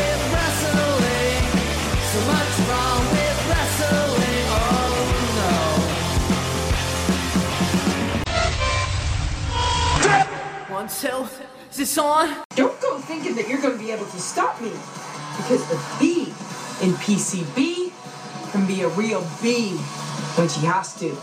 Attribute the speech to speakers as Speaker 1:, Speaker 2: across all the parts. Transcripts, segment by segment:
Speaker 1: Oh, So, is this on?
Speaker 2: Don't go thinking that you're going to be able to stop me, because the B in PCB can be a real B when she has to.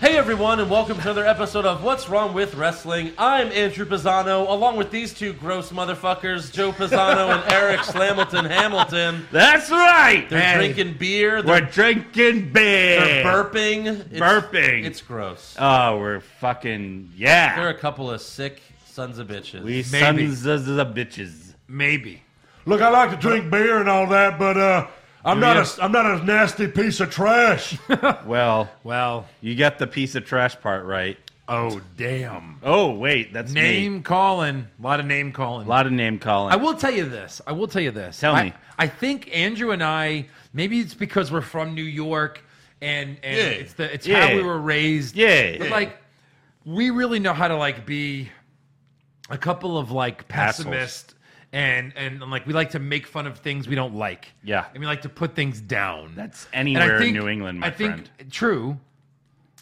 Speaker 3: Hey everyone, and welcome to another episode of What's Wrong with Wrestling. I'm Andrew Pisano, along with these two gross motherfuckers, Joe Pisano and Eric Slamilton Hamilton.
Speaker 4: That's right.
Speaker 3: They're
Speaker 4: man.
Speaker 3: drinking beer. They're,
Speaker 4: We're drinking beer.
Speaker 3: they're burping. It's,
Speaker 4: Burping.
Speaker 3: It's gross.
Speaker 4: Oh, we're fucking yeah.
Speaker 3: They're a couple of sick sons of bitches.
Speaker 4: we
Speaker 5: Maybe.
Speaker 4: sons of the bitches.
Speaker 5: Maybe. Look, I like to drink beer and all that, but uh, I'm
Speaker 4: not
Speaker 5: a I'm not a nasty piece of trash.
Speaker 4: Well,
Speaker 5: well,
Speaker 4: you got the piece of trash part right.
Speaker 5: oh damn.
Speaker 4: Oh wait, that's me.
Speaker 5: Name calling. A lot of name calling.
Speaker 4: A lot of name calling.
Speaker 5: I will tell you this. I will tell you this.
Speaker 4: Tell
Speaker 5: I,
Speaker 4: me.
Speaker 5: I think Andrew and I. Maybe it's because we're from New York, and and
Speaker 3: Yeah.
Speaker 5: it's the it's
Speaker 4: Yeah.
Speaker 5: how we were raised.
Speaker 4: Yeah.
Speaker 5: But like, we really know how to like be a couple of like
Speaker 4: Assholes.
Speaker 5: pessimist and, and and, like we like to make fun of things we don't like.
Speaker 4: Yeah.
Speaker 5: And we like to put things down.
Speaker 4: That's
Speaker 5: And I
Speaker 4: anywhere in
Speaker 5: think-
Speaker 4: New England, my
Speaker 5: I think,
Speaker 4: friend.
Speaker 5: True.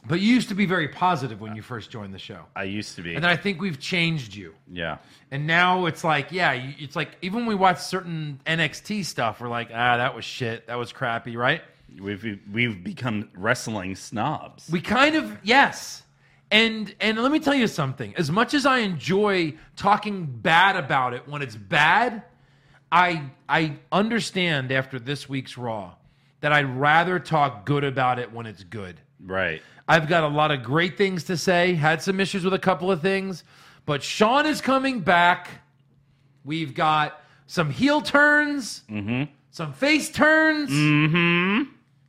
Speaker 5: But you used to be very positive when you first joined the show.
Speaker 4: I used to be.
Speaker 5: And then I think we've changed you.
Speaker 4: yeah.
Speaker 5: And now it's like, yeah, you- it's like even when we watch certain NXT stuff, we're like, ah, that was shit. That was crappy, right?
Speaker 4: We've we've become wrestling snobs.
Speaker 5: We kind of yes. And and let me tell you something. As much as I enjoy talking bad about it when it's bad, I I understand after this week's Raw that I'd rather talk good about it when it's good.
Speaker 4: right.
Speaker 5: I've got a lot of great things to say. Had some issues with a couple of things, but Sean is coming back. We've got some heel turns, some face turns,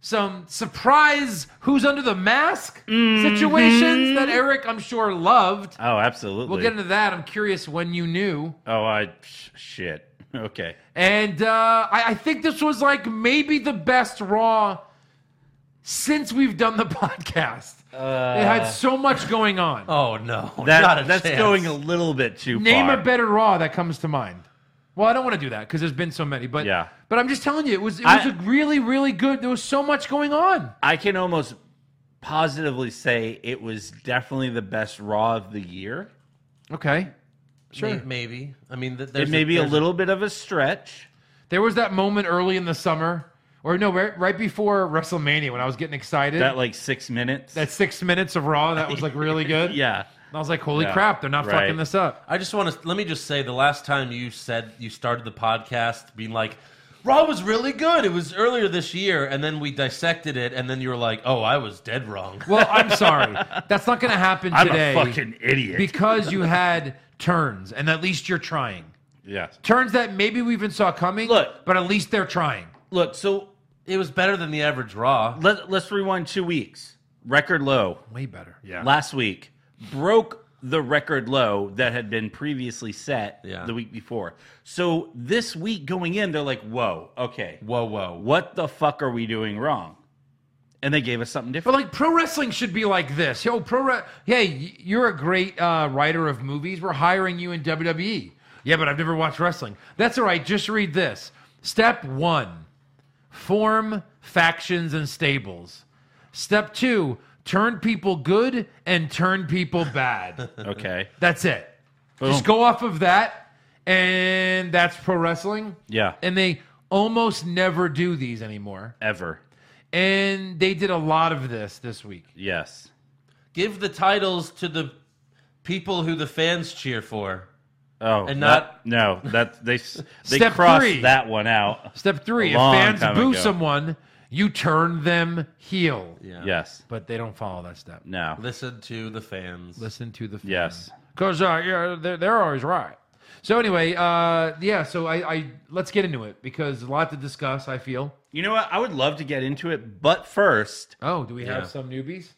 Speaker 5: some surprise who's under the mask situations that Eric, I'm sure, loved.
Speaker 4: Oh, absolutely.
Speaker 5: We'll get into that. I'm curious when you knew.
Speaker 4: oh, I sh- shit. Okay.
Speaker 5: And uh, I, I think this was like maybe the best Raw since we've done the podcast. it had so much going on.
Speaker 3: Oh no,
Speaker 4: That-
Speaker 3: not a
Speaker 4: that's
Speaker 3: chance.
Speaker 4: going a little bit too
Speaker 5: Name
Speaker 4: far.
Speaker 5: a better Raw that comes to mind. Well, I don't want to do that because there's been so many. But
Speaker 4: Yeah.
Speaker 5: but I'm just telling you, it was it
Speaker 4: I-
Speaker 5: was a really really good. There was so much going on.
Speaker 4: I can almost positively say it was definitely the best Raw of the year.
Speaker 5: Okay,
Speaker 3: May- Maybe. I mean, th- there's
Speaker 4: It may be a
Speaker 3: there's
Speaker 4: little bit of a stretch.
Speaker 5: there was that moment early in the summer, or no, right, right before WrestleMania when I was getting excited.
Speaker 4: That like six minutes.
Speaker 5: that six minutes of Raw that was like really good.
Speaker 4: yeah.
Speaker 5: and I was like, holy
Speaker 4: Yeah.
Speaker 5: crap, they're not
Speaker 4: Right.
Speaker 5: fucking this up.
Speaker 3: I just want to let me just say the last time you said you started the podcast being like Raw was really good. It was earlier this year, and then we dissected it, and then you were like, "Oh, I was dead wrong."
Speaker 5: Well, I'm sorry, that's not going to happen
Speaker 4: I'm
Speaker 5: today.
Speaker 4: a fucking idiot.
Speaker 5: because you had turns, and at least you're trying.
Speaker 4: yeah.
Speaker 5: Turns that maybe we even saw coming.
Speaker 4: Look.
Speaker 5: but at least they're trying.
Speaker 4: Look, so
Speaker 3: It was better than the average Raw.
Speaker 4: let, let's rewind two weeks. Record low
Speaker 5: Way better. Yeah.
Speaker 4: last week broke the record low that had been previously set
Speaker 3: Yeah.
Speaker 4: the week before. So this week going in, they're like, whoa, okay,
Speaker 3: Whoa, whoa.
Speaker 4: what the fuck are we doing wrong? And they gave us something different.
Speaker 5: But like pro wrestling should be like this. Yo, pro re- hey, y- you're a great uh, writer of movies. We're hiring you in WWE. Yeah, but I've never watched wrestling. That's all right. Just read this. Step one: form factions and stables. Step two: turn people good and turn people bad.
Speaker 4: Okay.
Speaker 5: That's it. Just
Speaker 4: Boom.
Speaker 5: go off of that, and that's pro wrestling.
Speaker 4: Yeah.
Speaker 5: And they almost never do these anymore.
Speaker 4: Ever.
Speaker 5: And they did a lot of this this week.
Speaker 4: Yes.
Speaker 3: Give the titles to the people who the fans cheer for.
Speaker 4: Oh,
Speaker 3: And
Speaker 4: that- no. That they s- they
Speaker 5: Step
Speaker 4: crossed
Speaker 5: three.
Speaker 4: that one out.
Speaker 5: Step three:
Speaker 4: A
Speaker 5: if
Speaker 4: long
Speaker 5: fans
Speaker 4: time
Speaker 5: boo
Speaker 4: ago.
Speaker 5: someone, you turn them heel.
Speaker 3: Yeah.
Speaker 4: Yes.
Speaker 5: But they don't follow that step.
Speaker 4: No.
Speaker 3: Listen to the fans.
Speaker 5: Listen to the fans.
Speaker 4: Yes.
Speaker 5: because uh, yeah, they're, they're always right. So anyway, uh, yeah. So I, I let's get into it because a lot to discuss. I feel.
Speaker 4: You know what? I would love to get into it, but first
Speaker 5: Oh, do we
Speaker 3: Yeah.
Speaker 5: have some newbies?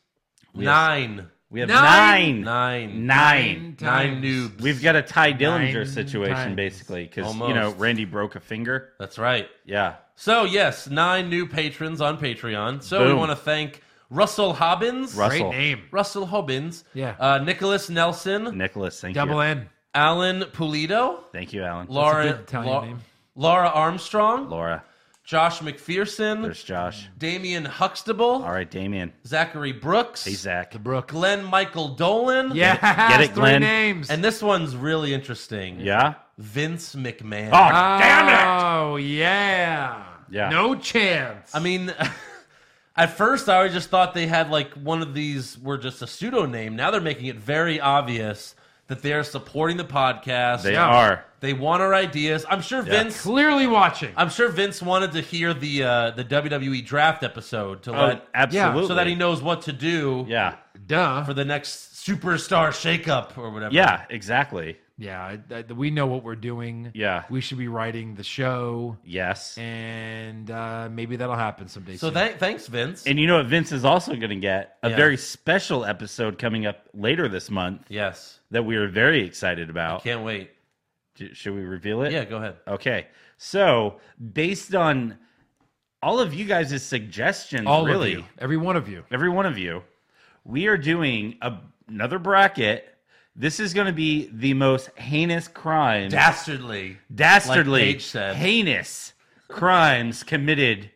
Speaker 3: Nine.
Speaker 4: we have
Speaker 5: Nine.
Speaker 4: nine,
Speaker 3: Nine.
Speaker 4: Nine.
Speaker 3: Nine
Speaker 5: times.
Speaker 3: noobs.
Speaker 4: We've got a Ty Dillinger
Speaker 5: Nine
Speaker 4: situation
Speaker 5: times.
Speaker 4: basically because you know
Speaker 3: Almost.
Speaker 4: Randy broke a finger.
Speaker 3: That's right.
Speaker 4: Yeah.
Speaker 3: So, yes, nine new patrons on Patreon. So, we
Speaker 4: Boom.
Speaker 3: want to thank Russell Hobbins.
Speaker 4: Russ-
Speaker 5: Great
Speaker 4: Russell.
Speaker 5: name.
Speaker 3: Russell Hobbins.
Speaker 5: Yeah.
Speaker 3: Uh, Nicholas Nelson.
Speaker 4: Nicholas, thank
Speaker 5: Double
Speaker 4: you.
Speaker 5: N.
Speaker 3: Alan Pulido.
Speaker 4: Thank you, Alan.
Speaker 3: Laura,
Speaker 5: good Italian
Speaker 3: Lau-
Speaker 5: name.
Speaker 3: Laura Armstrong.
Speaker 4: Laura.
Speaker 3: Josh McPherson.
Speaker 4: There's Josh.
Speaker 3: Damian Huxtable.
Speaker 4: All right, Damien.
Speaker 3: Zachary Brooks.
Speaker 4: Hey, Zach.
Speaker 5: Brooke.
Speaker 3: Glenn Michael Dolan.
Speaker 5: Yeah.
Speaker 4: Get it,
Speaker 5: three
Speaker 4: Glenn?
Speaker 5: names.
Speaker 3: And this one's really interesting.
Speaker 4: Yeah?
Speaker 3: Vince McMahon.
Speaker 4: Oh, damn it!
Speaker 3: Ah.
Speaker 5: Oh yeah.
Speaker 4: Yeah.
Speaker 5: No chance.
Speaker 3: I mean, at first I just thought they had like one of these were just a pseudonym. Now they're making it very obvious that they are supporting the podcast.
Speaker 4: They
Speaker 5: Yeah.
Speaker 4: are.
Speaker 3: They want our ideas. I'm sure Vince.
Speaker 5: clearly watching.
Speaker 3: I'm sure Vince wanted to hear the uh, the WWE draft episode to
Speaker 4: Oh,
Speaker 3: let
Speaker 4: absolutely.
Speaker 3: so that he knows what to do
Speaker 4: Yeah.
Speaker 5: Duh.
Speaker 3: for the next superstar shakeup or whatever.
Speaker 4: Yeah, exactly.
Speaker 5: yeah, I- I- we know what we're doing.
Speaker 4: Yeah.
Speaker 5: We should be writing the show,
Speaker 4: Yes.
Speaker 5: and uh, maybe that'll happen someday.
Speaker 3: So
Speaker 5: soon.
Speaker 3: thank thanks, Vince.
Speaker 4: And you know what Vince is also going to get? A
Speaker 3: Yeah.
Speaker 4: very special episode coming up later this month
Speaker 3: yes,
Speaker 4: that we are very excited about.
Speaker 3: can't wait.
Speaker 4: J- Should we reveal it?
Speaker 3: Yeah, go ahead.
Speaker 4: Okay. So, based on all of you guys' suggestions,
Speaker 5: all
Speaker 4: really,
Speaker 5: of you, every one of you.
Speaker 4: every one of you, we are doing a, another bracket. This is going to be the most heinous crime,
Speaker 3: Dastardly.
Speaker 4: dastardly,
Speaker 3: like Paige said.
Speaker 4: heinous crimes committed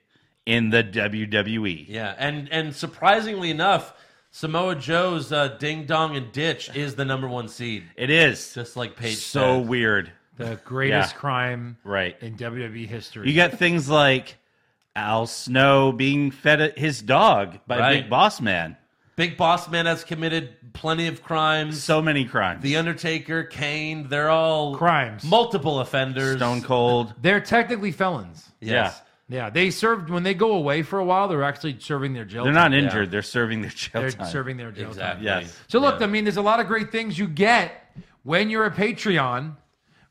Speaker 4: in the E. WWE.
Speaker 3: Yeah, and and surprisingly enough, Samoa Joe's uh, Ding Dong and Ditch is the number one seed,
Speaker 4: It is
Speaker 3: just like Paige
Speaker 4: so
Speaker 3: said.
Speaker 4: weird,
Speaker 5: The greatest
Speaker 4: Yeah.
Speaker 5: crime
Speaker 4: right?
Speaker 5: in WWE history.
Speaker 4: You got things like Al Snow being fed a- his dog by
Speaker 3: Right.
Speaker 4: Big Boss Man.
Speaker 3: Big Boss Man has committed plenty of crimes.
Speaker 4: So many crimes.
Speaker 3: the Undertaker, Kane, they're all
Speaker 5: Crimes.
Speaker 3: multiple offenders.
Speaker 4: Stone Cold.
Speaker 5: they're technically felons.
Speaker 3: Yes.
Speaker 5: Yeah, they served when they go away for a while. They're actually serving their jail.
Speaker 4: They're
Speaker 5: time.
Speaker 4: not injured. They're serving their jail
Speaker 5: They're
Speaker 4: time.
Speaker 5: serving their jail time.
Speaker 3: Exactly.
Speaker 4: Yes.
Speaker 5: So look,
Speaker 3: Yeah.
Speaker 5: I mean, there's a lot of great things you get when you're a Patreon,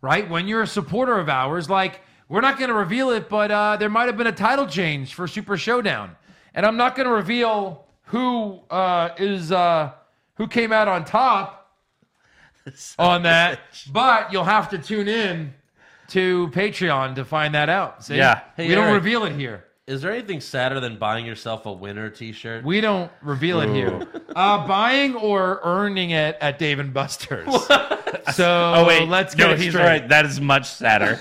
Speaker 5: right? When you're a supporter of ours, like we're not going to reveal it, but uh, there might have been a title change for Super Showdown, and I'm not going to reveal who uh, is uh, who came out on top on that. But you'll have to tune in to Patreon to find that out. See?
Speaker 4: Yeah.
Speaker 3: Hey,
Speaker 5: we don't
Speaker 3: Eric.
Speaker 5: reveal it here.
Speaker 3: Is there anything sadder than buying yourself a winner T-shirt?
Speaker 5: We don't reveal it here. Uh, buying or earning it at Dave and Buster's. so
Speaker 4: Oh wait,
Speaker 5: let's
Speaker 4: no,
Speaker 5: get it
Speaker 4: he's
Speaker 5: straight.
Speaker 4: right. That is much sadder.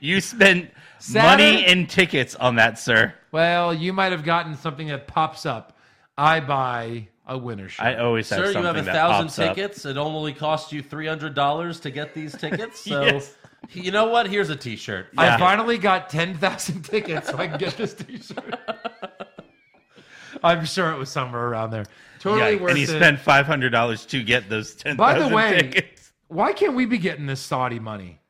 Speaker 4: you spent
Speaker 5: Sadder?
Speaker 4: money and tickets on that, sir.
Speaker 5: Well, you might have gotten something that pops up. I buy a winner shirt.
Speaker 4: I always have
Speaker 3: Sir, you
Speaker 4: something
Speaker 3: have a
Speaker 4: that
Speaker 3: thousand
Speaker 4: pops up.
Speaker 3: tickets. It only cost you three hundred dollars to get these tickets. So,
Speaker 4: Yes.
Speaker 3: you know what? Here's a T-shirt.
Speaker 5: I
Speaker 4: Yeah.
Speaker 5: finally got 10,000 tickets so I can get this t shirt. I'm sure it was somewhere around there. Totally
Speaker 4: Yikes.
Speaker 5: worth
Speaker 4: and he
Speaker 5: it.
Speaker 4: spent five hundred dollars to get those ten
Speaker 5: By the
Speaker 4: thousand
Speaker 5: way,
Speaker 4: tickets.
Speaker 5: why can't we be getting this Saudi money?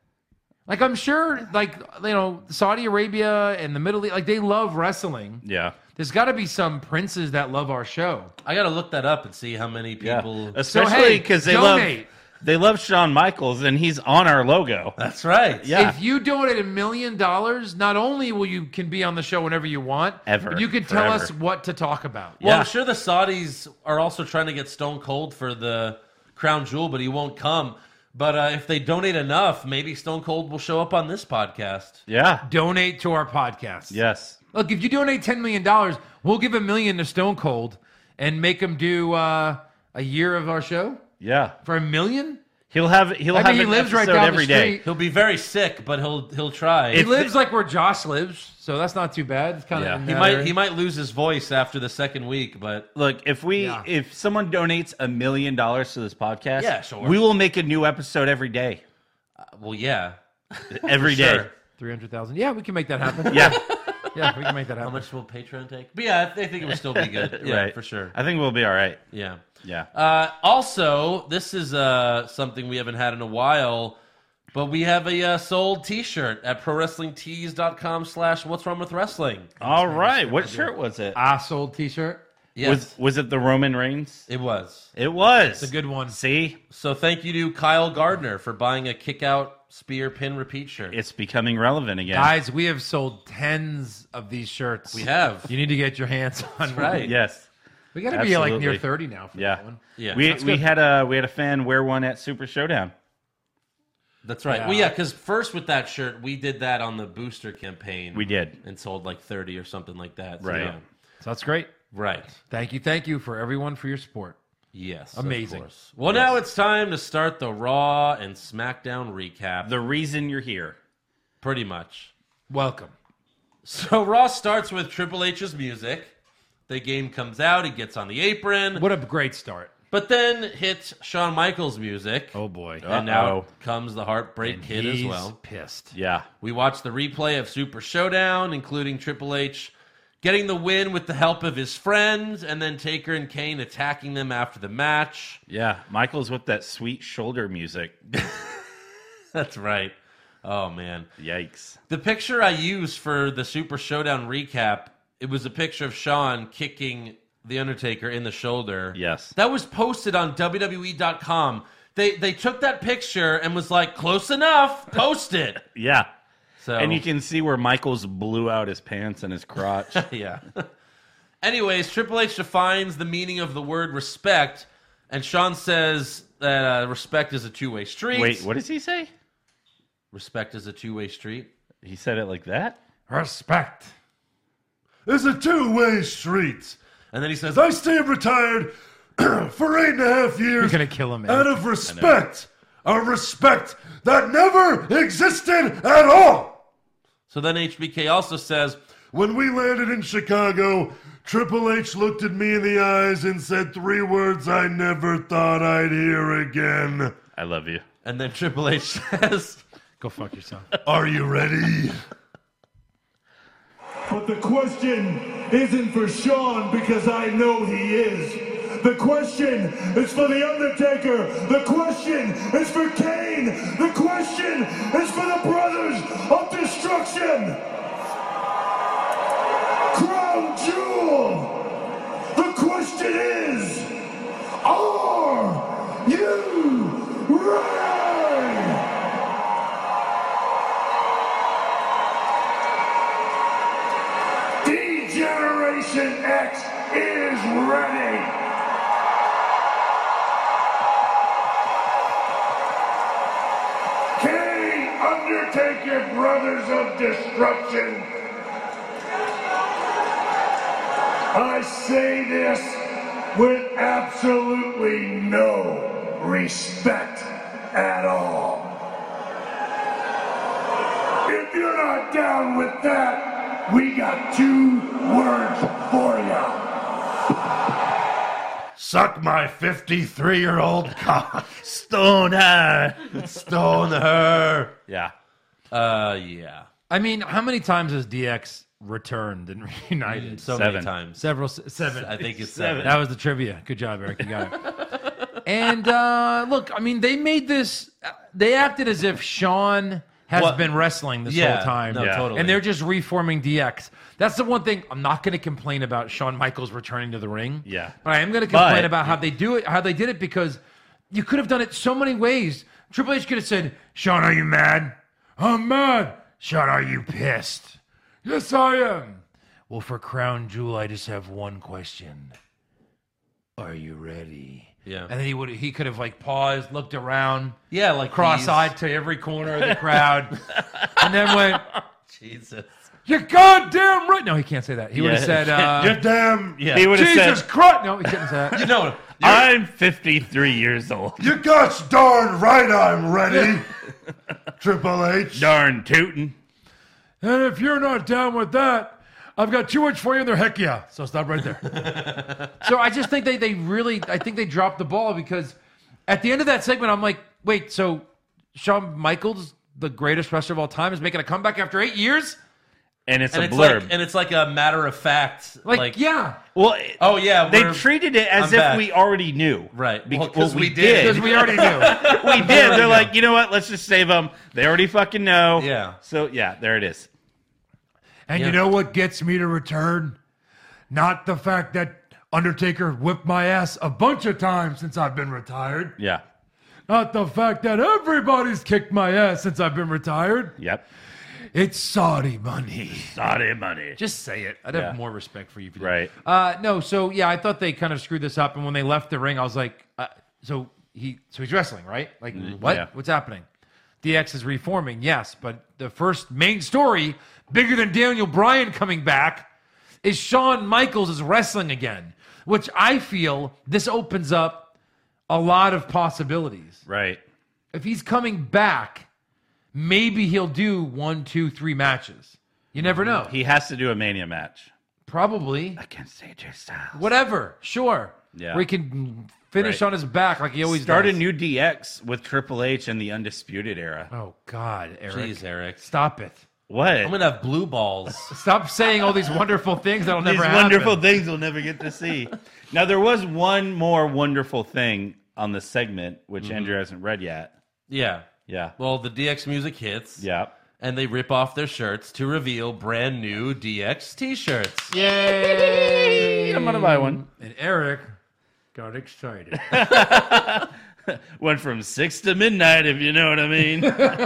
Speaker 5: Like I'm sure, like you know, Saudi Arabia and the Middle East, like they love wrestling.
Speaker 4: Yeah,
Speaker 5: There's got to be some princes that love our show.
Speaker 3: I gotta look that up and see how many people.
Speaker 4: yeah. Especially
Speaker 5: hey,
Speaker 4: because they love
Speaker 5: donate.
Speaker 4: they love Shawn Michaels and he's on our logo.
Speaker 3: That's right.
Speaker 4: Yeah.
Speaker 5: If you donate a million dollars, not only will you can be on the show whenever you want,
Speaker 4: Ever.
Speaker 5: but you can tell us
Speaker 4: Forever.
Speaker 5: what to talk about.
Speaker 3: Well,
Speaker 4: Yeah.
Speaker 3: I'm sure the Saudis are also trying to get Stone Cold for the crown jewel, but he won't come. But uh, if they donate enough, maybe Stone Cold will show up on this podcast.
Speaker 4: Yeah.
Speaker 5: Donate to our podcast.
Speaker 4: Yes.
Speaker 5: Look, if you donate ten million dollars, we'll give a million to Stone Cold and make him do uh, a year of our show
Speaker 4: Yeah.
Speaker 5: for a million.
Speaker 4: He'll have he'll
Speaker 5: I
Speaker 4: have
Speaker 5: mean, he
Speaker 4: an
Speaker 5: lives right
Speaker 4: episode
Speaker 5: down
Speaker 4: every
Speaker 5: the
Speaker 4: day.
Speaker 5: street.
Speaker 3: He'll be very sick, but he'll he'll try.
Speaker 5: He
Speaker 4: If
Speaker 5: lives like where Josh lives, so that's not too bad. It's kind
Speaker 4: Yeah.
Speaker 5: of
Speaker 3: he might he might lose his voice after the second week, but
Speaker 4: Look, if we
Speaker 5: Yeah.
Speaker 4: if someone donates a million dollars to this podcast,
Speaker 3: Yeah, sure.
Speaker 4: we will make a new episode every day.
Speaker 3: well, yeah.
Speaker 4: Every day.
Speaker 3: Sure.
Speaker 5: three hundred thousand. Yeah, we can make that happen.
Speaker 4: Yeah,
Speaker 5: yeah, we can make that
Speaker 3: How
Speaker 5: happen.
Speaker 3: much will Patreon take? But yeah, I th- I think it would still be good. Yeah,
Speaker 4: right.
Speaker 3: for sure.
Speaker 4: I think we'll be all right.
Speaker 3: Yeah.
Speaker 4: Yeah.
Speaker 3: Uh, also, this is uh, something we haven't had in a while, but we have a uh, sold T-shirt at prowrestlingtees.com slash What's Wrong with Wrestling.
Speaker 4: all right. What shirt was it?
Speaker 5: I sold T-shirt.
Speaker 3: Uh, Yes,
Speaker 4: Was was it the Roman Reigns?
Speaker 3: it was.
Speaker 4: It was.
Speaker 5: It's a good one.
Speaker 4: See,
Speaker 3: So thank you to Kyle Gardner for buying a kick-out spear pin repeat shirt.
Speaker 4: it's becoming relevant again.
Speaker 5: Guys, we have sold tens of these shirts.
Speaker 3: we have.
Speaker 5: You need to get your hands on one.
Speaker 3: right.
Speaker 4: yes.
Speaker 5: We got to be like near
Speaker 4: Absolutely.
Speaker 5: 30 now for
Speaker 4: Yeah.
Speaker 5: that one.
Speaker 3: Yeah,
Speaker 4: we
Speaker 3: that's
Speaker 4: we
Speaker 3: good.
Speaker 4: had a we had a fan wear one at Super Showdown.
Speaker 3: That's right.
Speaker 5: Yeah.
Speaker 3: Well, yeah, because first with that shirt, we did that on the booster campaign.
Speaker 4: We did.
Speaker 3: and sold like thirty or something like that. So,
Speaker 4: Right.
Speaker 3: yeah.
Speaker 5: So that's great.
Speaker 3: Right.
Speaker 5: Thank you, thank you for everyone for your support.
Speaker 3: Yes. of
Speaker 5: Amazing.
Speaker 3: course. Well, now it's time to start the Raw and SmackDown recap.
Speaker 4: The reason you're here.
Speaker 3: Pretty much.
Speaker 5: Welcome.
Speaker 3: So Raw starts with Triple H's music. The game comes out. He gets on the apron,
Speaker 5: What a great start.
Speaker 3: but then hits Shawn Michaels' music.
Speaker 5: Oh boy.
Speaker 3: and now
Speaker 4: Uh-oh.
Speaker 3: comes the Heartbreak
Speaker 5: And
Speaker 3: Kid as
Speaker 5: he's
Speaker 3: well.
Speaker 5: Pissed.
Speaker 4: Yeah.
Speaker 3: We watch the replay of Super Showdown, including Triple H getting the win with the help of his friends, and then Taker and Kane attacking them after the match.
Speaker 4: Yeah. Michael's with that sweet shoulder music.
Speaker 3: That's right. Oh man.
Speaker 4: Yikes.
Speaker 3: The picture I used for the Super Showdown recap, it was a picture of Sean kicking The Undertaker in the shoulder.
Speaker 4: Yes.
Speaker 3: That was posted on WWE.com. They they took that picture and was like, close enough, post it.
Speaker 4: Yeah.
Speaker 3: So
Speaker 4: And you can see where Michael's blew out his pants and his crotch.
Speaker 3: Yeah. Anyways, Triple H defines the meaning of the word respect, and Sean says that uh, respect is a two way street.
Speaker 4: Wait, what does he say?
Speaker 3: Respect is a two way street.
Speaker 4: He said it like that?
Speaker 5: Respect.
Speaker 3: It's a two way street. And then he says, I stand retired for eight and a half
Speaker 5: You're
Speaker 3: years
Speaker 5: gonna kill him.
Speaker 3: out
Speaker 5: Ed.
Speaker 3: of respect. A respect that never existed at all. So then HBK also says,
Speaker 1: When we landed in Chicago, Triple H looked at me in the eyes and said three words I never thought I'd hear again.
Speaker 4: I love you.
Speaker 3: and then Triple H says,
Speaker 5: Go fuck yourself.
Speaker 1: Are you ready?
Speaker 6: But the question isn't for Sean because I know he is. The question is for The Undertaker. The question is for Kane. The question is for the Brothers of Destruction. Crown Jewel. The question is Are you ready? D-Generation X is ready. K Undertaker Brothers of Destruction. I say this with absolutely no respect at all. If you're not down with that, we got two words for you.
Speaker 1: Suck my 53 year old cock.
Speaker 4: Stone her.
Speaker 1: Stone her.
Speaker 4: Yeah.
Speaker 3: Er, uh, yeah.
Speaker 5: I mean, how many times has DX returned and reunited?
Speaker 3: So many
Speaker 4: Seven.
Speaker 3: times.
Speaker 5: Several seven.
Speaker 3: Mm. I think it's seven.
Speaker 5: That was the trivia. Good job, Eric. You got it. and uh, look, I mean, they made this. They acted as if Sean has
Speaker 3: Well,
Speaker 5: been wrestling this
Speaker 3: yeah,
Speaker 5: whole time.
Speaker 3: no, Yeah. totally.
Speaker 5: And they're just reforming DX. That's the one thing I'm not going to complain about Shawn Michaels returning to the ring.
Speaker 4: Yeah.
Speaker 5: But I am going to complain
Speaker 4: But-
Speaker 5: about how they do it, how they did it, because you could have done it so many ways. Triple H could have said, Sean, are you mad? I'm mad. Sean, are you pissed? Yes, I am. Well, for Crown Jewel, I just have one question. Are you ready?
Speaker 3: Yeah.
Speaker 5: And then he would he could have like paused, looked around,
Speaker 3: Yeah, like
Speaker 5: cross-eyed to every corner of the crowd, and then went,
Speaker 3: these- Jesus.
Speaker 5: "You're goddamn right." No, he can't say that. He would have
Speaker 4: Yeah.
Speaker 5: said, uh,
Speaker 1: You're damn.
Speaker 4: He would have
Speaker 5: "Jesus
Speaker 4: said,
Speaker 5: Christ!" No, he couldn't say that.
Speaker 3: No,
Speaker 4: I'm 53 years old.
Speaker 1: You gosh darn right I'm ready. Triple H.
Speaker 4: Darn tootin'.
Speaker 5: And if you're not down with that, I've got two inch for you in there. Heck yeah. So stop right there. so I just think they, they really, I think they dropped the ball because at the end of that segment, I'm like, wait, so Shawn Michaels, the greatest wrestler of all time, is making a comeback after eight years?
Speaker 4: And it's
Speaker 3: and
Speaker 4: a
Speaker 3: it's
Speaker 4: blurb.
Speaker 3: like and it's like a matter of fact.
Speaker 5: Like,
Speaker 3: Like,
Speaker 5: yeah.
Speaker 4: well, it-
Speaker 3: Oh yeah,
Speaker 4: they
Speaker 3: we're-
Speaker 4: treated it
Speaker 3: I'm
Speaker 4: as if
Speaker 3: back.
Speaker 4: we already knew.
Speaker 3: Right.
Speaker 4: Bec-
Speaker 3: Well,
Speaker 4: Well,
Speaker 3: 'cause we
Speaker 4: we
Speaker 3: did.
Speaker 4: did.
Speaker 5: Because we already knew.
Speaker 4: we did. They're like, you know what? Let's just save them. They already fucking know.
Speaker 3: Yeah.
Speaker 4: So yeah, there it is.
Speaker 6: And
Speaker 3: Yeah.
Speaker 6: you know what gets me to return? Not the fact that Undertaker whipped my ass a bunch of times since I've been retired.
Speaker 4: Yeah.
Speaker 6: Not the fact that everybody's kicked my ass since I've been retired.
Speaker 4: Yep.
Speaker 6: It's Saudi money.
Speaker 4: Saudi money.
Speaker 5: Just say it. I'd
Speaker 4: Yeah.
Speaker 5: have more respect for you if you did.
Speaker 4: Right.
Speaker 5: Uh, no, so yeah, I thought they kind of screwed this up. And when they left the ring, I was like, uh, so he, so he's wrestling, right? Like, what?
Speaker 4: Mm-hmm. yeah.
Speaker 5: What's happening? DX is reforming, yes, but the first main story, bigger than Daniel Bryan coming back, is Shawn Michaels is wrestling again, which I feel this opens up a lot of possibilities.
Speaker 4: Right.
Speaker 5: If he's coming back, maybe he'll do one, two, three matches. You never know.
Speaker 4: Mm-hmm. He has to do a mania match
Speaker 5: Probably.
Speaker 4: against AJ Styles.
Speaker 5: Whatever. Sure.
Speaker 4: Yeah.
Speaker 5: Where he can finish
Speaker 4: Right.
Speaker 5: on his back like he always
Speaker 4: Start
Speaker 5: does.
Speaker 4: a new DX with Triple H and the Undisputed Era.
Speaker 5: Oh God, Eric.
Speaker 3: Please, Eric.
Speaker 5: Stop it.
Speaker 4: What?
Speaker 3: I'm gonna have blue balls.
Speaker 5: Stop saying all these wonderful things that'll never
Speaker 4: These
Speaker 5: happen.
Speaker 4: wonderful things we'll never get to see. now there was one more wonderful thing on the segment which Andrew hasn't read yet.
Speaker 3: yeah.
Speaker 4: Yeah.
Speaker 3: Well, the DX music hits.
Speaker 4: yeah.
Speaker 3: And they rip off their shirts to reveal brand new DX T-shirts.
Speaker 5: Yay!
Speaker 4: I'm gonna buy one.
Speaker 5: And Eric got excited.
Speaker 4: Went from six to midnight, if you know what I mean.
Speaker 5: Yep.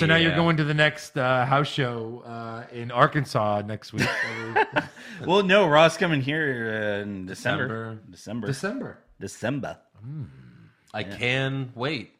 Speaker 5: So now you're
Speaker 3: Yeah.
Speaker 5: going to the next uh, house show uh, in Arkansas next week, or
Speaker 4: well, no, Ross coming here uh, in December. December. December.
Speaker 5: December.
Speaker 3: I can wait.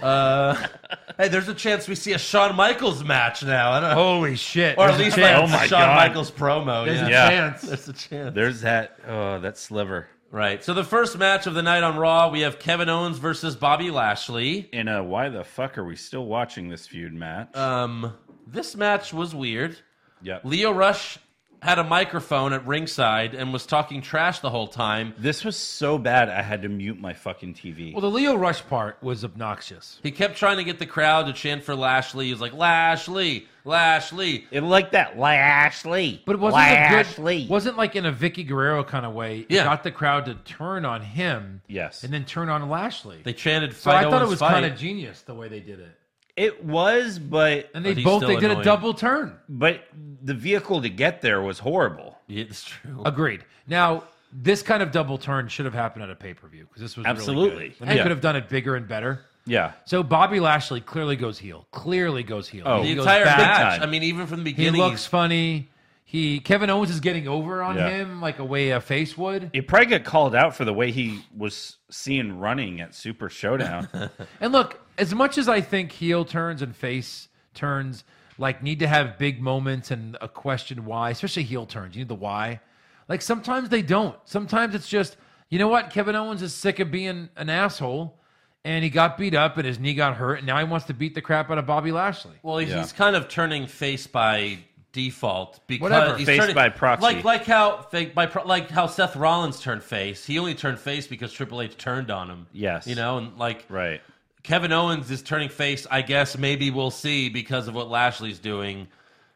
Speaker 3: Uh, hey, there's a chance we see a Shawn Michaels match now. I don't know.
Speaker 5: Holy shit!
Speaker 3: or at least
Speaker 5: There's a
Speaker 3: like,
Speaker 5: chance.
Speaker 4: Oh my
Speaker 3: Shawn
Speaker 4: God.
Speaker 3: Michaels promo.
Speaker 5: There's
Speaker 3: yeah.
Speaker 5: a
Speaker 4: Yeah.
Speaker 5: chance.
Speaker 3: There's a chance.
Speaker 4: There's that. Oh, that sliver
Speaker 3: Right. So the first match of the night on Raw, we have Kevin Owens versus Bobby Lashley.
Speaker 4: in a why the fuck are we still watching this feud match?
Speaker 3: Um, this match was weird.
Speaker 4: yep.
Speaker 3: Leo Rush had a microphone at ringside and was talking trash the whole time.
Speaker 4: This was so bad I had to mute my fucking TV.
Speaker 5: Well, the Leo Rush part was obnoxious.
Speaker 3: He kept trying to get the crowd to chant for Lashley. He was like, Lashley, Lashley.
Speaker 4: it liked that Lashley.
Speaker 5: But it wasn't a
Speaker 4: Lashley.
Speaker 5: good, wasn't like in a Vicky Guerrero kind of way. It
Speaker 3: Yeah.
Speaker 5: got the crowd to turn on him.
Speaker 4: Yes.
Speaker 5: And then turn on Lashley.
Speaker 3: They chanted,
Speaker 5: so
Speaker 3: fight
Speaker 5: I thought it
Speaker 3: Owens,
Speaker 5: was
Speaker 3: fight.
Speaker 5: kind of genius the way they did it.
Speaker 4: it was, but
Speaker 3: But
Speaker 5: And they
Speaker 3: he's
Speaker 5: both
Speaker 3: still
Speaker 5: they did a
Speaker 3: annoying.
Speaker 5: double turn.
Speaker 4: but the vehicle to get there was horrible.
Speaker 3: Yeah, it's true.
Speaker 5: Agreed. Now this kind of double turn should have happened at a pay per view because this was really good.
Speaker 4: Absolutely.
Speaker 5: and
Speaker 4: Yeah.
Speaker 5: they could have done it bigger and better.
Speaker 4: Yeah.
Speaker 5: So Bobby Lashley clearly goes heel. Clearly goes heel.
Speaker 4: Oh,
Speaker 5: he
Speaker 3: the
Speaker 5: goes
Speaker 3: entire
Speaker 5: back.
Speaker 3: match. I
Speaker 4: time.
Speaker 3: mean, even from the
Speaker 5: He
Speaker 3: beginning,
Speaker 5: looks funny. He Kevin Owens is getting over on
Speaker 4: Yeah.
Speaker 5: him like a way a face would.
Speaker 4: He probably got called out for the way he was seen running at Super Showdown.
Speaker 5: And look, as much as I think heel turns and face turns like need to have big moments and a question why, especially heel turns, you need the why. Like sometimes they don't. Sometimes it's just, you know what, Kevin Owens is sick of being an asshole and he got beat up and his knee got hurt and now he wants to beat the crap out of Bobby Lashley.
Speaker 3: Well,
Speaker 4: Yeah.
Speaker 3: he's kind of turning face by default because
Speaker 5: Whatever.
Speaker 3: he's
Speaker 4: Face
Speaker 3: turning-
Speaker 4: by proxy.
Speaker 3: Like like how fake by pro, like how Seth Rollins turned face. He only turned face because Triple H turned on him.
Speaker 4: Yes.
Speaker 3: you know, and like
Speaker 4: right.
Speaker 3: Kevin Owens is turning face. I guess maybe we'll see because of what Lashley's doing.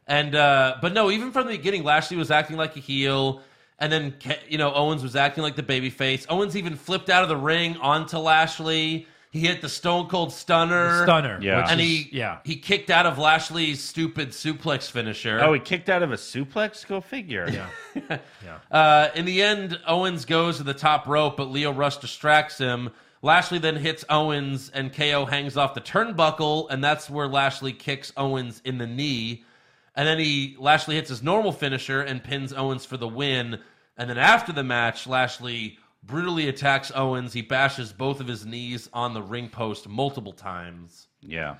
Speaker 3: And uh, but no, even from the beginning, Lashley was acting like a heel, and then Ke- you know Owens was acting like the babyface. Owens even flipped out of the ring onto Lashley. He hit the Stone Cold Stunner.
Speaker 5: Stunner.
Speaker 4: Yeah.
Speaker 5: which
Speaker 3: and
Speaker 5: is-
Speaker 3: he
Speaker 5: yeah.
Speaker 3: he kicked out of Lashley's stupid suplex finisher.
Speaker 4: Oh, he kicked out of a suplex? Go figure. Yeah.
Speaker 3: Uh, in the end, Owens goes to the top rope, but Leo Rush distracts him. Lashley then hits Owens, and KO hangs off the turnbuckle, and that's where Lashley kicks Owens in the knee. And then he Lashley hits his normal finisher and pins Owens for the win. And then after the match, Lashley brutally attacks Owens. He bashes both of his knees on the ring post multiple times.
Speaker 4: Yeah.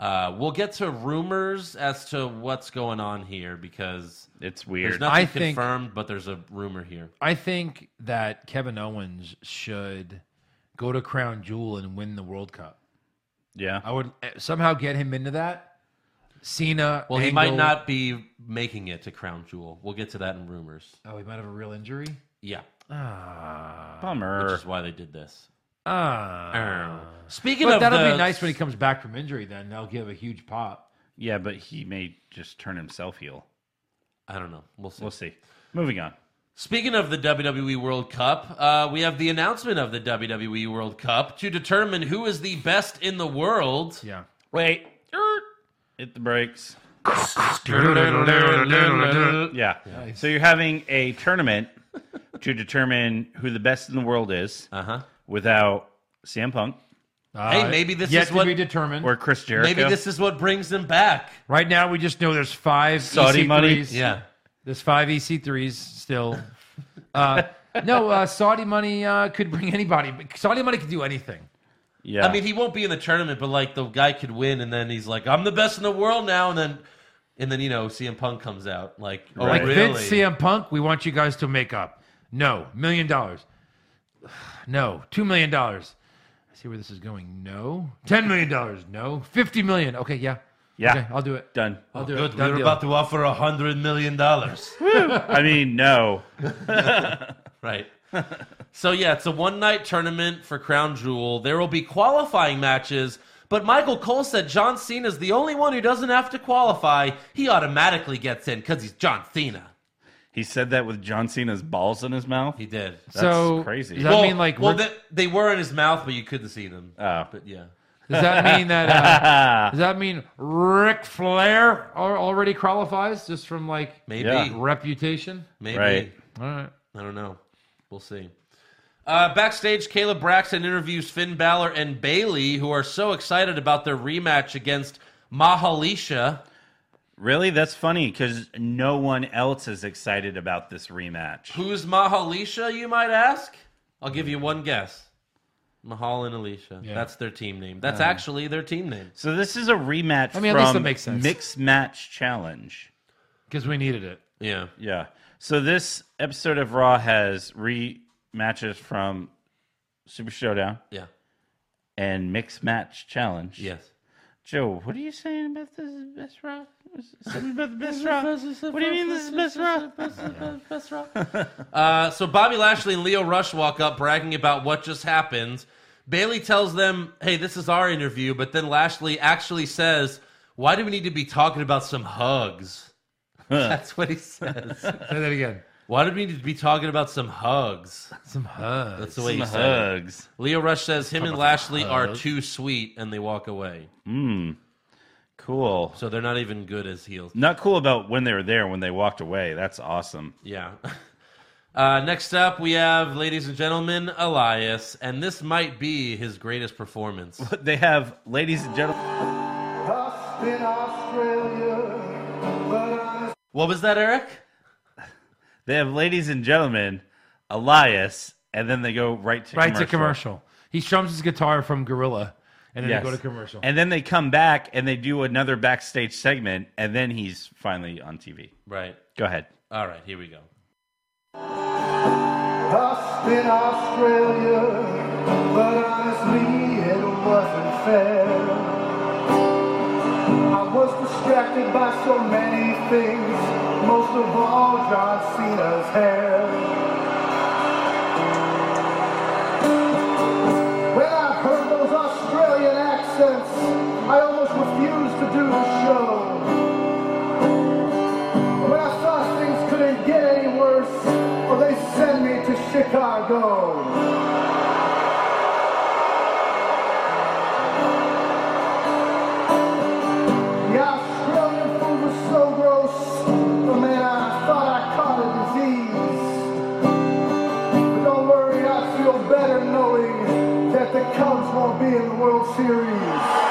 Speaker 3: Uh, we'll get to rumors as to what's going on here because
Speaker 4: It's
Speaker 3: there's
Speaker 4: weird.
Speaker 3: nothing
Speaker 5: I think-
Speaker 3: confirmed, but there's a rumor here.
Speaker 5: I think that Kevin Owens should go to Crown Jewel and win the World Cup.
Speaker 4: yeah.
Speaker 5: I would eh, somehow get him into that. Cena.
Speaker 3: Well, he
Speaker 5: Angle-
Speaker 3: might not be making it to Crown Jewel. We'll get to that in rumors.
Speaker 5: Oh, he might have a real injury.
Speaker 3: Yeah,
Speaker 4: Bummer.
Speaker 5: uh,
Speaker 3: which
Speaker 5: Er.
Speaker 3: is why they did this.
Speaker 5: Ah,
Speaker 3: Speaking
Speaker 5: but
Speaker 3: of
Speaker 5: that'll
Speaker 3: the,
Speaker 5: be nice when he comes back from injury. Then they'll give a huge pop.
Speaker 4: yeah, but he may just turn himself heel.
Speaker 3: I don't know. We'll see.
Speaker 4: We'll see. Moving on.
Speaker 3: Speaking of the WWE World Cup, uh, we have the announcement of the WWE World Cup to determine who is the best in the world.
Speaker 5: Yeah.
Speaker 4: Wait. Hit the brakes. Yeah. So you're having a tournament to determine who the best in the world is
Speaker 3: Uh huh.
Speaker 4: without CM Punk
Speaker 3: Hey, maybe this
Speaker 5: yet
Speaker 3: is
Speaker 5: to
Speaker 3: what-
Speaker 5: be determined.
Speaker 4: or Chris Jericho.
Speaker 3: Maybe this is what brings them back.
Speaker 5: Right now, we just know there's five
Speaker 4: Saudi
Speaker 5: EC3s.
Speaker 4: money?
Speaker 3: Yeah.
Speaker 5: There's five EC3s still. uh, no, uh, Saudi money uh, could bring anybody. but Saudi money could do anything.
Speaker 4: Yeah.
Speaker 3: I mean, he won't be in the tournament, but like the guy could win, and then he's like, "I'm the best in the world now," and then and then you know CM Punk comes out like oh
Speaker 5: Like
Speaker 3: really?
Speaker 5: Vince, CM Punk, we want you guys to make up. No, million dollars. No, two million dollars. I see where this is going. No, ten million dollars. No, fifty million. Okay, yeah,
Speaker 4: Yeah.
Speaker 5: Okay, I'll do it.
Speaker 4: Done.
Speaker 5: I'll do
Speaker 3: Good,
Speaker 5: it. Done
Speaker 3: we're
Speaker 5: deal.
Speaker 3: about to offer a hundred million dollars.
Speaker 4: I mean, no.
Speaker 3: Right. so yeah, it's a one night tournament for Crown Jewel. There will be qualifying matches, but Michael Cole said John Cena is the only one who doesn't have to qualify. He automatically gets in because he's John Cena.
Speaker 4: He said that with John Cena's balls in his mouth.
Speaker 3: He did.
Speaker 4: That's
Speaker 5: so
Speaker 4: crazy.
Speaker 5: Does that
Speaker 3: well,
Speaker 5: mean like?
Speaker 3: well,
Speaker 5: we're-
Speaker 3: they, they were in his mouth, but you couldn't see them.
Speaker 4: Oh.
Speaker 3: But yeah,
Speaker 5: does that mean that? Uh, does that mean Ric Flair al- already qualifies just from like
Speaker 3: maybe,
Speaker 4: Yeah.
Speaker 5: reputation?
Speaker 3: maybe.
Speaker 4: Right.
Speaker 5: All right.
Speaker 3: I don't know. We'll see. Uh, backstage, Caleb Braxton interviews Finn Balor and Bailey, who are so excited about their rematch against Mahalisha.
Speaker 4: Really? That's funny because no one else is excited about this rematch.
Speaker 3: Who's Mahalisha, you might ask? I'll give you one guess. Mahal and Alicia. That's their team name. That's actually their team name.
Speaker 4: So this is a rematch
Speaker 5: I mean, at
Speaker 4: from
Speaker 5: least that makes sense.
Speaker 4: Mixed Match Challenge.
Speaker 5: Because we needed it.
Speaker 3: Yeah.
Speaker 4: Yeah. So this episode of Raw has rematches from Super Showdown
Speaker 3: Yeah.
Speaker 4: and Mixed Match Challenge.
Speaker 3: Yes.
Speaker 4: Joe, what are you saying about this is best Raw? Something about the best Raw? What do you mean this is best Raw?
Speaker 3: Uh, so Bobby Lashley and Leo Rush walk up bragging about what just happened. Bailey tells them, hey, this is our interview. But then Lashley actually says, why do we need to be talking about some hugs? That's what he says.
Speaker 5: Say that again.
Speaker 3: why do we need to be talking about some hugs?
Speaker 5: Some hugs.
Speaker 3: That's the way he said it.
Speaker 4: Hugs.
Speaker 3: Leo Rush says him and Lashley are too sweet and they walk away.
Speaker 4: Cool.
Speaker 3: So they're not even good as heels.
Speaker 4: Not cool about when they were there, when they walked away. That's awesome.
Speaker 3: Yeah. Uh, next up, we have, ladies and gentlemen, Elias, and this might be his greatest performance.
Speaker 4: They have, ladies and gentlemen.
Speaker 3: What was that, Eric?
Speaker 4: They have, ladies and gentlemen, Elias, and then they go right to
Speaker 5: right to commercial. He strums his guitar from Gorilla, and then
Speaker 4: Yes.
Speaker 5: they go to commercial.
Speaker 4: And then they come back and they do another backstage segment, and then he's finally on TV.
Speaker 3: Right.
Speaker 4: Go ahead.
Speaker 3: All right, here we go.
Speaker 7: Us in Australia, but honestly, it wasn't fair. I was distracted by so many things, most of all, John Cena's hair. When I heard those Australian accents, I almost refused to do the show. When I saw things couldn't get any worse, well, they sent me to Chicago. The Australian food was so gross, oh man, I thought I caught a disease. But don't worry, I feel better knowing that the Cubs won't be in the World Series.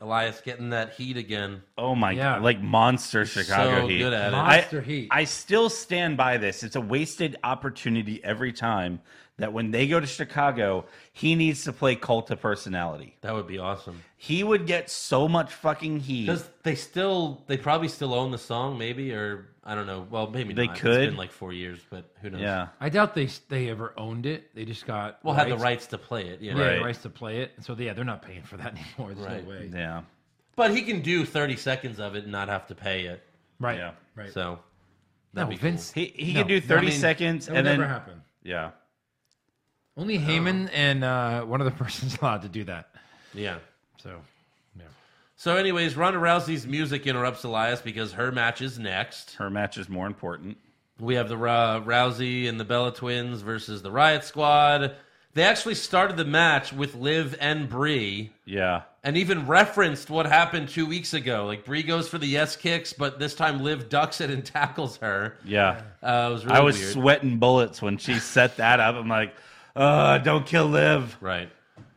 Speaker 3: Elias getting that heat again.
Speaker 4: Oh my
Speaker 5: Yeah.
Speaker 4: god, like monster Chicago
Speaker 3: so
Speaker 4: Heat.
Speaker 3: good at it.
Speaker 4: I-
Speaker 5: Monster Heat.
Speaker 4: I still stand by this. It's a wasted opportunity every time that when they go to Chicago, he needs to play cult of personality.
Speaker 3: That would be awesome.
Speaker 4: He would get so much fucking heat.
Speaker 3: Because they still, they probably still own the song, maybe, or I don't know. Well, maybe
Speaker 4: They
Speaker 3: not. It's
Speaker 4: could.
Speaker 3: been like four years, but who knows?
Speaker 4: yeah.
Speaker 5: I doubt they they ever owned it. They just got
Speaker 3: We'll have the rights to play it. Yeah.
Speaker 5: yeah,
Speaker 4: Right.
Speaker 5: rights to play it. And so yeah, they're not paying for that anymore. There's
Speaker 3: Right.
Speaker 5: no way.
Speaker 4: Yeah.
Speaker 3: But he can do 30 seconds of it and not have to pay it.
Speaker 5: Right.
Speaker 4: Yeah.
Speaker 5: Right.
Speaker 3: So
Speaker 5: no,
Speaker 3: that'd be cool.
Speaker 5: Vince.
Speaker 4: He he
Speaker 5: No,
Speaker 4: could do
Speaker 5: no, I
Speaker 4: 30
Speaker 5: mean,
Speaker 4: seconds
Speaker 5: That would
Speaker 4: and then
Speaker 5: never happen.
Speaker 4: yeah.
Speaker 5: Only Heyman and uh, one other person's allowed to do that.
Speaker 3: yeah.
Speaker 5: So yeah.
Speaker 3: So, anyways, Ronda Rousey's music interrupts Elias because her match is next.
Speaker 4: Her match is more important.
Speaker 3: We have the uh, Rousey and the Bella Twins versus the Riot Squad. They actually started the match with Liv and Brie,
Speaker 4: Yeah.
Speaker 3: and even referenced what happened two weeks ago. Like Brie goes for the yes kicks, but this time Liv ducks it and tackles her.
Speaker 4: Yeah.
Speaker 3: Uh, it was really
Speaker 4: I was
Speaker 3: weird.
Speaker 4: sweating bullets when she set that up. I'm like, uh, don't kill Liv.
Speaker 3: right.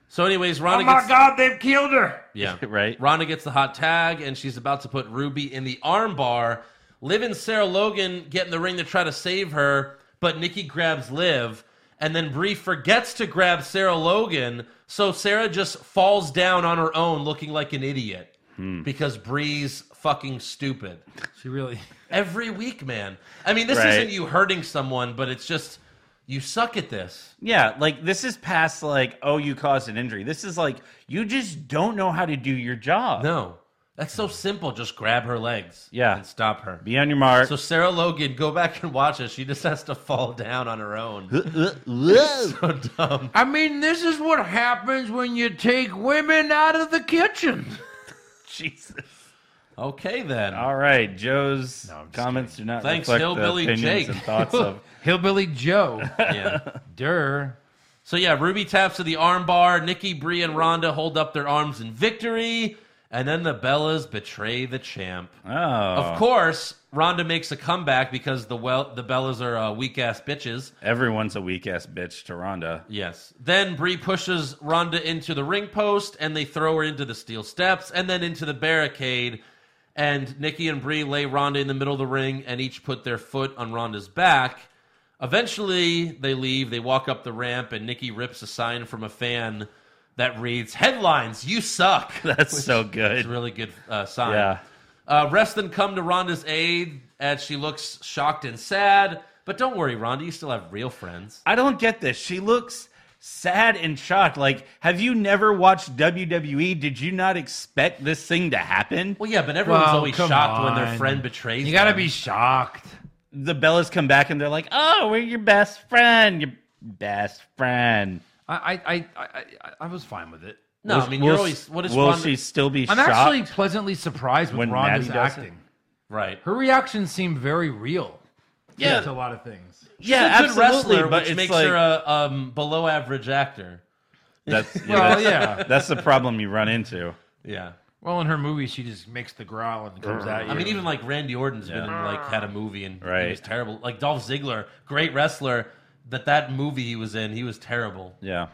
Speaker 3: So, anyways, Ronda. gets-
Speaker 5: Oh God, they've killed her.
Speaker 3: Yeah.
Speaker 4: Right.
Speaker 3: Ronda gets the hot tag, and she's about to put Ruby in the armbar. Liv and Sarah Logan get in the ring to try to save her, but Nikki grabs Liv, and then Brie forgets to grab Sarah Logan, so Sarah just falls down on her own, looking like an idiot.
Speaker 4: Hmm.
Speaker 3: because Bree's fucking stupid.
Speaker 8: She really.
Speaker 3: Every week, man. I mean, this
Speaker 4: Right.
Speaker 3: isn't you hurting someone, but it's just you suck at this.
Speaker 4: Yeah, like this is past like, oh, you caused an injury. This is like you just don't know how to do your job.
Speaker 3: No. That's so simple. Just grab her legs.
Speaker 4: Yeah.
Speaker 3: And stop her.
Speaker 4: Be on your mark.
Speaker 3: So Sarah Logan, go back and watch it. She just has to fall down on her own. so dumb.
Speaker 5: I mean, this is what happens when you take women out of the kitchen.
Speaker 4: Jesus.
Speaker 3: Okay then.
Speaker 4: All right, Joe's comments do not
Speaker 3: Thanks,
Speaker 4: reflect the
Speaker 3: hillbilly
Speaker 4: opinions
Speaker 3: Jake.
Speaker 4: and thoughts of.
Speaker 5: Hillbilly Joe.
Speaker 3: Yeah.
Speaker 5: Durr.
Speaker 3: So yeah, Ruby taps to the armbar. Nikki, Bree, and Rhonda hold up their arms in victory, and then the Bellas betray the champ.
Speaker 4: Oh,
Speaker 3: Of course, Rhonda makes a comeback because the well the Bellas are uh, weak ass bitches.
Speaker 4: everyone's a weak ass bitch to Rhonda.
Speaker 3: Yes. Then Bree pushes Rhonda into the ring post, and they throw her into the steel steps, and then into the barricade. And Nikki and Bree lay Rhonda in the middle of the ring, and each put their foot on Rhonda's back. Eventually, they leave. They walk up the ramp, and Nikki rips a sign from a fan that reads, "Headlines, you suck."
Speaker 4: That's so
Speaker 3: It's
Speaker 4: good.
Speaker 3: a really good uh, sign.
Speaker 4: Yeah.
Speaker 3: Uh, rest then come to Rhonda's aid as she looks shocked and sad. But don't worry, Rhonda, you still have real friends.
Speaker 4: I don't get this. She looks sad and shocked. Like, have you never watched WWE? Did you not expect this thing to happen?
Speaker 3: Well, yeah, but everyone's
Speaker 5: Well,
Speaker 3: always
Speaker 5: come
Speaker 3: shocked when their
Speaker 5: on.
Speaker 3: friend betrays.
Speaker 5: You gotta
Speaker 3: them.
Speaker 5: be shocked.
Speaker 4: The Bellas come back and they're like, "Oh, we're your best friend, your best friend."
Speaker 5: I I, I, I, I- I was fine with it.
Speaker 3: No, I
Speaker 4: Will-
Speaker 3: mean
Speaker 4: will
Speaker 3: you're
Speaker 4: s-
Speaker 3: always. What is
Speaker 4: Will
Speaker 3: Rhonda?
Speaker 4: she still be
Speaker 5: I'm
Speaker 4: shocked?
Speaker 5: actually pleasantly surprised with
Speaker 4: when Natty does
Speaker 5: Rhonda's
Speaker 4: it?
Speaker 5: acting.
Speaker 3: right?
Speaker 5: Her reactions seem very real
Speaker 4: yeah,
Speaker 5: to a lot of things.
Speaker 4: yeah,
Speaker 3: She's a good
Speaker 4: absolutely.
Speaker 3: wrestler,
Speaker 4: but
Speaker 3: which
Speaker 4: it's
Speaker 3: makes
Speaker 4: like,
Speaker 3: her a um, below average actor.
Speaker 4: that's, yeah,
Speaker 5: Well,
Speaker 4: that's,
Speaker 5: yeah.
Speaker 4: that's the problem you run into.
Speaker 3: Yeah,
Speaker 5: Well, in her movie, she just makes the growl and
Speaker 4: Mm-hmm.
Speaker 5: comes at you.
Speaker 3: I mean even like Randy Orton's been in, like had a movie and
Speaker 4: Right.
Speaker 3: he was terrible. Like Dolph Ziggler, great wrestler. That that movie he was in, he was terrible.
Speaker 4: Yeah.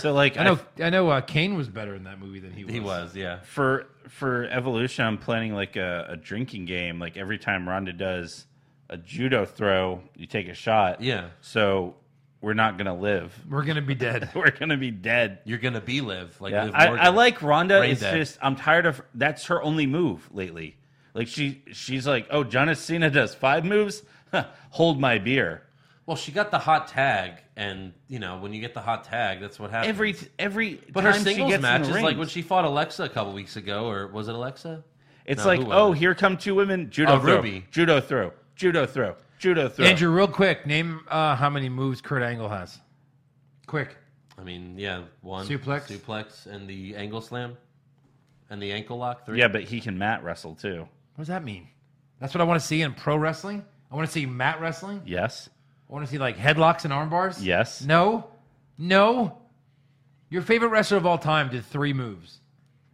Speaker 4: So like,
Speaker 5: I know, I know. Uh, Kane was better in that movie than he was.
Speaker 3: He was, yeah.
Speaker 4: for for evolution i'm planning like a, a drinking game like every time rhonda does a judo throw you take a shot
Speaker 3: Yeah.
Speaker 4: so we're not gonna live
Speaker 5: We're gonna be dead.
Speaker 4: we're gonna be dead
Speaker 3: You're gonna be live like
Speaker 4: yeah
Speaker 3: Liv
Speaker 4: I,
Speaker 3: Morgan.
Speaker 4: I like rhonda
Speaker 3: Brain
Speaker 4: it's
Speaker 3: dead.
Speaker 4: just i'm tired of that's her only move lately like she she's like oh john cena does five moves Huh, hold my beer
Speaker 3: Well, she got the hot tag, and you know when you get the hot tag, that's what happens.
Speaker 4: every every
Speaker 3: but
Speaker 4: time
Speaker 3: her
Speaker 4: she
Speaker 3: singles
Speaker 4: gets
Speaker 3: matches,
Speaker 4: in the
Speaker 3: like
Speaker 4: ring,
Speaker 3: when she fought Alexa a couple weeks ago, or was it Alexa?
Speaker 4: it's
Speaker 3: No,
Speaker 4: like
Speaker 3: who was
Speaker 4: oh
Speaker 3: it?
Speaker 4: here come two women judo
Speaker 3: Oh,
Speaker 4: throw
Speaker 3: Ruby.
Speaker 4: judo throw judo throw judo throw
Speaker 5: Andrew, real quick, name uh, how many moves Kurt Angle has. Quick.
Speaker 3: I mean, yeah, one
Speaker 5: Suplex.
Speaker 3: suplex, and the angle slam, and the ankle lock. Three.
Speaker 4: Yeah, but he can mat wrestle too.
Speaker 5: What does that mean? That's what I want to see in pro wrestling. I want to see mat wrestling.
Speaker 4: Yes.
Speaker 5: I want to see like headlocks and arm bars.
Speaker 4: Yes.
Speaker 5: No. No. Your favorite wrestler of all time did three moves,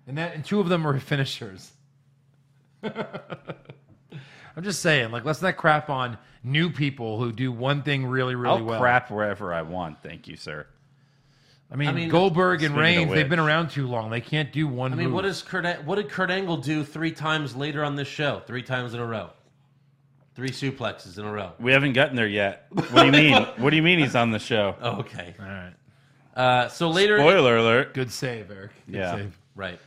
Speaker 5: and that and two of them were finishers. I'm just saying, like, let's not crap on new people who do one thing really, really
Speaker 4: I'll
Speaker 5: well.
Speaker 4: crap wherever I want. Thank you, sir.
Speaker 5: I mean,
Speaker 3: I mean,
Speaker 5: Goldberg
Speaker 4: speaking
Speaker 5: and
Speaker 4: of
Speaker 5: Reigns,
Speaker 4: which-
Speaker 5: they've been around too long. They can't do one
Speaker 3: I mean,
Speaker 5: move.
Speaker 3: what does Kurt? An- What did Kurt Angle do three times later on this show? Three times in a row. Three suplexes in a row.
Speaker 4: We haven't gotten there yet. What do you mean? what do you mean he's on the show?
Speaker 3: Oh, okay.
Speaker 5: All right.
Speaker 3: Uh, so later,
Speaker 4: Spoiler alert.
Speaker 5: Good save, Eric. Good
Speaker 4: Yeah.
Speaker 5: save.
Speaker 3: Right.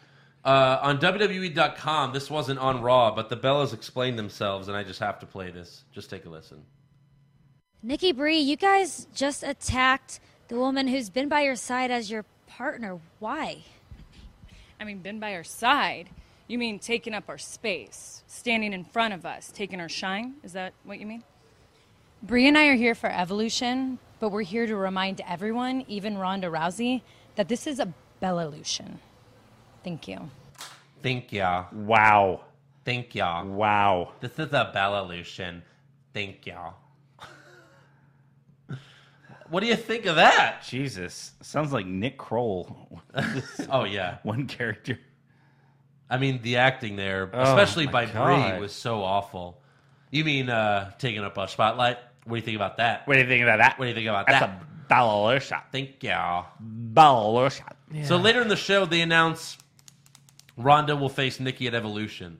Speaker 3: Uh, on WWE.com, this wasn't on Raw, but the Bellas explained themselves, and I just have to play this. Just take a listen.
Speaker 9: Nikki Bree, you guys just attacked the woman who's been by your side as your partner. Why?
Speaker 10: I mean, been by our side. You mean taking up our space, standing in front of us, taking our shine? Is that what you mean?
Speaker 11: Bree and I are here for evolution, but we're here to remind everyone, even Ronda Rousey, that this is a Belalution. Thank you.
Speaker 3: Think ya.
Speaker 4: Wow.
Speaker 3: Think ya.
Speaker 4: Wow.
Speaker 3: This is a Belalution. Thank y'all. what do you think of that?
Speaker 4: Jesus. Sounds like Nick Kroll.
Speaker 3: Oh yeah.
Speaker 4: One character.
Speaker 3: I mean the acting there, especially
Speaker 4: Oh my
Speaker 3: by
Speaker 4: God.
Speaker 3: Brie, was so awful. You mean uh taking up a spotlight? What do you think about that?
Speaker 4: What do you think about that?
Speaker 3: What do you think about
Speaker 4: That's
Speaker 3: that?
Speaker 4: a baller shot.
Speaker 3: Think y'all.
Speaker 4: Baller shot.
Speaker 3: So later in the show, they announce Ronda will face Nikki at Evolution.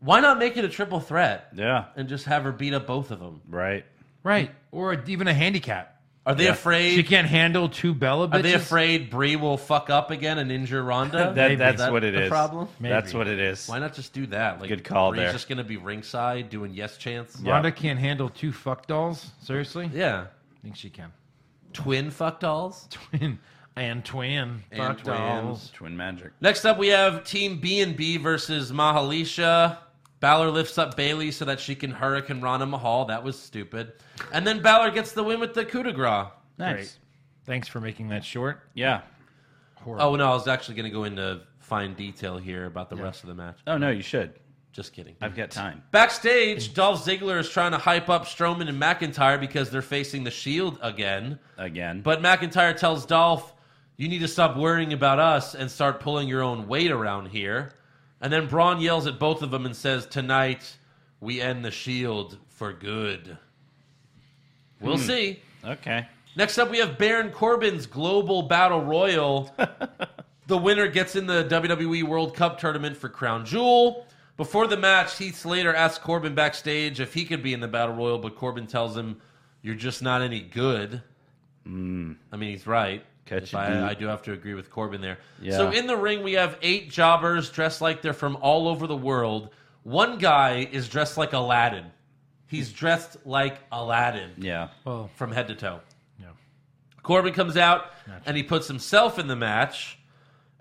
Speaker 3: Why not make it a triple threat
Speaker 4: Yeah.
Speaker 3: and just have her beat up both of them?
Speaker 4: Right.
Speaker 5: Right. Or even a handicap.
Speaker 3: Are they
Speaker 5: She
Speaker 3: afraid?
Speaker 5: can't handle two Bella bitches.
Speaker 3: Are they afraid Brie will fuck up again and injure Ronda?
Speaker 4: That,
Speaker 3: Is
Speaker 4: that's
Speaker 3: that
Speaker 4: what it
Speaker 3: the
Speaker 4: is.
Speaker 3: Problem.
Speaker 4: That's
Speaker 5: Maybe.
Speaker 4: what it is.
Speaker 3: Why not just do that? Like,
Speaker 4: Good call
Speaker 3: Brie's
Speaker 4: there.
Speaker 3: just gonna be ringside doing yes chants.
Speaker 4: Yeah.
Speaker 5: Rhonda can't handle two fuck dolls. Seriously,
Speaker 3: Yeah,
Speaker 5: I think she can.
Speaker 3: twin fuck dolls.
Speaker 5: Twin and twin
Speaker 3: And
Speaker 5: fuck dolls.
Speaker 4: Twin magic.
Speaker 3: Next up, we have Team B and B versus Mahalisha. Balor lifts up Bailey so that she can Hurricane Rana Mahal. That was stupid. And then Balor gets the win with the coup de grace.
Speaker 4: Nice.
Speaker 5: Thanks for making that short.
Speaker 4: Yeah.
Speaker 3: Oh no, I was actually going to go into fine detail here about the rest of the match.
Speaker 4: Oh no, you should.
Speaker 3: Just kidding.
Speaker 4: I've got time.
Speaker 3: Backstage, Dolph Ziggler is trying to hype up Strowman and McIntyre because they're facing the Shield again.
Speaker 4: Again.
Speaker 3: But McIntyre tells Dolph, "You need to stop worrying about us and start pulling your own weight around here." And then Braun yells at both of them and says, "Tonight, we end the Shield for good." We'll see.
Speaker 4: okay.
Speaker 3: Next up, we have Baron Corbin's Global Battle Royal. the winner gets in the WWE World Cup tournament for Crown Jewel. Before the match, Heath Slater asks Corbin backstage if he could be in the Battle Royal, but Corbin tells him, You're just not any good. I mean, he's right.
Speaker 4: Mm. Catch
Speaker 3: If
Speaker 4: a
Speaker 3: I,
Speaker 4: beat.
Speaker 3: I do have to agree with Corbin there.
Speaker 4: Yeah.
Speaker 3: So in the ring, we have eight jobbers dressed like they're from all over the world. One guy is dressed like Aladdin. He's dressed like Aladdin
Speaker 4: Yeah.
Speaker 5: Well,
Speaker 3: from head to toe.
Speaker 5: Yeah.
Speaker 3: Corbin comes out and he puts himself in the match,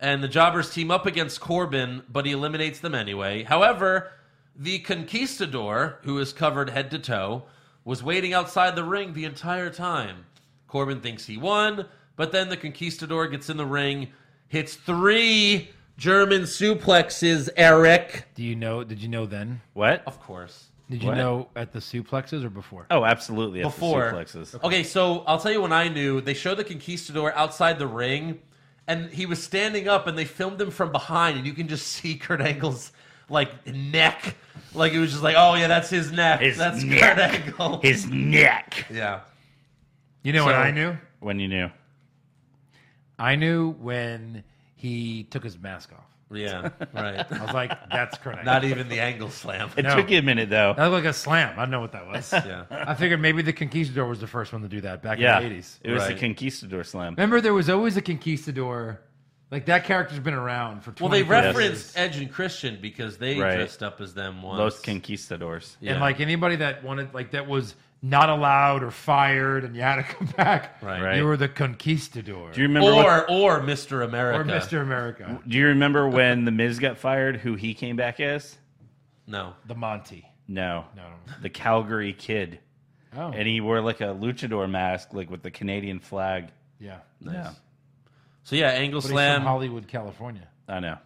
Speaker 3: and the jobbers team up against Corbin, but he eliminates them anyway. However, the conquistador, who is covered head to toe, was waiting outside the ring the entire time. Corbin thinks he won, but then the conquistador gets in the ring, hits three German suplexes, Eric.
Speaker 5: do you know? Did you know then?
Speaker 4: What?
Speaker 3: Of course.
Speaker 5: Did you
Speaker 4: What?
Speaker 5: know at the suplexes or before?
Speaker 4: Oh, absolutely. It's the
Speaker 3: before.
Speaker 4: suplexes.
Speaker 3: Okay, so I'll tell you when I knew. They showed the conquistador outside the ring, and he was standing up, and they filmed him from behind, and you can just see Kurt Angle's like neck, like it was just like, oh yeah, that's his neck.
Speaker 4: His
Speaker 3: that's Kurt
Speaker 4: neck.
Speaker 3: Angle.
Speaker 4: His neck.
Speaker 3: yeah.
Speaker 5: You know what
Speaker 3: So-
Speaker 5: I knew?
Speaker 4: When you knew.
Speaker 5: I knew when he took his mask off.
Speaker 3: Yeah. Right.
Speaker 5: I was like, "That's correct."
Speaker 3: Not even the angle slam.
Speaker 4: It
Speaker 5: No.
Speaker 4: took you a minute though.
Speaker 5: That was like a slam. I don't know what that was.
Speaker 3: Yeah.
Speaker 5: I figured maybe the conquistador was the first one to do that back
Speaker 4: yeah.
Speaker 5: in the 80s.
Speaker 4: It was the
Speaker 3: Right.
Speaker 4: conquistador slam.
Speaker 5: Remember, there was always a conquistador. Like that character's been around for. 20
Speaker 3: Well, they
Speaker 5: years.
Speaker 3: referenced Edge and Christian because they
Speaker 4: Right.
Speaker 3: dressed up as them once.
Speaker 4: Los conquistadors.
Speaker 3: Yeah.
Speaker 5: and like anybody that wanted, like that was not allowed or fired, and you had to come back.
Speaker 3: Right.
Speaker 4: Right.
Speaker 5: You were the conquistador
Speaker 4: Do you uh, remember? what-
Speaker 3: or or Mr. America.
Speaker 5: or Mister America,
Speaker 4: do you remember when the Miz got fired? Who he came back as?
Speaker 3: No.
Speaker 5: the Monty.
Speaker 4: No.
Speaker 5: No, I don't
Speaker 4: The Calgary Kid,
Speaker 5: know. Oh,
Speaker 4: and he wore like a luchador mask, like with the Canadian flag.
Speaker 5: yeah.
Speaker 4: Yeah.
Speaker 3: So yeah, angle
Speaker 5: But he's
Speaker 3: slam.
Speaker 5: from Hollywood, California.
Speaker 4: I know.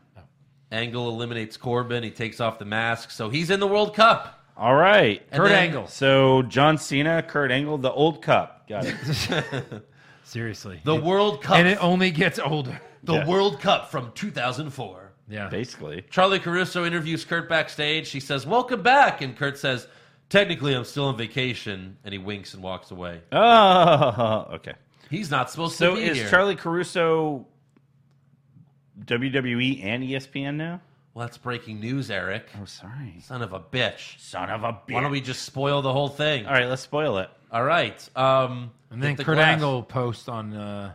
Speaker 3: Angle eliminates Corbin. He takes off the mask, so he's in the World Cup.
Speaker 4: All right.
Speaker 3: And
Speaker 5: Kurt
Speaker 3: then-
Speaker 5: Angle.
Speaker 4: So John Cena, Kurt Angle, the old cup. Got it.
Speaker 5: Seriously.
Speaker 3: The World Cup.
Speaker 5: and it only gets older.
Speaker 3: the
Speaker 4: Yeah.
Speaker 3: World Cup from 2004.
Speaker 5: Yeah.
Speaker 4: Basically.
Speaker 3: Charlie Caruso interviews Kurt backstage. She says, "Welcome back," and Kurt says, "Technically, I'm still on vacation." And he winks and walks away.
Speaker 4: Oh, okay.
Speaker 3: He's not supposed to
Speaker 4: So
Speaker 3: be
Speaker 4: is
Speaker 3: here.
Speaker 4: Charlie Caruso WWE and E ESPN now?
Speaker 3: well, that's breaking news, Eric.
Speaker 4: Oh, sorry.
Speaker 3: Son of a bitch.
Speaker 4: Son of a bitch.
Speaker 3: Why don't we just spoil the whole thing?
Speaker 4: All right, let's spoil it.
Speaker 3: All right. Um,
Speaker 5: And then
Speaker 3: hit the
Speaker 5: Kurt
Speaker 3: glass.
Speaker 5: Angle posts on uh,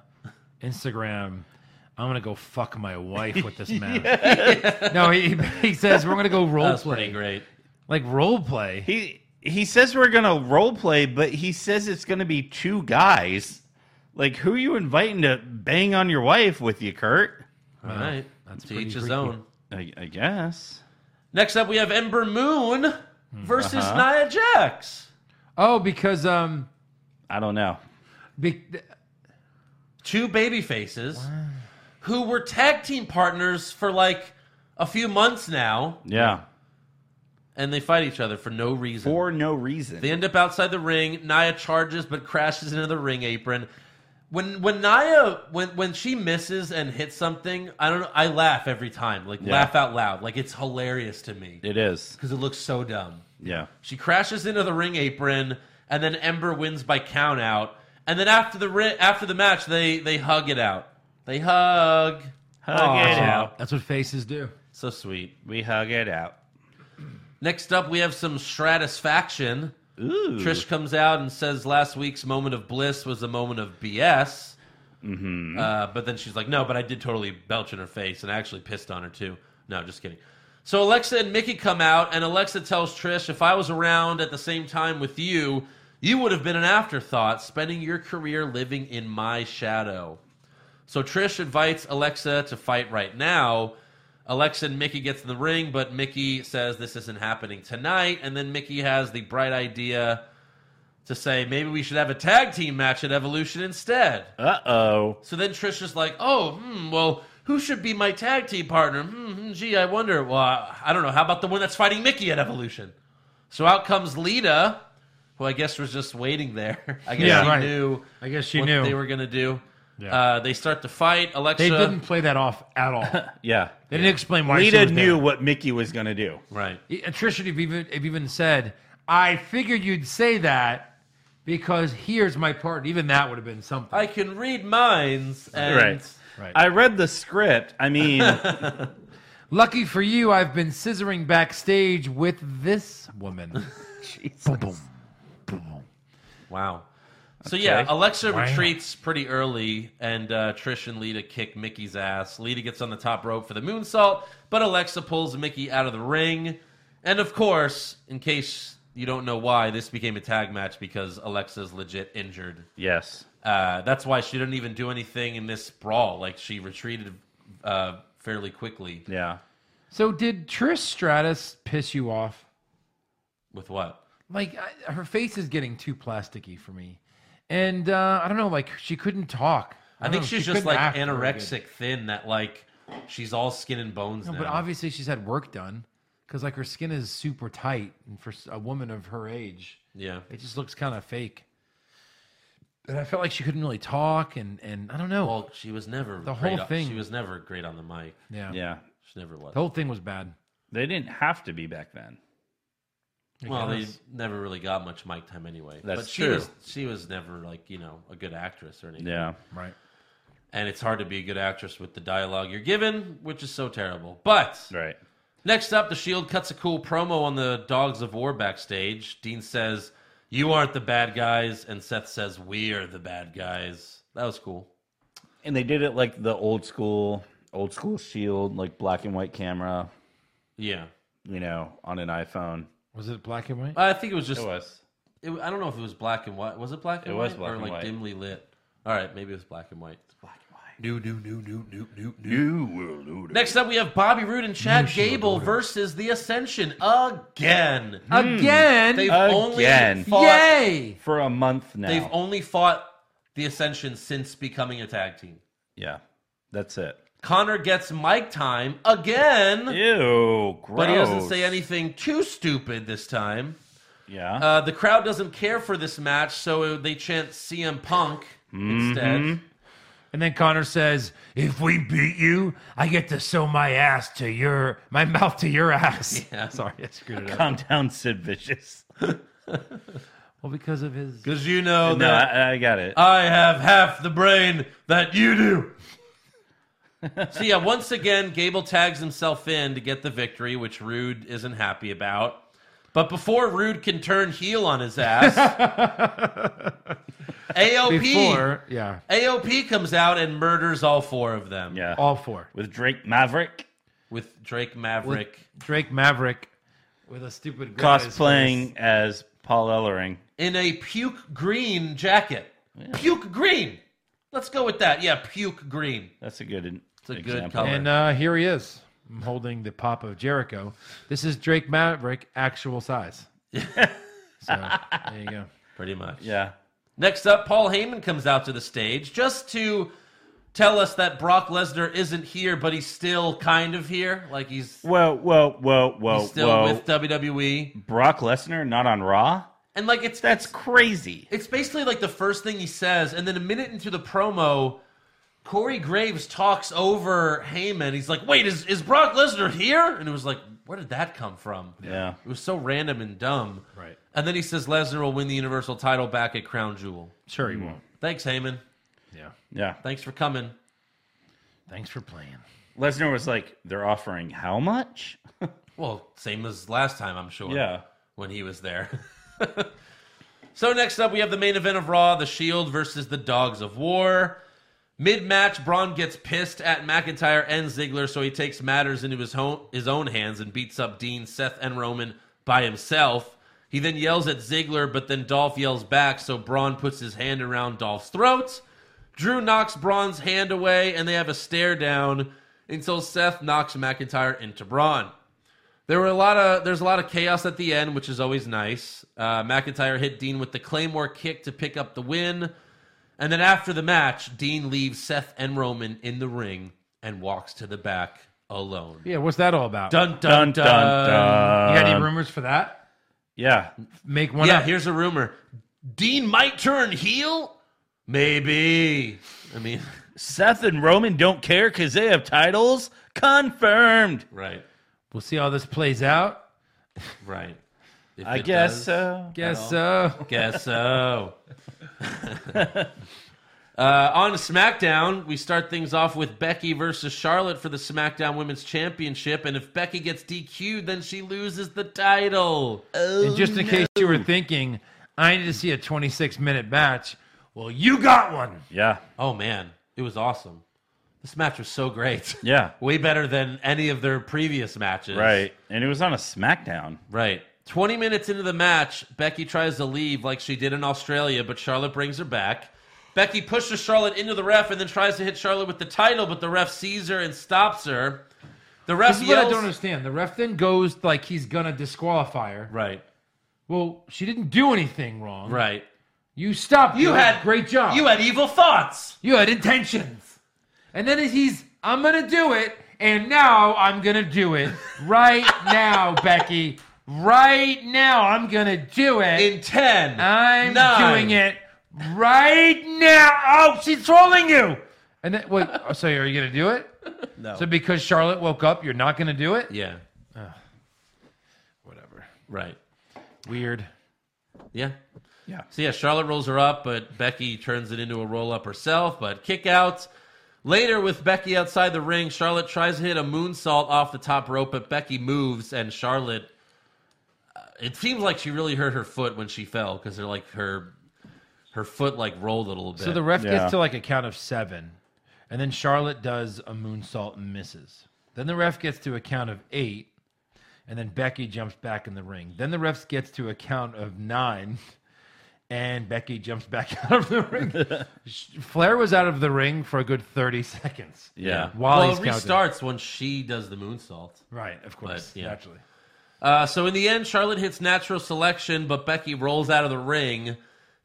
Speaker 5: Instagram, "I'm gonna go fuck my wife with this mask." No, he, he says we're gonna go role
Speaker 3: That's pretty
Speaker 5: play,
Speaker 3: great.
Speaker 5: like role play.
Speaker 4: He he says we're gonna role play, but he says it's gonna be two guys. Like, who are you inviting to bang on your wife with you, Kurt?
Speaker 3: All right.
Speaker 5: that's
Speaker 3: to
Speaker 5: pretty
Speaker 3: each his
Speaker 5: freaky.
Speaker 3: own.
Speaker 4: I, I guess.
Speaker 3: Next up, we have Ember Moon versus Nia Jax.
Speaker 5: Oh, because um,
Speaker 4: I don't know.
Speaker 5: be,
Speaker 3: Two baby faces who were tag team partners for like a few months now,
Speaker 4: Yeah.
Speaker 3: and they fight each other for no reason.
Speaker 4: For no reason.
Speaker 3: They end up outside the ring. Nia charges but crashes into the ring apron. When when Nia when when she misses and hits something, I don't know. I laugh every time, like laugh out loud, like it's hilarious to me
Speaker 4: it is.
Speaker 3: because it looks so dumb.
Speaker 4: Yeah.
Speaker 3: She crashes into the ring apron, and then Ember wins by count out. And then after the ri- after the match, they they hug it out. They hug.
Speaker 4: Hug it
Speaker 5: Aw.
Speaker 4: out.
Speaker 5: that's what faces do.
Speaker 3: So sweet.
Speaker 4: We hug it out.
Speaker 3: Next up, we have some Stratusfaction
Speaker 4: Ooh.
Speaker 3: Trish comes out and says last week's moment of bliss was a moment of BS. Mm-hmm. Uh, but then she's like, no, but I did totally belch in her face and I actually pissed on her too. No, just kidding. So Alexa and Mickey come out, and Alexa tells Trish, if I was around at the same time with you, you would have been an afterthought, spending your career living in my shadow. So Trish invites Alexa to fight right now. Alexa and Mickey gets in the ring, but Mickey says this isn't happening tonight. And then Mickey has the bright idea to say maybe we should have a tag team match at Evolution instead.
Speaker 4: Uh oh.
Speaker 3: So then Trish is like, oh, hmm, well, who should be my tag team partner? Hmm, hmm, gee, I wonder. Well, I- I don't know. How about the one that's fighting Mickey at Evolution? So out comes Lita, who I guess was just waiting there. I guess
Speaker 5: Yeah,
Speaker 3: she
Speaker 5: right.
Speaker 3: knew
Speaker 5: I guess she
Speaker 3: what
Speaker 5: knew.
Speaker 3: they were going to do.
Speaker 5: Yeah.
Speaker 3: Uh, they start to fight. Alexa.
Speaker 5: They didn't play that off at all. They
Speaker 4: Yeah.
Speaker 5: didn't explain why. she
Speaker 4: Lita
Speaker 5: was there.
Speaker 4: knew what Mickey was going to do.
Speaker 3: Right.
Speaker 5: E- and Trish should have even have even said, "I figured you'd say that because here's my part." Even that would have been something.
Speaker 3: I can read minds. And
Speaker 4: Right.
Speaker 5: Right.
Speaker 4: I read the script. I mean,
Speaker 5: Lucky for you, I've been scissoring backstage with this woman. boom, boom, boom.
Speaker 3: Wow. So yeah, Alexa
Speaker 5: Wow.
Speaker 3: retreats pretty early, and uh, Trish and Lita kick Mickey's ass. Lita gets on the top rope for the moonsault, but Alexa pulls Mickey out of the ring. And of course, in case you don't know why, this became a tag match because Alexa's legit injured.
Speaker 4: yes.
Speaker 3: Uh, that's why she didn't even do anything in this brawl. Like she retreated uh, fairly quickly.
Speaker 4: Yeah.
Speaker 5: So did Trish Stratus piss you off?
Speaker 3: With what?
Speaker 5: Like I, her face is getting too plasticky for me, and uh, I don't know. Like she couldn't talk.
Speaker 3: I, think
Speaker 5: don't know,
Speaker 3: she's
Speaker 5: she
Speaker 3: just
Speaker 5: couldn't
Speaker 3: like
Speaker 5: act very good.
Speaker 3: anorexic thin. That like she's all skin and bones
Speaker 5: No,
Speaker 3: now.
Speaker 5: but obviously she's had work done because like her skin is super tight, and for s- a woman of her age,
Speaker 3: yeah.
Speaker 5: it just looks kind of fake. And I felt like she couldn't really talk, and and I don't know.
Speaker 3: Well, she was never
Speaker 5: The
Speaker 3: great
Speaker 5: whole
Speaker 3: on-
Speaker 5: thing-
Speaker 3: She was never great on the mic.
Speaker 5: yeah.
Speaker 4: Yeah.
Speaker 3: She never was.
Speaker 5: the whole thing was bad.
Speaker 4: They didn't have to be back then.
Speaker 5: I
Speaker 3: well, they
Speaker 5: guess.
Speaker 3: never really got much mic time anyway.
Speaker 4: That's
Speaker 3: but she
Speaker 4: true.
Speaker 3: was she was never like you know a good actress or anything.
Speaker 4: Yeah.
Speaker 5: right.
Speaker 3: And it's hard to be a good actress with the dialogue you're given, which is so terrible. But
Speaker 4: Right.
Speaker 3: Next up, the Shield cuts a cool promo on the Dogs of War backstage. Dean says, "You aren't the bad guys," and Seth says, "We're the bad guys." That was cool.
Speaker 4: And they did it like the old school, old school shield, like black and white camera,
Speaker 3: Yeah,
Speaker 4: you know, on an iPhone.
Speaker 5: Was it black and white?
Speaker 3: I think it was just.
Speaker 4: It was.
Speaker 3: it- I don't know if it was black and white. Was it black? And
Speaker 4: It was
Speaker 3: white?
Speaker 4: black
Speaker 3: or
Speaker 4: and
Speaker 3: like
Speaker 4: white.
Speaker 3: dimly lit. All right, maybe it was black and white.
Speaker 4: Black and white.
Speaker 3: New, new, new, new, new, new, new world order. Next up, we have Bobby Roode and Chad Gable versus the Ascension again.
Speaker 5: Again.
Speaker 3: They've only
Speaker 4: Hmm. Again.
Speaker 3: fought.
Speaker 5: Yay!
Speaker 4: For a month now.
Speaker 3: They've only fought the Ascension since becoming a tag team.
Speaker 4: yeah. That's it.
Speaker 3: Connor gets mic time again,
Speaker 4: Ew. Gross.
Speaker 3: but he doesn't say anything too stupid this time.
Speaker 4: Yeah.
Speaker 3: Uh, the crowd doesn't care for this match, so they chant CM Punk instead.
Speaker 5: And then Connor says, "If we beat you, I get to sew my ass to your my mouth to your ass."
Speaker 3: Yeah.
Speaker 5: Sorry, I screwed it up.
Speaker 4: Calm down, Sid Vicious.
Speaker 5: Well, because of his
Speaker 3: Because you know
Speaker 4: No,
Speaker 3: that
Speaker 4: I, I got it.
Speaker 3: I have half the brain that you do. so yeah, once again, Gable tags himself in to get the victory, which Rude isn't happy about. But before Rude can turn heel on his ass, AOP
Speaker 5: before, yeah,
Speaker 3: AOP comes out and murders all four of them.
Speaker 4: yeah.
Speaker 5: all four
Speaker 4: With Drake Maverick
Speaker 3: With Drake Maverick
Speaker 5: Drake Maverick with a stupid grin on his face.
Speaker 4: cosplaying as Paul Ellering.
Speaker 3: in a puke green jacket. Puke green. Let's go with that. Yeah, puke green.
Speaker 4: That's a good. It's
Speaker 3: a good
Speaker 4: example.
Speaker 3: color.
Speaker 5: And uh, here he is. I'm holding the pop of Jericho. This is Drake Maverick, actual size. so there you go.
Speaker 3: Pretty much.
Speaker 4: Yeah.
Speaker 3: Next up, Paul Heyman comes out to the stage just to tell us that Brock Lesnar isn't here, but he's still kind of here. Like he's,
Speaker 4: Whoa, whoa, whoa, whoa,
Speaker 3: he's still
Speaker 4: whoa.
Speaker 3: with WWE.
Speaker 4: Brock Lesnar not on Raw?
Speaker 3: And like it's
Speaker 4: That's crazy.
Speaker 3: it's basically like the first thing he says, and then a minute into the promo, Corey Graves talks over Heyman. He's like, "Wait, is is Brock Lesnar here?" And it was like, "Where did that come from?"
Speaker 4: Yeah.
Speaker 3: It was so random and dumb.
Speaker 5: Right.
Speaker 3: And then he says Lesnar will win the Universal title back at Crown Jewel.
Speaker 5: Sure he won't.
Speaker 3: Thanks, Heyman.
Speaker 5: Hmm. Yeah.
Speaker 4: Yeah.
Speaker 3: Thanks for coming.
Speaker 5: Thanks for playing.
Speaker 4: Lesnar was like, they're offering how much?
Speaker 3: Well, same as last time, I'm sure.
Speaker 4: Yeah.
Speaker 3: When he was there. So next up, we have the main event of Raw: The Shield versus the Dogs of War. Mid-match, Braun gets pissed at McIntyre and Ziggler, so he takes matters into his, ho- his own hands and beats up Dean, Seth, and Roman by himself. He then yells at Ziggler, but then Dolph yells back, so Braun puts his hand around Dolph's throat. Drew knocks Braun's hand away, and they have a stare down until Seth knocks McIntyre into Braun. There were a lot of there's a lot of chaos at the end, which is always nice. Uh, McIntyre hit Dean with the claymore kick to pick up the win, and then after the match, Dean leaves Seth and Roman in the ring and walks to the back alone.
Speaker 5: Yeah, what's that all about?
Speaker 3: Dun
Speaker 4: Dun
Speaker 3: dun dun.
Speaker 4: dun dun.
Speaker 5: You had any rumors for that?
Speaker 4: Yeah.
Speaker 5: Make one
Speaker 3: Yeah,
Speaker 5: up.
Speaker 3: here's a rumor: Dean might turn heel. Maybe. I mean,
Speaker 4: Seth and Roman don't care because they have titles. Confirmed.
Speaker 3: right,
Speaker 5: We'll see how this plays out.
Speaker 3: right. If
Speaker 4: I
Speaker 3: it
Speaker 4: guess
Speaker 3: does-
Speaker 4: so.
Speaker 5: Guess uh, so.
Speaker 3: Guess so. uh, on SmackDown, we start things off with Becky versus Charlotte for the SmackDown Women's Championship. And if Becky gets DQ'd, then she loses the title.
Speaker 5: and just in case you were thinking, I need to see a 26 minute match. Well, you got one.
Speaker 4: Yeah.
Speaker 3: Oh, man. It was awesome. This match was so great.
Speaker 4: Yeah.
Speaker 3: Way better than any of their previous matches.
Speaker 4: Right. And it was on a SmackDown.
Speaker 3: Right. 20 minutes into the match, Becky tries to leave like she did in Australia, but Charlotte brings her back. Becky pushes Charlotte into the ref and then tries to hit Charlotte with the title, but the ref sees her and stops her. The ref
Speaker 5: This is what I
Speaker 3: yells.
Speaker 5: don't understand. The ref then goes like he's gonna disqualify her.
Speaker 3: Right,
Speaker 5: Well, she didn't do anything wrong.
Speaker 3: right.
Speaker 5: You stopped.
Speaker 3: You
Speaker 5: her.
Speaker 3: had
Speaker 5: great job.
Speaker 3: You had evil thoughts.
Speaker 5: you had intentions. And then he's I'm gonna do it, and now I'm gonna do it right now, Becky. Right now, I'm gonna do it.
Speaker 3: In 10.
Speaker 5: I'm
Speaker 3: nine,
Speaker 5: doing it right now. Oh, she's trolling you. And then, wait, oh, so are you going to do it?
Speaker 3: No.
Speaker 5: So because Charlotte woke up, you're not going to do it?
Speaker 3: Yeah,
Speaker 5: Whatever.
Speaker 3: right.
Speaker 5: Weird.
Speaker 3: Yeah.
Speaker 4: Yeah.
Speaker 3: So yeah, Charlotte rolls her up, but Becky turns it into a roll up herself, but kick out. Later with Becky outside the ring, Charlotte tries to hit a moonsault off the top rope, but Becky moves and Charlotte uh, it seems like she really hurt her foot when she fell because they're like her her foot like rolled a little bit.
Speaker 5: So the ref
Speaker 4: Yeah.
Speaker 5: gets to like a count of seven, and then Charlotte does a moonsault and misses. Then the ref gets to a count of eight, and then Becky jumps back in the ring. Then the ref gets to a count of nine, and Becky jumps back out of the ring. Sh- Flair was out of the ring for a good 30 seconds.
Speaker 4: Yeah.
Speaker 5: While
Speaker 3: well,
Speaker 5: he's
Speaker 3: it
Speaker 5: counting.
Speaker 3: restarts when she does the moonsault.
Speaker 5: Right, of course.
Speaker 3: But, yeah.
Speaker 5: Naturally.
Speaker 3: Uh, so in the end, Charlotte hits natural selection, but Becky rolls out of the ring.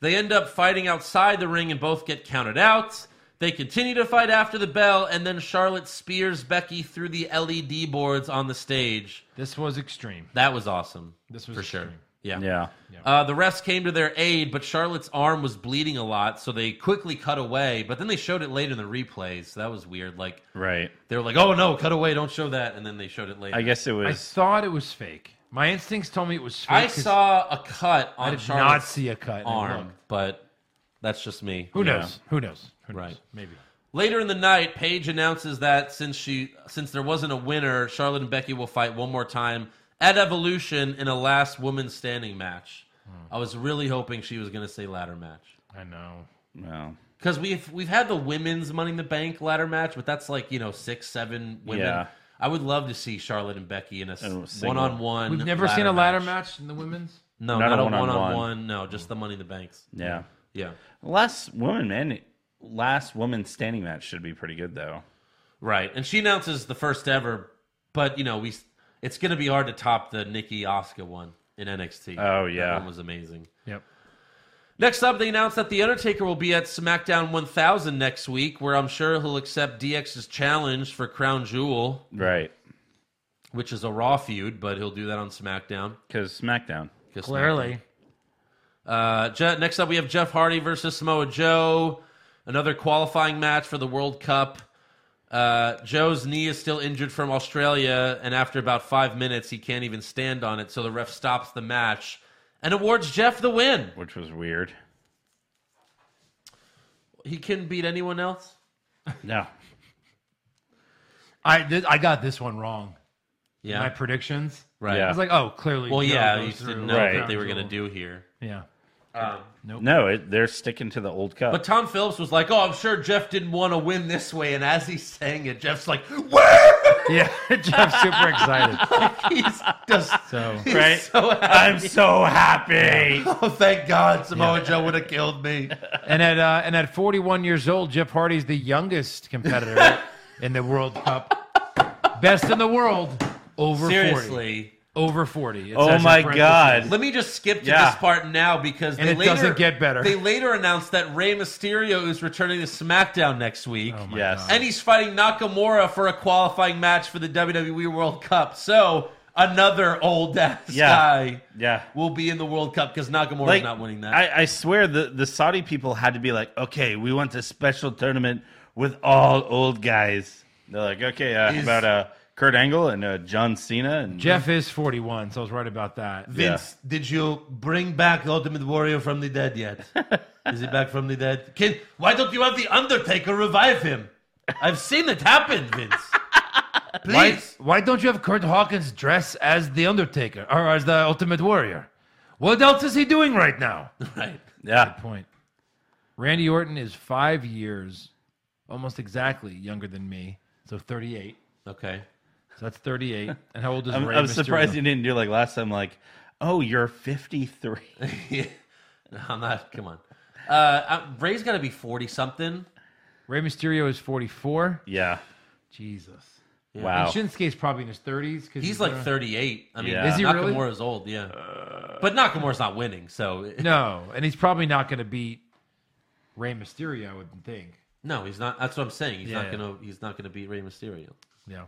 Speaker 3: They end up fighting outside the ring and both get counted out. They continue to fight after the bell, and then Charlotte spears Becky through the LED boards on the stage.
Speaker 5: This was extreme.
Speaker 3: That was awesome.
Speaker 5: This was
Speaker 3: for sure.
Speaker 5: extreme.
Speaker 3: Yeah.
Speaker 4: Yeah.
Speaker 3: Uh, the refs came to their aid, but Charlotte's arm was bleeding a lot, so they quickly cut away. But then they showed it later in the replays. So that was weird. Like
Speaker 4: Right.
Speaker 3: they were like, "Oh no, cut away! Don't show that." And then they showed it later.
Speaker 4: I guess it was.
Speaker 5: I thought it was fake. My instincts told me it was fake.
Speaker 3: I
Speaker 5: 'cause
Speaker 3: saw a cut on
Speaker 5: I did
Speaker 3: Charlotte's
Speaker 5: not see a cut. and I
Speaker 3: arm,
Speaker 5: looked.
Speaker 3: but that's just me.
Speaker 5: Who
Speaker 4: Yeah.
Speaker 5: knows? Who knows? Who knows?
Speaker 3: Right.
Speaker 5: Maybe.
Speaker 3: Later in the night, Paige announces that since she since there wasn't a winner, Charlotte and Becky will fight one more time at Evolution in a last woman standing match. I was really hoping she was going to say ladder match
Speaker 5: I know.
Speaker 4: Well,
Speaker 3: because we've we've had the women's Money in the Bank ladder match, but that's like you know six seven women.
Speaker 4: Yeah.
Speaker 3: I would love to see Charlotte and Becky in a
Speaker 4: single.
Speaker 3: one on one.
Speaker 5: We've never seen a ladder match. in the women's.
Speaker 3: No,
Speaker 4: Not
Speaker 3: not,
Speaker 4: a
Speaker 3: a one
Speaker 4: one-on-one.
Speaker 3: on one. No, just the Money in the Banks.
Speaker 4: yeah.
Speaker 3: Yeah.
Speaker 4: Last woman, man. Last woman standing match should be pretty good though.
Speaker 3: Right. And she announces the first ever, but you know, we it's going to be hard to top the Nikki Oscar one in NXT.
Speaker 4: Oh, yeah.
Speaker 3: That one was amazing.
Speaker 5: Yep.
Speaker 3: Next up, they announced that The Undertaker will be at SmackDown 1000 next week, where I'm sure he'll accept DX's challenge for Crown Jewel,
Speaker 4: Right.
Speaker 3: which is a Raw feud, but he'll do that on SmackDown.
Speaker 4: Because SmackDown.
Speaker 3: 'Cause
Speaker 5: Clearly.
Speaker 3: Uh, Je- next up, we have Jeff Hardy versus Samoa Joe. Another qualifying match for the World Cup. Uh, Joe's knee is still injured from Australia, and after about five minutes, he can't even stand on it, so the ref stops the match and awards Jeff the win.
Speaker 4: which was weird.
Speaker 3: He couldn't beat anyone else.
Speaker 4: No.
Speaker 5: I, th- I got this one wrong.
Speaker 3: Yeah.
Speaker 5: my predictions.
Speaker 3: Right.
Speaker 5: I
Speaker 4: Yeah.
Speaker 5: was like, oh, clearly.
Speaker 3: Well,
Speaker 5: Joe
Speaker 3: yeah,
Speaker 5: goes
Speaker 3: you just
Speaker 5: through.
Speaker 3: didn't know
Speaker 4: Right.
Speaker 3: what they were going to do here.
Speaker 5: Yeah.
Speaker 4: No, it, they're sticking to the old cup.
Speaker 3: But Tom Phillips was like, "Oh, I'm sure Jeff didn't want to win this way," and as he's saying it, Jeff's like, "Where?"
Speaker 5: Yeah, Jeff's super excited.
Speaker 3: he's just
Speaker 5: So
Speaker 3: he's
Speaker 4: Right.
Speaker 3: So
Speaker 4: I'm
Speaker 3: happy.
Speaker 4: so happy.
Speaker 3: oh, thank God, Samoa Joe would have killed me.
Speaker 5: and at uh, and at 41 years old, Jeff Hardy's the youngest competitor in the World Cup, best in the world over 40.
Speaker 3: Seriously,
Speaker 5: Over 40. It
Speaker 4: Oh
Speaker 5: says in
Speaker 4: my
Speaker 5: parentheses.
Speaker 4: God.
Speaker 3: let me just skip to
Speaker 4: Yeah.
Speaker 3: this part now because
Speaker 5: And
Speaker 3: they
Speaker 5: it
Speaker 3: later,
Speaker 5: doesn't get better.
Speaker 3: They later announced that Rey Mysterio is returning to SmackDown next week.
Speaker 5: Oh my
Speaker 4: Yes.
Speaker 5: God.
Speaker 3: and he's fighting Nakamura for a qualifying match for the WWE World Cup. So another old ass
Speaker 4: Yeah.
Speaker 3: guy
Speaker 4: Yeah.
Speaker 3: will be in the World Cup because Nakamura's
Speaker 4: Like,
Speaker 3: not winning that.
Speaker 4: I, I swear the, the Saudi people had to be like, okay, we want a special tournament with all old guys. They're like, okay, uh,
Speaker 3: Is-
Speaker 4: about uh, Kurt Angle and uh, John Cena and
Speaker 5: Jeff is 41, so I was right about that.
Speaker 3: Vince, did you bring back Ultimate Warrior from the dead yet? Is he back from the dead? Kid, why don't you have the Undertaker revive him? I've seen it happen, Vince.
Speaker 5: Why,
Speaker 3: Please.
Speaker 5: why don't you have Kurt Hawkins dress as the Undertaker or as the Ultimate Warrior? What else is he doing right now?
Speaker 3: Right.
Speaker 4: yeah,
Speaker 5: Point. Randy Orton is five years, almost exactly younger than me, so 38.
Speaker 3: Okay.
Speaker 5: So that's 38. And how old is
Speaker 4: I'm,
Speaker 5: Rey
Speaker 4: I'm
Speaker 5: Mysterio?
Speaker 4: surprised you didn't do like last time. Like, oh, you're 53.
Speaker 3: Yeah. No, I'm not. Come on. Uh, uh, Ray's got to be 40 something.
Speaker 5: Rey Mysterio is 44.
Speaker 4: yeah,
Speaker 5: Jesus.
Speaker 4: wow.
Speaker 5: And Shinsuke's probably in his 30s because
Speaker 3: He's like 38. I mean,
Speaker 4: Yeah. Is
Speaker 5: he really? Uh,
Speaker 3: Nakamura's old, yeah. but Nakamura's not winning, so
Speaker 5: No, and he's probably not going to beat Rey Mysterio, I wouldn't think.
Speaker 3: no, he's not. That's what I'm saying. He's
Speaker 5: Yeah.
Speaker 3: not gonna. He's not gonna beat Rey Mysterio.
Speaker 5: Yeah.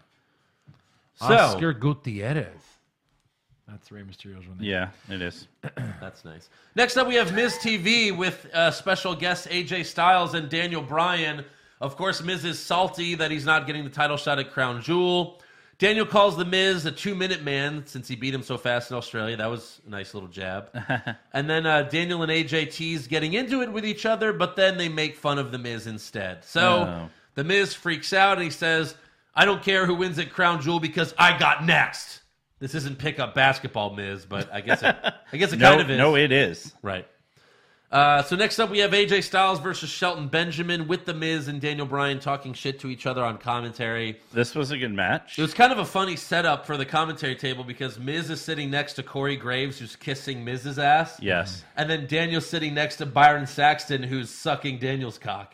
Speaker 3: So
Speaker 5: Oscar Gutierrez. That's Rey Mysterio's one.
Speaker 4: Yeah, it is.
Speaker 3: that's nice. Next up, we have Miz TV with uh, special guests AJ Styles and Daniel Bryan. Of course, Miz is salty that he's not getting the title shot at Crown Jewel. Daniel calls the Miz a two-minute man since he beat him so fast in Australia. That was a nice little jab. and then uh, Daniel and AJ tease getting into it with each other, but then they make fun of the Miz instead. So
Speaker 4: Oh.
Speaker 3: the Miz freaks out and he says, "I don't care who wins at Crown Jewel because I got next." This isn't pickup basketball, Miz, but I guess it, I guess it
Speaker 4: No,
Speaker 3: kind of is.
Speaker 4: no, it is.
Speaker 3: Right. Uh, so next up, we have AJ Styles versus Shelton Benjamin with The Miz and Daniel Bryan talking shit to each other on commentary.
Speaker 4: This was a good match.
Speaker 3: It was kind of a funny setup for the commentary table because Miz is sitting next to Corey Graves, who's kissing Miz's ass.
Speaker 4: yes.
Speaker 3: And then Daniel's sitting next to Byron Saxton, who's sucking Daniel's cock.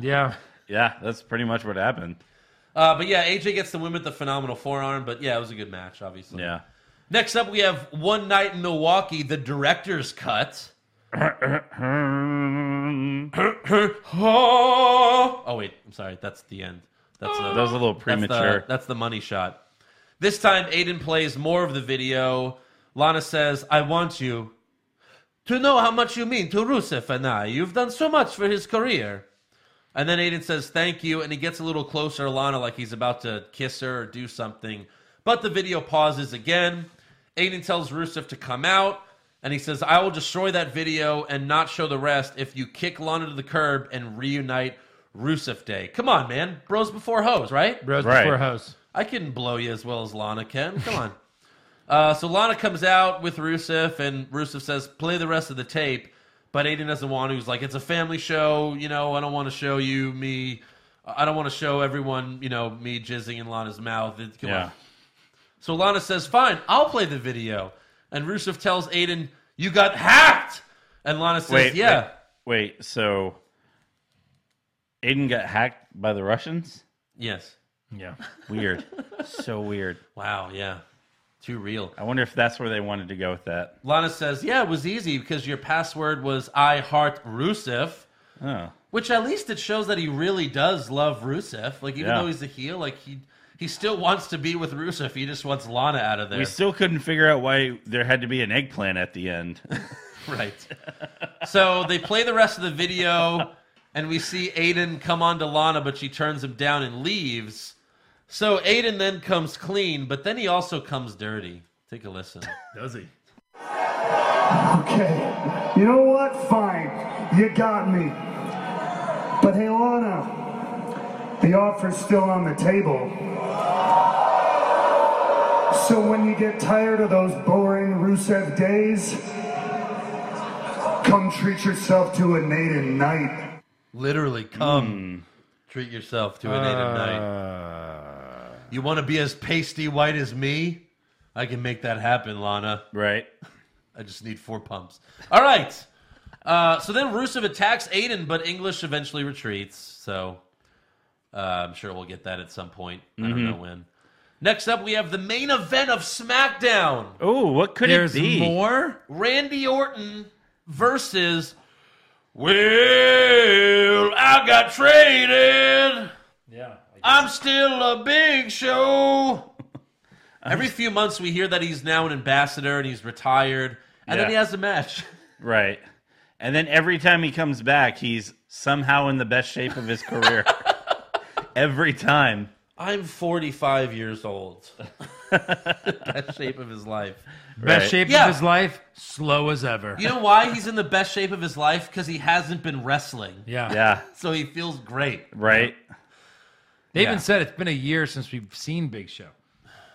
Speaker 5: Yeah.
Speaker 4: Yeah, that's pretty much what happened.
Speaker 3: Uh, but yeah, AJ gets the win with the phenomenal forearm. But yeah, it was a good match, obviously.
Speaker 4: Yeah.
Speaker 3: Next up, we have One Night in Milwaukee, the director's cut.
Speaker 4: that
Speaker 3: oh wait, I'm sorry. That's the end. That's the,
Speaker 4: was a little
Speaker 3: that's the-
Speaker 4: premature.
Speaker 3: That's the, money shot. This time, Aiden plays more of the video. Lana says, "I want you to know how much you mean to Rusev and I. You've done so much for his career." And then Aiden says, "Thank you," and he gets a little closer to Lana, like he's about to kiss her or do something. But the video pauses again. Aiden tells Rusev to come out, and he says, I will destroy that video and not show the rest if you kick Lana to the curb and reunite Rusev Day. Come on, man. Bros before hoes, right?
Speaker 5: Bros
Speaker 4: Right.
Speaker 5: before house.
Speaker 3: I can blow you as well as Lana can. Come on. Uh, so Lana comes out with Rusev, and Rusev says, play the rest of the tape. But Aiden doesn't want to. He's like, it's a family show. You know, I don't want to show you me. I don't want to show everyone, you know, me jizzing in Lana's mouth. It- Come
Speaker 4: Yeah.
Speaker 3: on. So Lana says, Fine, I'll play the video. And Rusev tells Aiden, You got hacked. And Lana says,
Speaker 4: Wait,
Speaker 3: Yeah.
Speaker 4: Wait, so Aiden got hacked by the Russians?
Speaker 3: Yes.
Speaker 5: Yeah.
Speaker 4: Weird. so weird.
Speaker 3: Wow, yeah. Too real.
Speaker 4: I wonder if that's where they wanted to go with that.
Speaker 3: Lana says, Yeah, it was easy because your password was I heart Rusev,
Speaker 4: Oh.
Speaker 3: which at least it shows that he really does love Rusev. Like, even
Speaker 4: Yeah.
Speaker 3: though he's a heel, like, he. He still wants to be with Rusev. He just wants Lana out of there.
Speaker 4: We still couldn't figure out why there had to be an eggplant at the end.
Speaker 3: Right. so they play the rest of the video, and we see Aiden come on to Lana, but she turns him down and leaves. So Aiden then comes clean, but then he also comes dirty. Take a listen.
Speaker 5: Does he?
Speaker 6: Okay. You know what? Fine. You got me. But hey, Lana, the offer's still on the table. So when you get tired of those boring Rusev days, come treat yourself to a Native night.
Speaker 3: Literally, come Mm. treat yourself to an eight at night. You want to be as pasty white as me? I can make that happen, Lana.
Speaker 4: Right.
Speaker 3: I just need four pumps. All right. Uh, so then Rusev attacks Aiden, but English eventually retreats. So uh, I'm sure we'll get that at some point. I don't know when. Next up, we have the main event of SmackDown.
Speaker 4: Oh, what could
Speaker 5: There's
Speaker 4: it be?
Speaker 5: more.
Speaker 3: Randy Orton versus Well, I got traded.
Speaker 5: Yeah.
Speaker 3: I'm still a big show. Every few months we hear that he's now an ambassador and he's retired. And then
Speaker 4: Yeah.
Speaker 3: he has a match.
Speaker 4: Right. And then every time he comes back, he's somehow in the best shape of his career. every time.
Speaker 3: I'm 45 years old. Best shape of his life.
Speaker 5: Best
Speaker 4: Right.
Speaker 5: shape
Speaker 3: Yeah.
Speaker 5: of his life, slow as ever.
Speaker 3: You know why he's in the best shape of his life? Because he hasn't been wrestling.
Speaker 5: yeah.
Speaker 4: Yeah.
Speaker 3: So he feels great.
Speaker 4: Right.
Speaker 5: They
Speaker 4: Yeah.
Speaker 5: even said it's been a year since we've seen Big Show.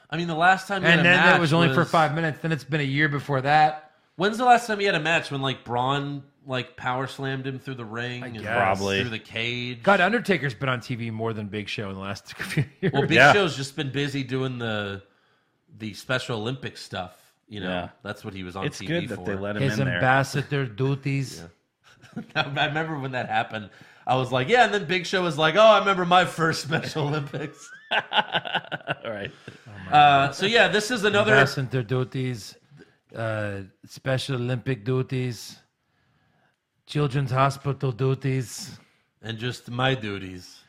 Speaker 3: I mean, the last time he
Speaker 5: And
Speaker 3: had
Speaker 5: then
Speaker 3: a match
Speaker 5: that was only for five minutes. Then it's been a year before that.
Speaker 3: When's the last time he had a match when like Braun like power slammed him through the ring? and
Speaker 5: guess.
Speaker 4: Probably.
Speaker 3: through the cage.
Speaker 5: God, Undertaker's been on TV more than Big Show in the last few years.
Speaker 3: Well, Big
Speaker 4: Yeah.
Speaker 3: Show's just been busy doing the the Special Olympics stuff. You know,
Speaker 4: Yeah.
Speaker 3: that's what he was on
Speaker 4: It's
Speaker 3: TV
Speaker 4: good
Speaker 3: for.
Speaker 4: that they let him
Speaker 5: E His
Speaker 4: in there.
Speaker 5: ambassador duties.
Speaker 3: I remember when that happened. I was like, yeah, and then Big Show was like, oh, I remember my first Special Olympics.
Speaker 4: All right.
Speaker 3: Uh, so yeah, this is another.
Speaker 5: Ambassador duties, uh, Special Olympic duties, Children's Hospital duties,
Speaker 3: And just my duties,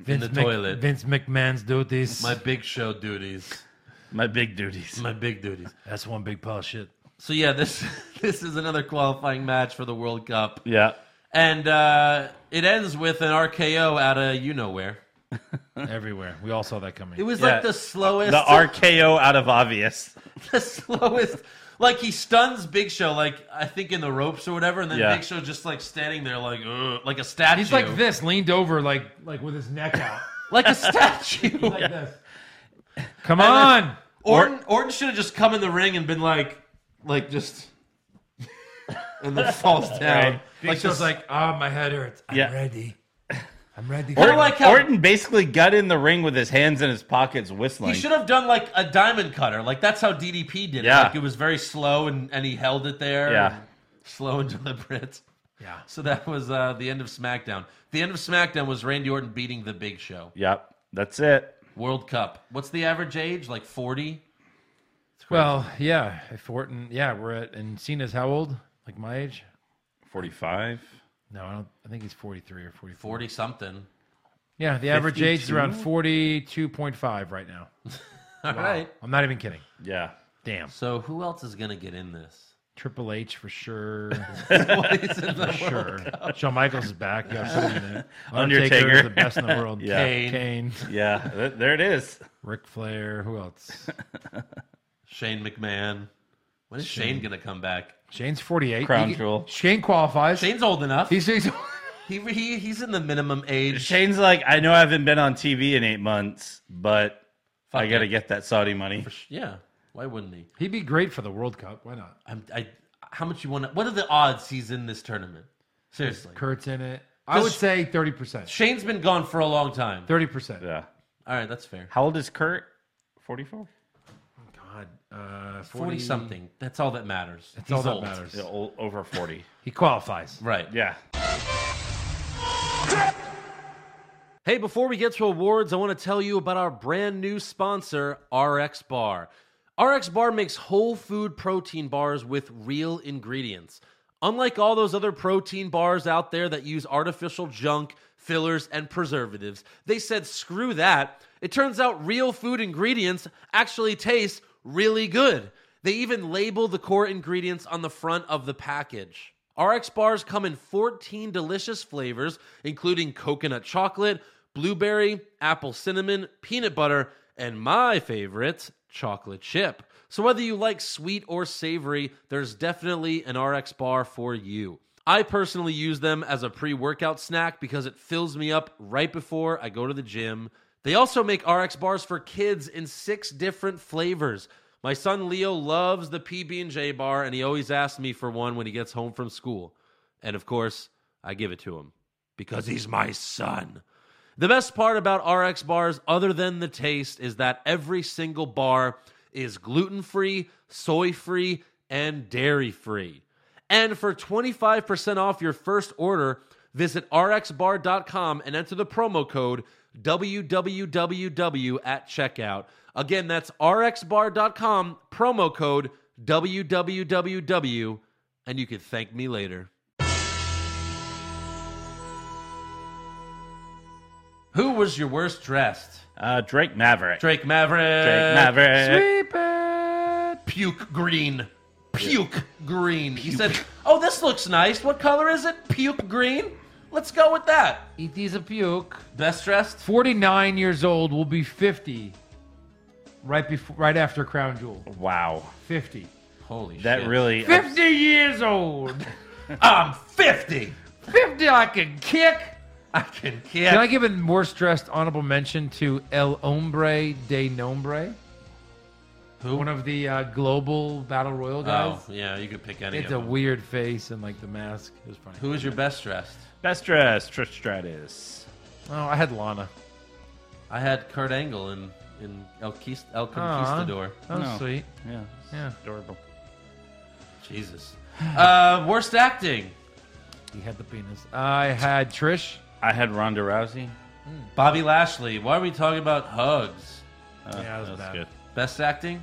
Speaker 5: Vince,
Speaker 3: the toilet.
Speaker 5: Vince McMahon's duties.
Speaker 3: my Big Show duties,
Speaker 4: My big duties.
Speaker 3: my big duties.
Speaker 5: That's one big pile of shit.
Speaker 3: So yeah, this this is another qualifying match for the World Cup.
Speaker 4: Yeah.
Speaker 3: And uh, it ends with an RKO out of you know where.
Speaker 5: Everywhere. We all saw that
Speaker 3: It
Speaker 5: coming.
Speaker 3: was
Speaker 4: Yeah.
Speaker 3: like the slowest,
Speaker 4: The RKO out of obvious.
Speaker 3: the slowest. Like he stuns Big Show, like I think in the ropes or whatever, and then
Speaker 4: Yeah.
Speaker 3: Big Show just like standing there, like "Ugh," like a statue.
Speaker 5: He's like this, leaned over, like like with his neck out,
Speaker 3: like a statue.
Speaker 5: like this. Come on.
Speaker 3: Orton Orton should have just come in the ring and been like, like just, and then falls down.
Speaker 4: Right.
Speaker 5: Big Show's
Speaker 3: this-
Speaker 5: like, ah, my head hurts. I'm
Speaker 4: Yeah.
Speaker 5: ready. I'm ready.
Speaker 3: Or like how
Speaker 4: Orton basically got in the ring with his hands in his pockets whistling.
Speaker 3: He should have done like a diamond cutter. Like that's how DDP did it.
Speaker 4: Yeah.
Speaker 3: Like it was very slow and, and he held it there.
Speaker 4: Yeah.
Speaker 3: and Slow and deliberate.
Speaker 5: yeah.
Speaker 3: So that was uh, the end of SmackDown. The end of SmackDown was Randy Orton beating the big show.
Speaker 4: Yep. That's it.
Speaker 3: World Cup. What's the average age? Like 40?
Speaker 5: Well, yeah. If Orton, yeah, we're at and Cena's how old? Like my age?
Speaker 4: 45.
Speaker 5: No, I don't. I think he's forty-three or forty-four.
Speaker 3: 40 something.
Speaker 5: Yeah, the average age is around
Speaker 4: 52?
Speaker 5: forty-two point five right now.
Speaker 3: All right.
Speaker 5: I'm not even kidding.
Speaker 4: Yeah.
Speaker 5: Damn.
Speaker 3: So who else is going to get in this?
Speaker 5: Triple H for sure.
Speaker 3: What is in the
Speaker 5: For sure. Shawn Michaels is back. You have something in it.
Speaker 4: Undertaker.
Speaker 5: is the best in the world.
Speaker 4: Yeah.
Speaker 5: Kane. Kane.
Speaker 4: Yeah. Th- there it is.
Speaker 5: Ric Flair. Who else?
Speaker 3: Shane McMahon. When is Shane, going to come back?
Speaker 5: Shane's forty-eight.
Speaker 4: Crown
Speaker 5: He-
Speaker 4: jewel.
Speaker 5: Shane qualifies.
Speaker 3: Shane's old enough.
Speaker 5: He's, he's
Speaker 3: he, he, he's in the minimum age.
Speaker 4: Shane's like, I know I haven't been on TV in eight months, but I got to get that Saudi money.
Speaker 3: Yeah. Why wouldn't he?
Speaker 5: he'd be great for the World Cup. Why not?
Speaker 3: I'm, I, how much you want? to What are the odds he's in this tournament? Seriously,
Speaker 5: Kurt's in it. I would
Speaker 3: Does-
Speaker 5: say thirty percent.
Speaker 3: Shane's been gone for a long time.
Speaker 5: Thirty percent.
Speaker 4: Yeah.
Speaker 3: All right, that's fair.
Speaker 4: How old is Kurt? 44?
Speaker 5: God. Uh,
Speaker 3: Forty something. That's all that matters.
Speaker 5: That's
Speaker 3: He's
Speaker 5: all that
Speaker 3: old.
Speaker 5: matters.
Speaker 4: Yeah, o- over 40.
Speaker 5: He qualifies.
Speaker 3: Right.
Speaker 4: yeah.
Speaker 3: Hey, before we get to awards, I want to tell you about our brand new sponsor, RX Bar. RX Bar makes whole food protein bars with real ingredients. Unlike all those other protein bars out there that use artificial junk, fillers, and preservatives, they said screw that. It turns out real food ingredients actually taste really good. They even label the core ingredients on the front of the package. RX bars come in 14 delicious flavors, including coconut chocolate, blueberry, apple cinnamon, peanut butter, and my favorite, chocolate chip. So, whether you like sweet or savory, there's definitely an RX bar for you. I personally use them as a pre workout snack because it fills me up right before I go to the gym They also make RX bars for kids in six different flavors. My son Leo loves the PB and J bar, and he always asks me for one when he gets home from school. And of course, I give it to him because he's my son. The best part about RX bars, other than the taste, is that every single bar is gluten free, soy free, and dairy free. And for 25% off your first order, visit rxbar.com and enter the promo code WWWW at checkout. Again, that's rxbar.com, promo code WWWW, and you can thank me later. Who was your worst dressed?
Speaker 4: Uh, Drake Maverick.
Speaker 3: Drake Maverick.
Speaker 4: Drake Maverick.
Speaker 5: Sweep it.
Speaker 3: Puke green. Puke green. He said, Oh, this looks nice. What color is it? Puke green? Let's go with that.
Speaker 5: It is a puke.
Speaker 3: Best dressed?
Speaker 5: 49 years old will be 50 right before right after crown jewel
Speaker 4: Wow,
Speaker 5: 50
Speaker 3: Holy
Speaker 4: that
Speaker 3: shit.
Speaker 4: really.
Speaker 5: 50 years old
Speaker 3: I'm 50.
Speaker 5: 50 i can kick
Speaker 3: I can
Speaker 5: can i
Speaker 3: kick.
Speaker 5: give a worst dressed honorable mention to el hombre de nombre
Speaker 3: Who?
Speaker 5: one of the uh, global battle royal guys
Speaker 3: Oh, yeah, you could pick any
Speaker 5: it's
Speaker 3: of
Speaker 5: a
Speaker 3: them.
Speaker 5: weird face and like the mask it was funny
Speaker 3: Who is your best dressed?
Speaker 4: uh, Best dress, Trish Stratus.
Speaker 5: oh i had lana
Speaker 3: I had Kurt Angle in, in El, Quist- El Conquistador.
Speaker 5: oh
Speaker 4: No.
Speaker 5: sweet
Speaker 4: Yeah,
Speaker 5: yeah
Speaker 4: adorable.
Speaker 3: Jesus. Uh, worst acting?
Speaker 5: he had the penis i had trish
Speaker 4: I had Ronda Rousey.
Speaker 3: Bobby Lashley. Why are we talking about hugs?
Speaker 4: Uh,
Speaker 5: Yeah, that was bad.
Speaker 3: Best acting?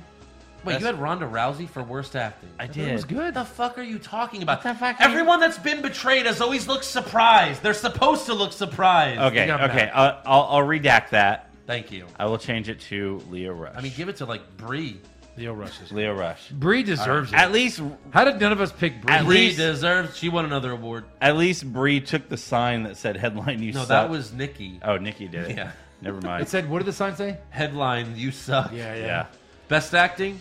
Speaker 3: Wait,
Speaker 4: Best-
Speaker 3: you had Ronda Rousey for worst acting.
Speaker 4: I
Speaker 5: it was
Speaker 4: did.
Speaker 5: good
Speaker 3: What the fuck are you talking about?
Speaker 4: What the fuck are you-
Speaker 3: Everyone that's been betrayed has always looked surprised. They're supposed to look surprised.
Speaker 4: Okay,
Speaker 5: got
Speaker 4: okay.
Speaker 5: mad.
Speaker 4: Uh, I'll, I'll redact that.
Speaker 3: Thank you.
Speaker 4: I will change it to Leo Rush.
Speaker 3: I mean, give it to like Bree.
Speaker 5: leo rush is
Speaker 4: Leo Rush.
Speaker 5: Bree deserves it.
Speaker 4: At least,
Speaker 5: How did none of us pick Bree?
Speaker 4: At
Speaker 3: Bree
Speaker 4: least-
Speaker 3: deserves. She won another award.
Speaker 4: at least Bree took the sign that said "Headline You
Speaker 3: No,
Speaker 4: Suck."
Speaker 3: that was Nikki.
Speaker 4: Oh, Nikki did it.
Speaker 3: Yeah.
Speaker 4: Never
Speaker 5: It
Speaker 4: mind.
Speaker 5: said, what did the sign say?
Speaker 3: Headline: You suck.
Speaker 4: yeah.
Speaker 3: Best acting?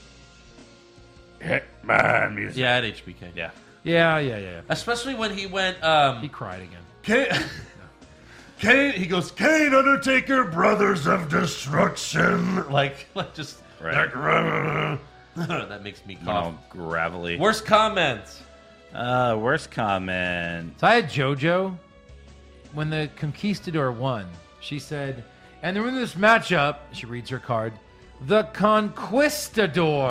Speaker 4: My music.
Speaker 3: Yeah, at HBK.
Speaker 4: Yeah.
Speaker 5: Yeah, yeah, yeah.
Speaker 3: Especially when he went.
Speaker 5: He
Speaker 3: Um,
Speaker 5: cried again.
Speaker 1: Kane, Kane, he goes, Kane, Undertaker, Brothers of Destruction.
Speaker 3: like, like just
Speaker 4: Right.
Speaker 3: that makes me cough.
Speaker 4: Oh, gravelly.
Speaker 3: Worst comments.
Speaker 4: Uh, worst comment.
Speaker 5: So I had JoJo. When the Conquistador won, she said, and they're in this matchup, she reads her card, the Conquistador.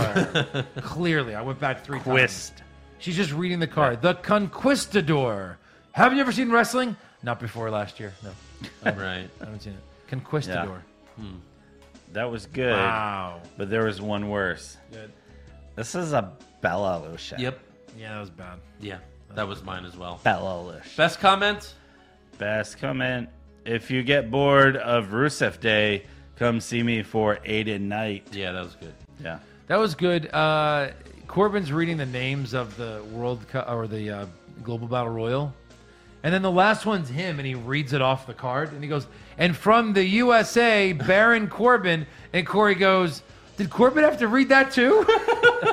Speaker 5: Clearly, I went back three times.
Speaker 4: Quist.
Speaker 5: She's just reading the card. The Conquistador. Have you ever seen wrestling? Not before last year. No,
Speaker 3: right.
Speaker 5: I haven't seen it. Conquistador.
Speaker 4: That was good.
Speaker 5: Wow.
Speaker 4: But there was one worse.
Speaker 5: Good.
Speaker 4: This is a Belarusian.
Speaker 3: Yep.
Speaker 5: Yeah, that was bad.
Speaker 3: Yeah, that was mine as well.
Speaker 4: Belarush.
Speaker 3: Best comment.
Speaker 4: Best comment. If you get bored of Rusev Day, come see me for eight at night.
Speaker 3: Yeah, that was good.
Speaker 4: Yeah.
Speaker 5: That was good. Uh, Corbin's reading the names of the World Cup or the uh, Global Battle Royal, and then the last one's him, and he reads it off the card, and he goes, "And from the USA, Baron Corbin." And Corey goes, "Did Corbin have to read that too?"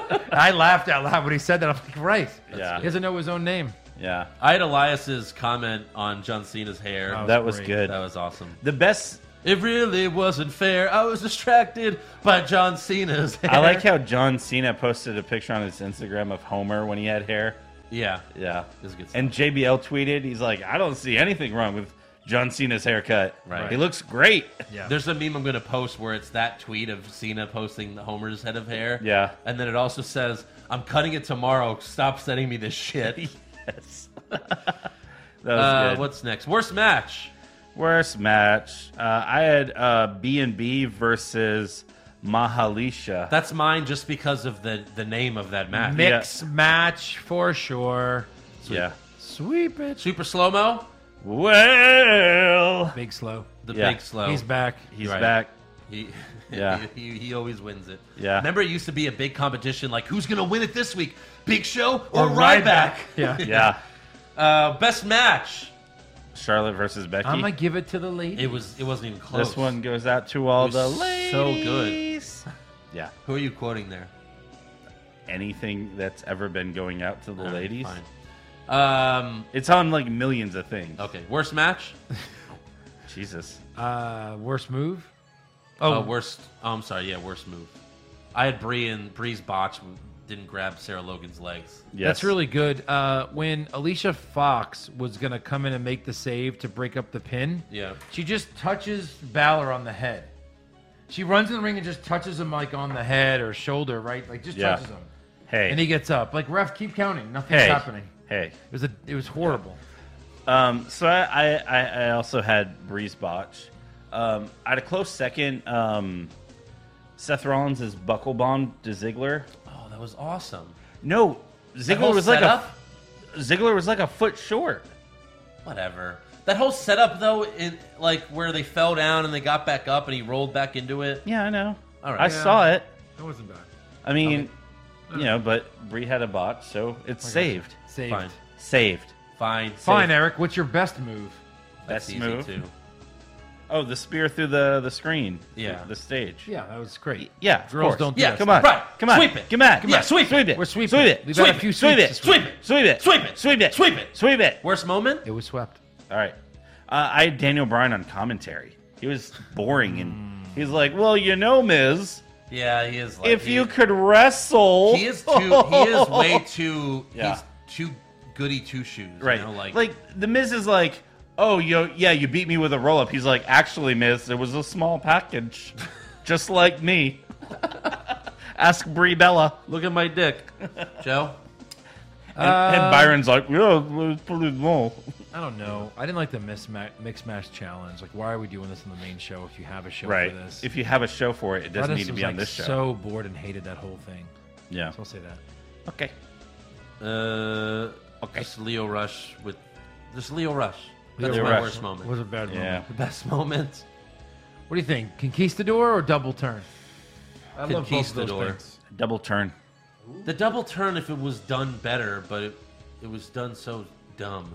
Speaker 5: And I laughed out loud when he said that. I'm like, "Right."
Speaker 4: Yeah.
Speaker 5: He doesn't know his own name.
Speaker 4: Yeah.
Speaker 3: I had Elias's comment on John Cena's hair.
Speaker 5: Oh.
Speaker 3: that,
Speaker 4: That was
Speaker 5: great.
Speaker 4: good.
Speaker 3: was awesome.
Speaker 4: The best.
Speaker 3: It really wasn't fair. I was distracted by John Cena's hair.
Speaker 4: I like how John Cena posted a picture on his Instagram of Homer when he had hair.
Speaker 3: Yeah,
Speaker 4: Yeah.
Speaker 3: this is good. Stuff.
Speaker 4: And JBL tweeted, he's like, I don't see anything wrong with John Cena's haircut.
Speaker 3: Right.
Speaker 4: He looks great.
Speaker 5: Yeah.
Speaker 3: There's a meme I'm going to post where it's that tweet of Cena posting the Homer's head of hair.
Speaker 4: Yeah.
Speaker 3: And then it also says, I'm cutting it tomorrow. Stop sending me this shit.
Speaker 4: Yes. that was
Speaker 3: uh,
Speaker 4: good.
Speaker 3: what's next? Worst match?
Speaker 4: Worst match. Uh, I had uh, B&B versus Mahalisha.
Speaker 3: That's mine just because of the, the name of that match.
Speaker 5: Mix match for sure.
Speaker 4: yeah.
Speaker 5: Sweep it.
Speaker 3: Super slow mo?
Speaker 4: Well,
Speaker 5: Big slow.
Speaker 3: The
Speaker 4: Yeah.
Speaker 3: big slow.
Speaker 5: He's back.
Speaker 4: he's
Speaker 3: Right.
Speaker 4: back.
Speaker 3: He,
Speaker 4: Yeah.
Speaker 3: he, he, always wins it.
Speaker 4: Yeah.
Speaker 3: Remember, it used to be a big competition like, who's going to win it this week? Big Show or, Ryback?
Speaker 5: Ryback. Yeah.
Speaker 4: Yeah.
Speaker 3: Uh, best match.
Speaker 4: Charlotte versus Becky.
Speaker 5: I'm gonna give it to the lead.
Speaker 3: It was. It wasn't even close.
Speaker 4: this one goes out to all
Speaker 3: It
Speaker 4: the
Speaker 3: was so good.
Speaker 4: ladies. Yeah.
Speaker 3: Who are you quoting there?
Speaker 4: Anything that's ever been going out to the
Speaker 3: All right,
Speaker 4: ladies.
Speaker 3: fine. Um.
Speaker 4: It's on like millions of things.
Speaker 3: Okay. Worst match.
Speaker 4: Jesus.
Speaker 5: Uh, worst move? Oh.
Speaker 3: Uh, worst. Oh, I'm sorry. Yeah, worst move. I had Bree and Bree's botch didn't grab Sarah Logan's legs.
Speaker 4: Yes.
Speaker 5: That's really good. Uh, when Alicia Fox was gonna come in and make the save to break up the pin,
Speaker 3: Yeah.
Speaker 5: she just touches Balor on the head. She runs in the ring and just touches him like on the head or shoulder, right? Like just
Speaker 4: Yeah.
Speaker 5: touches him,
Speaker 4: Hey.
Speaker 5: and he gets up. Like ref, keep counting. Nothing's
Speaker 4: hey.
Speaker 5: happening.
Speaker 4: Hey.
Speaker 5: It was a, it was horrible.
Speaker 4: Um, so I, I, I also had Breeze botch. Um, I had a close second. Um, Seth Rollins' buckle bomb to Ziggler.
Speaker 3: Oh, that was awesome.
Speaker 4: No,
Speaker 3: That whole
Speaker 4: Ziggler was like
Speaker 3: setup?
Speaker 4: a Ziggler was like a foot short.
Speaker 3: Whatever. That whole setup though, it like where they fell down and they got back up and he rolled back into it.
Speaker 4: Yeah, I know.
Speaker 3: All right.
Speaker 4: I
Speaker 3: Yeah.
Speaker 4: saw it.
Speaker 5: That wasn't bad.
Speaker 4: I mean, you know, but Bree had a botch,
Speaker 3: Oh,
Speaker 4: so it's saved.
Speaker 5: Saved.
Speaker 3: Fine.
Speaker 4: Saved.
Speaker 3: Fine.
Speaker 5: Fine,
Speaker 3: Safe.
Speaker 5: Eric. What's your best move?
Speaker 3: That's
Speaker 4: Best
Speaker 3: easy
Speaker 4: move.
Speaker 3: too.
Speaker 4: Oh, the spear through the the screen.
Speaker 3: Yeah.
Speaker 4: the, the stage.
Speaker 5: Yeah, that was great.
Speaker 4: Yeah, of
Speaker 5: Girls
Speaker 4: course.
Speaker 5: don't do
Speaker 3: Yeah,
Speaker 5: that
Speaker 4: Come on,
Speaker 3: Right.
Speaker 4: Come on,
Speaker 3: Sweep it.
Speaker 4: Come on, come
Speaker 3: Yeah,
Speaker 4: on.
Speaker 3: sweep it.
Speaker 4: it.
Speaker 5: We're sweeping.
Speaker 4: Sweep it.
Speaker 5: We've had a
Speaker 4: Sweep
Speaker 5: few
Speaker 4: it. Sweep
Speaker 5: sweeps
Speaker 4: it.
Speaker 5: this week.
Speaker 4: Sweep it.
Speaker 3: Sweep
Speaker 4: Sweep it.
Speaker 3: it.
Speaker 4: Sweep it.
Speaker 3: Sweep it.
Speaker 4: Sweep it.
Speaker 3: Worst moment?
Speaker 5: It was swept.
Speaker 4: All right. Uh, I had Daniel Bryan on commentary. He was boring,
Speaker 3: Hmm.
Speaker 4: and he's like, "Well, you know, Miz,
Speaker 3: Yeah, he is. Like,
Speaker 4: if
Speaker 3: he-
Speaker 4: you could wrestle,
Speaker 3: he is too. He is way too.
Speaker 4: Yeah.
Speaker 3: He's too goody two shoes.
Speaker 4: right.
Speaker 3: You know? Like,
Speaker 4: the Miz is like, "Oh, yo, yeah, you beat me with a roll up." He's like, "Actually, Miz, it was a small package, just like me." Ask Brie Bella.
Speaker 3: look at my dick, Joe.
Speaker 4: And,
Speaker 5: Uh,
Speaker 4: and Byron's like, "Yeah, it was pretty small."
Speaker 5: I don't know. I didn't like the mis- ma- mix match challenge. Like, why are we doing this in the main show if you have a show
Speaker 4: Right.
Speaker 5: for this?
Speaker 4: If you have a show for it, it
Speaker 5: I
Speaker 4: doesn't
Speaker 5: just
Speaker 4: need to
Speaker 5: was,
Speaker 4: be on
Speaker 5: like,
Speaker 4: this show.
Speaker 5: So bored and hated that whole thing.
Speaker 4: yeah.
Speaker 5: So I'll say that.
Speaker 4: Okay.
Speaker 3: Uh,
Speaker 4: Okay.
Speaker 3: Just Leo Rush with just Leo Rush. That's
Speaker 4: Leo
Speaker 3: my
Speaker 4: Rush.
Speaker 3: worst
Speaker 5: It was
Speaker 3: moment.
Speaker 5: a bad moment.
Speaker 4: Yeah.
Speaker 3: The best moment.
Speaker 5: What do you think? Conquistador or double turn? I love both of those
Speaker 3: Conquistador.
Speaker 5: things.
Speaker 4: Double turn.
Speaker 3: The double turn, if it was done better, but it, it was done so dumb.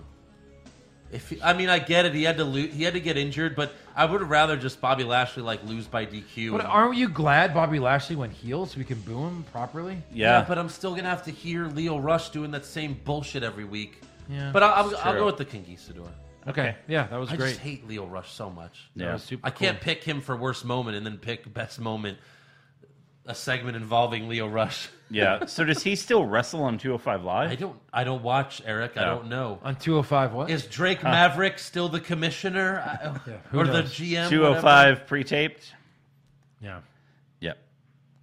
Speaker 3: If I mean, I get it. He had to lose. He had to get injured, but I would have rather just Bobby Lashley like lose by DQ.
Speaker 5: But
Speaker 3: and-
Speaker 5: aren't you glad Bobby Lashley went heel so we can boo him properly?
Speaker 4: Yeah.
Speaker 3: but I'm still gonna have to hear Leo Rush doing that same bullshit every week.
Speaker 5: Yeah.
Speaker 3: But I'll, I'll, I'll
Speaker 4: true.
Speaker 3: go with the Conquistador.
Speaker 5: Okay. Yeah, that was
Speaker 3: I
Speaker 5: great.
Speaker 3: just hate Leo Rush so much.
Speaker 5: That
Speaker 4: Yeah.
Speaker 5: was super
Speaker 3: I can't
Speaker 5: cool.
Speaker 3: pick him for worst moment and then pick best moment. A segment involving Leo Rush.
Speaker 4: yeah. So does he still wrestle on 205 Live?
Speaker 3: I don't. I don't watch Eric. I
Speaker 4: No.
Speaker 3: don't know.
Speaker 5: on 205 what?
Speaker 3: Is Drake Maverick still the commissioner I,
Speaker 5: Yeah, who
Speaker 3: or
Speaker 5: knows? oh
Speaker 3: the GM?
Speaker 4: 205 pre-taped.
Speaker 5: yeah.
Speaker 4: Yep.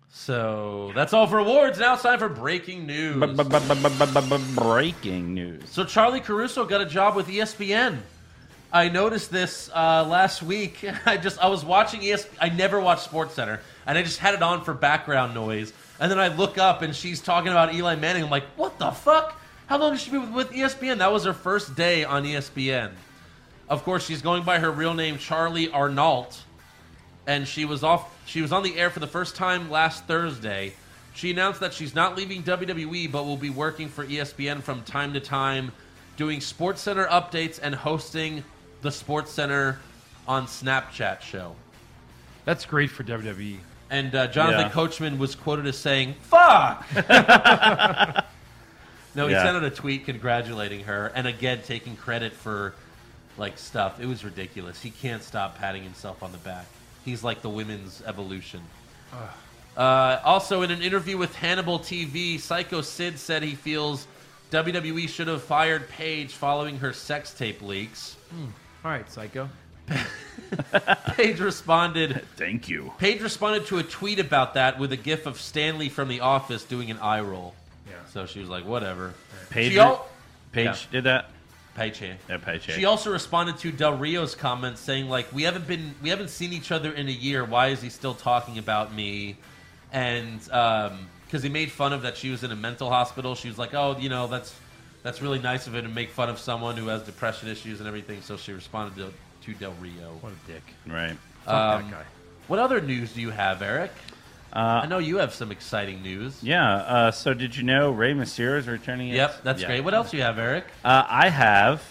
Speaker 3: So that's all for awards. Now it's time for breaking news.
Speaker 4: Breaking news.
Speaker 3: So Charlie Caruso got a job with E ESPN. I noticed this uh, last week. I just I was watching ESPN. I never watch Sports Center, and I just had it on for background noise. And then I look up, and she's talking about Eli Manning. I'm like, what the fuck? How long has she been with E ESPN? That was her first day on E ESPN. Of course, she's going by her real name, Charlie Arnault and she was off she was on the air for the first time last Thursday. She announced that she's not leaving WWE but will be working for E ESPN from time to time doing Sports Center updates and hosting the Sports Center on Snapchat show.
Speaker 5: That's great for E. WWE.
Speaker 3: And uh, Jonathan
Speaker 4: Yeah.
Speaker 3: Coachman was quoted as saying, "Fuck." no, he
Speaker 4: Yeah.
Speaker 3: sent out a tweet congratulating her and again taking credit for like stuff. It was ridiculous. He can't stop patting himself on the back. He's like the women's evolution. Uh, also, in an interview with Hannibal TV, Psycho Sid said he feels WWE should have fired Paige following her sex tape leaks.
Speaker 5: All right, Psycho.
Speaker 3: Paige responded.
Speaker 4: Thank you.
Speaker 3: Paige responded to a tweet about that with a gif of Stanley from The Office doing an eye roll.
Speaker 5: Yeah.
Speaker 3: So she was like, whatever.
Speaker 4: Paige,
Speaker 3: She al-
Speaker 4: Paige
Speaker 3: Yeah.
Speaker 4: did that.
Speaker 3: Paige. here.
Speaker 4: Yeah, Paige.
Speaker 3: She also responded to Del Rio's comments saying like, we haven't been, we haven't seen each other in a year. Why is he still talking about me? And um, because he made fun of that she was in a mental hospital. She was like, oh, you know, that's that's really nice of her to make fun of someone who has depression issues and everything. So she responded to, to Del Rio.
Speaker 5: What a dick.
Speaker 4: right.
Speaker 5: Fuck
Speaker 4: Um,
Speaker 5: that guy.
Speaker 3: What other news do you have, Eric? Uh, I know you have some exciting news.
Speaker 4: Yeah. Uh, so did you know Ray Mysterio is returning? as-
Speaker 3: Yep, that's
Speaker 4: Yeah.
Speaker 3: great. What else do you have, Eric?
Speaker 4: Uh, I have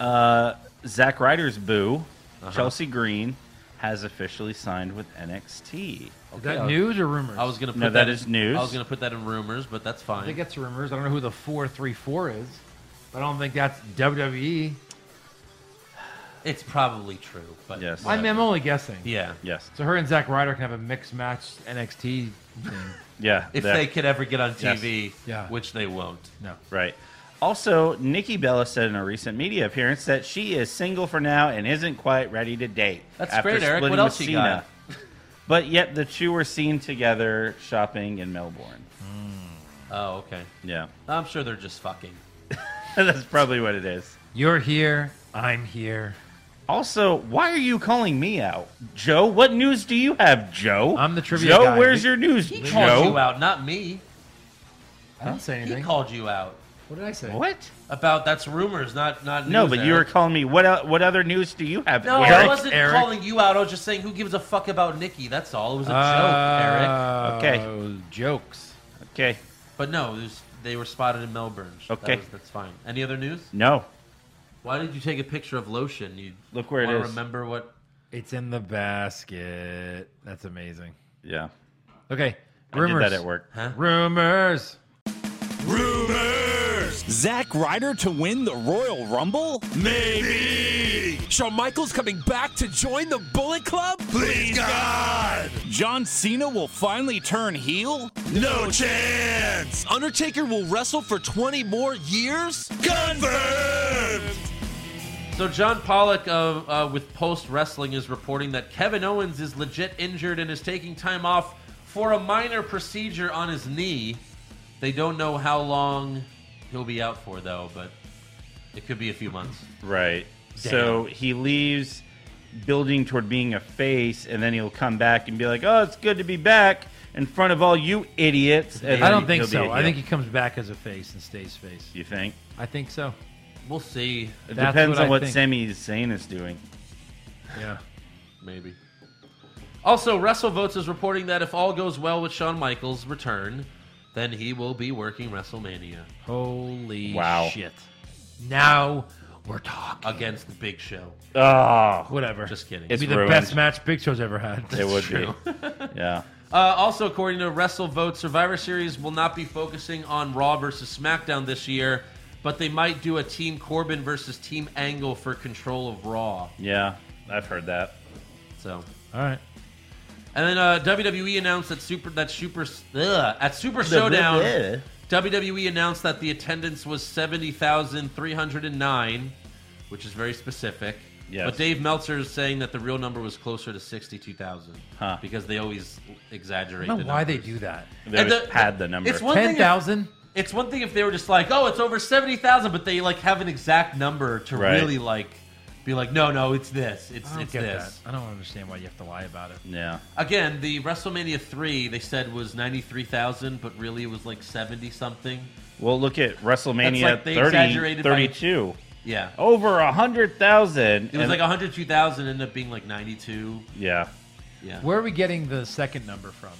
Speaker 4: uh, Zack Ryder's boo,
Speaker 3: Uh-huh.
Speaker 4: Chelsea Green, has officially signed with NXT.
Speaker 5: Is
Speaker 3: Okay,
Speaker 5: that
Speaker 3: I-
Speaker 5: news or rumors?
Speaker 3: I was gonna put
Speaker 4: No,
Speaker 3: that
Speaker 4: that is
Speaker 3: in-
Speaker 4: news.
Speaker 3: I was gonna put that in rumors, but that's
Speaker 5: I think
Speaker 3: fine.
Speaker 5: that's rumors. I don't know who the E. 434 is, but I don't think that's WWE.
Speaker 3: It's probably true, but
Speaker 4: Yes.
Speaker 5: I mean, I'm only guessing.
Speaker 3: yeah,
Speaker 4: Yes.
Speaker 5: So her and Zack Ryder can have a mixed match NXT thing.
Speaker 4: Yeah.
Speaker 3: if
Speaker 4: that-
Speaker 3: they could ever get on
Speaker 4: Yes.
Speaker 3: TV,
Speaker 5: Yeah.
Speaker 3: which they won't.
Speaker 5: No.
Speaker 4: Right. Also, Nikki Bella said in a recent media appearance that she is single for now and isn't quite ready to date.
Speaker 3: That's great, Eric. What
Speaker 4: splitting
Speaker 3: else
Speaker 4: with
Speaker 3: you got?
Speaker 4: Cena. But yet the two were seen together shopping in Melbourne.
Speaker 3: Oh, okay.
Speaker 4: Yeah.
Speaker 3: I'm sure they're just fucking.
Speaker 4: That's probably what it is.
Speaker 5: You're here. I'm here.
Speaker 4: Also, why are you calling me out? Joe, what news do you have, Joe?
Speaker 5: I'm the trivia
Speaker 4: Joe,
Speaker 5: guy.
Speaker 4: where's
Speaker 5: We-
Speaker 4: your news,
Speaker 3: He called you
Speaker 4: Joe?
Speaker 3: out, not me.
Speaker 5: I didn't say
Speaker 3: He
Speaker 5: anything.
Speaker 3: called you out
Speaker 5: What did I say?
Speaker 4: What?
Speaker 3: about that's rumors, not not.
Speaker 4: No,
Speaker 3: news,
Speaker 4: but you were
Speaker 3: Eric.
Speaker 4: calling me. What el- what other news do you have?
Speaker 3: No, I
Speaker 4: Eric?
Speaker 3: wasn't
Speaker 5: Eric.
Speaker 3: calling you out. I was just saying, who gives a fuck about Nikki? That's all. It was a
Speaker 5: Uh,
Speaker 3: joke, Eric.
Speaker 5: Okay. Oh, Jokes.
Speaker 4: Okay.
Speaker 3: But no, it was, they were spotted in Melbourne. That
Speaker 4: Okay.
Speaker 3: was- that's fine. Any other news?
Speaker 4: No.
Speaker 3: Why did you take a picture of lotion? You
Speaker 4: Look where it
Speaker 3: wanna
Speaker 4: is.
Speaker 3: Remember what?
Speaker 5: It's in the basket. That's amazing.
Speaker 4: Yeah.
Speaker 5: Okay.
Speaker 4: I
Speaker 5: Rumors.
Speaker 4: did that at work.
Speaker 5: Rumors.
Speaker 6: Rumors!
Speaker 8: Zack Ryder to win the Royal Rumble?
Speaker 6: Maybe!
Speaker 8: Shawn Michaels coming back to join the Bullet Club?
Speaker 6: Please, God!
Speaker 8: John Cena will finally turn heel?
Speaker 6: No chance!
Speaker 8: Undertaker will wrestle for 20 more years?
Speaker 6: Confirmed!
Speaker 3: So John Pollock of uh, with Post Wrestling is reporting that Kevin Owens is legit injured and is taking time off for a minor procedure on his knee. They don't know how long he'll be out for though, but it could be a few months.
Speaker 4: Right. So he leaves building toward being a face, and then he'll come back and be like, oh, it's good to be back in front of all you idiots. And
Speaker 5: I
Speaker 4: then
Speaker 5: don't think
Speaker 4: he'll be a
Speaker 5: so. I
Speaker 4: heel.
Speaker 5: think he comes back as a face and stays face.
Speaker 4: You think?
Speaker 5: I think so.
Speaker 3: We'll see.
Speaker 4: It
Speaker 5: That's
Speaker 4: depends
Speaker 5: what
Speaker 4: on
Speaker 5: I
Speaker 4: what
Speaker 5: think.
Speaker 4: Sami Zayn is doing.
Speaker 5: Yeah.
Speaker 3: Maybe. Also, WrestleVotes is reporting that if all goes well with Shawn Michaels' return, then he will be working WrestleMania
Speaker 5: Holy
Speaker 4: Wow.
Speaker 5: shit. Now we're talking.
Speaker 3: against the Big Show.
Speaker 4: Oh,
Speaker 5: Whatever.
Speaker 3: Just kidding.
Speaker 5: It'd
Speaker 4: It's
Speaker 5: be the
Speaker 4: ruined.
Speaker 5: best match Big Show's ever had.
Speaker 4: it would be. Yeah.
Speaker 3: Uh, also, according to WrestleVote, Survivor Series will not be focusing on Raw versus SmackDown this year, but they might do a Team Corbin versus Team Angle for control of Raw.
Speaker 4: Yeah. I've heard that.
Speaker 3: So,
Speaker 5: All right.
Speaker 3: and then uh, WWE announced that Super that Super ugh, at Super Showdown. WWE E announced that the attendance was 70,309, which is very specific.
Speaker 4: Yes.
Speaker 3: But Dave Meltzer is saying that the real number was closer to 62,000
Speaker 4: Huh.
Speaker 3: because they always exaggerate.
Speaker 5: I don't
Speaker 3: the
Speaker 5: know why they
Speaker 3: numbers.
Speaker 5: do that.
Speaker 4: They
Speaker 3: And
Speaker 4: always
Speaker 3: the-
Speaker 4: pad the number.
Speaker 3: It's one thing. If,
Speaker 5: 10,000?
Speaker 3: it's one thing if they were just like, oh, it's over 70,000, but they like have an exact number to
Speaker 4: Right.
Speaker 3: really like be like, no, no, it's this. It's,
Speaker 5: I don't
Speaker 3: it's
Speaker 5: get
Speaker 3: this.
Speaker 5: that. I don't understand why you have to lie about it.
Speaker 4: Yeah.
Speaker 3: Again, the WrestleMania 3 they said was 93,000, but really it was like 70 something.
Speaker 4: Well, look at WrestleMania
Speaker 3: like they
Speaker 4: 30,
Speaker 3: exaggerated by-
Speaker 4: 32.
Speaker 3: Yeah.
Speaker 4: Over 100,000.
Speaker 3: It was like 102,000, ended up being like 92.
Speaker 4: Yeah.
Speaker 3: Yeah.
Speaker 5: Where are we getting the second number from?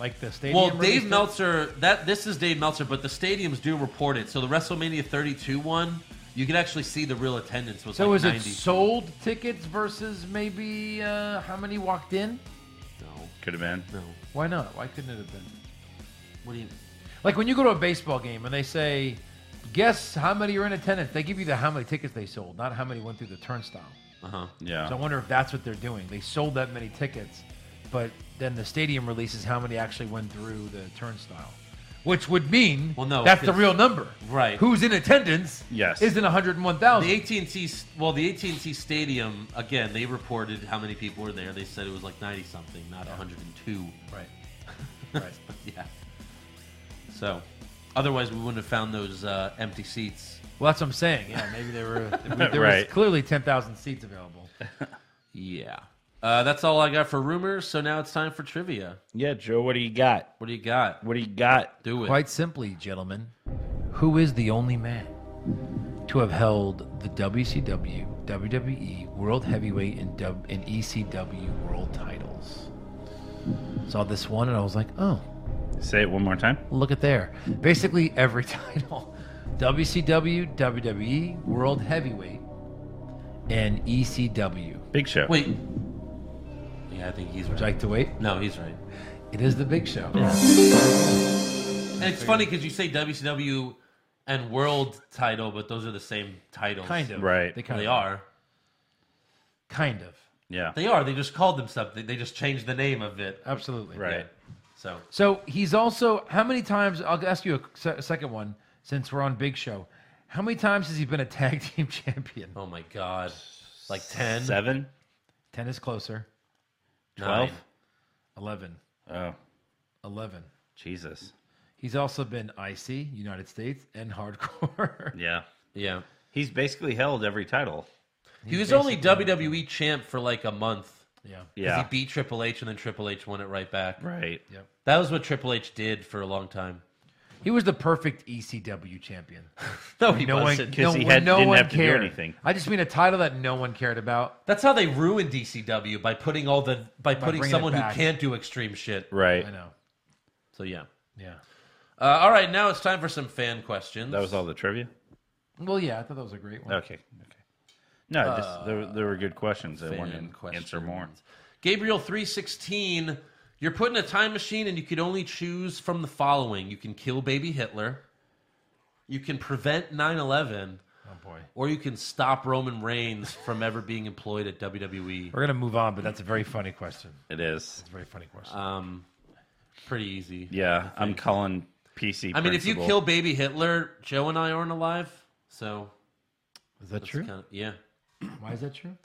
Speaker 5: Like the stadium?
Speaker 3: Well,
Speaker 5: release
Speaker 3: Dave
Speaker 5: date?
Speaker 3: Meltzer, that this is Dave Meltzer, but the stadiums do report it. So the WrestleMania 32 one, you could actually see the real attendance was
Speaker 5: So
Speaker 3: like
Speaker 5: is
Speaker 3: 90.
Speaker 5: it sold tickets versus maybe uh, how many walked in?
Speaker 3: no,
Speaker 4: Could have been.
Speaker 3: no.
Speaker 5: Why not? Why couldn't it have been?
Speaker 3: What do you?
Speaker 5: Like when you go to a baseball game and they say, guess how many are in attendance, they give you the how many tickets they sold, not how many went through the turnstile.
Speaker 3: Uh huh.
Speaker 4: Yeah.
Speaker 5: So I wonder if that's what they're doing. They sold that many tickets, but then the stadium releases how many actually went through the turnstile, which would mean
Speaker 3: Well, no,
Speaker 5: that's the
Speaker 3: 'cause-
Speaker 5: real number.
Speaker 3: Right.
Speaker 5: Who's in attendance
Speaker 4: Yes.
Speaker 5: isn't 101,000.
Speaker 3: The AT&T, well, the AT&T Stadium again. They reported how many people were there. They said it was like 90 something, not 102.
Speaker 5: Right. Right.
Speaker 3: Yeah. So, otherwise we wouldn't have found those uh, empty seats.
Speaker 5: Well, that's what I'm saying. Yeah, maybe there were there
Speaker 4: Right.
Speaker 5: was clearly 10,000 seats available.
Speaker 3: Yeah. Uh, that's all I got for rumors. So now it's time for trivia.
Speaker 4: Yeah, Joe, what do you got?
Speaker 3: What do you got?
Speaker 4: What do you got?
Speaker 3: Do it.
Speaker 5: Quite simply, gentlemen, who is the only man to have held the WCW, WWE E World Heavyweight, and, w- and ECW World titles? Saw this one and I was like, oh,
Speaker 4: Say it one more time.
Speaker 5: look at there. Basically, every title WCW, WWE, E, World Heavyweight, and E ECW.
Speaker 4: Big Show.
Speaker 3: Wait. Yeah, I think he's right.
Speaker 5: Would you like to wait?
Speaker 3: No, he's right.
Speaker 5: It is the big show.
Speaker 3: And it's funny because you say WCW and World title, but those are the same titles.
Speaker 5: Kind of.
Speaker 4: Right.
Speaker 5: They kind
Speaker 3: they
Speaker 5: of
Speaker 3: are.
Speaker 5: Kind of.
Speaker 4: Yeah.
Speaker 3: They are. They just called them something. They just changed the name of it.
Speaker 5: Absolutely.
Speaker 3: Right. So
Speaker 5: So he's also how many times? I'll ask you a, se- second one since we're on Big Show. How many times has he been a tag team champion?
Speaker 3: Oh my God. Like 10?
Speaker 4: Seven?
Speaker 5: Ten is closer.
Speaker 4: Twelve?
Speaker 5: Nine. Eleven.
Speaker 4: Oh,
Speaker 5: Eleven.
Speaker 4: Jesus.
Speaker 5: He's also been IC United States and hardcore.
Speaker 4: Yeah.
Speaker 3: Yeah.
Speaker 4: He's basically held every title.
Speaker 3: he was only WWE champ for like a month.
Speaker 5: Yeah.
Speaker 3: 'Cause
Speaker 4: Yeah.
Speaker 3: He beat Triple H and then Triple H won it right back.
Speaker 4: Right.
Speaker 5: Yep.
Speaker 3: That was what Triple H did for a long time.
Speaker 5: He was the perfect ECW champion.
Speaker 3: No, he
Speaker 5: one-
Speaker 3: wasn't.
Speaker 5: no,
Speaker 4: 'Cause he had-
Speaker 5: no
Speaker 4: didn't
Speaker 5: one
Speaker 4: have to do
Speaker 5: cared.
Speaker 4: anything.
Speaker 5: I just mean a title that no one cared about.
Speaker 3: That's how they ruined DCW by putting all the by putting
Speaker 5: bringing it
Speaker 3: someone who
Speaker 5: back.
Speaker 3: can't do extreme shit.
Speaker 4: Right.
Speaker 5: I know.
Speaker 3: So yeah.
Speaker 5: Yeah.
Speaker 3: Uh, all right, now it's time for some fan questions.
Speaker 4: That was all the trivia?
Speaker 5: Well, yeah, I thought that was a great one.
Speaker 4: Okay. Okay. No,
Speaker 3: Uh,
Speaker 4: just there, there were good questions. I wanted to answer more.
Speaker 3: Gabriel three sixteen. You're put in a time machine, and you could only choose from the following: you can kill baby Hitler, you can prevent 9/11,
Speaker 5: Oh boy.
Speaker 3: or you can stop Roman Reigns from ever being employed at E. WWE.
Speaker 5: We're gonna move on, but that's a very funny question.
Speaker 4: It is.
Speaker 5: It's a very funny question.
Speaker 3: Um, pretty easy.
Speaker 4: Yeah. I'm calling PC.
Speaker 3: I mean, if you
Speaker 4: Principal.
Speaker 3: kill baby Hitler, Joe and I aren't alive, so
Speaker 5: is that
Speaker 3: that's
Speaker 5: true?
Speaker 3: Kind of, yeah.
Speaker 5: Why is that true?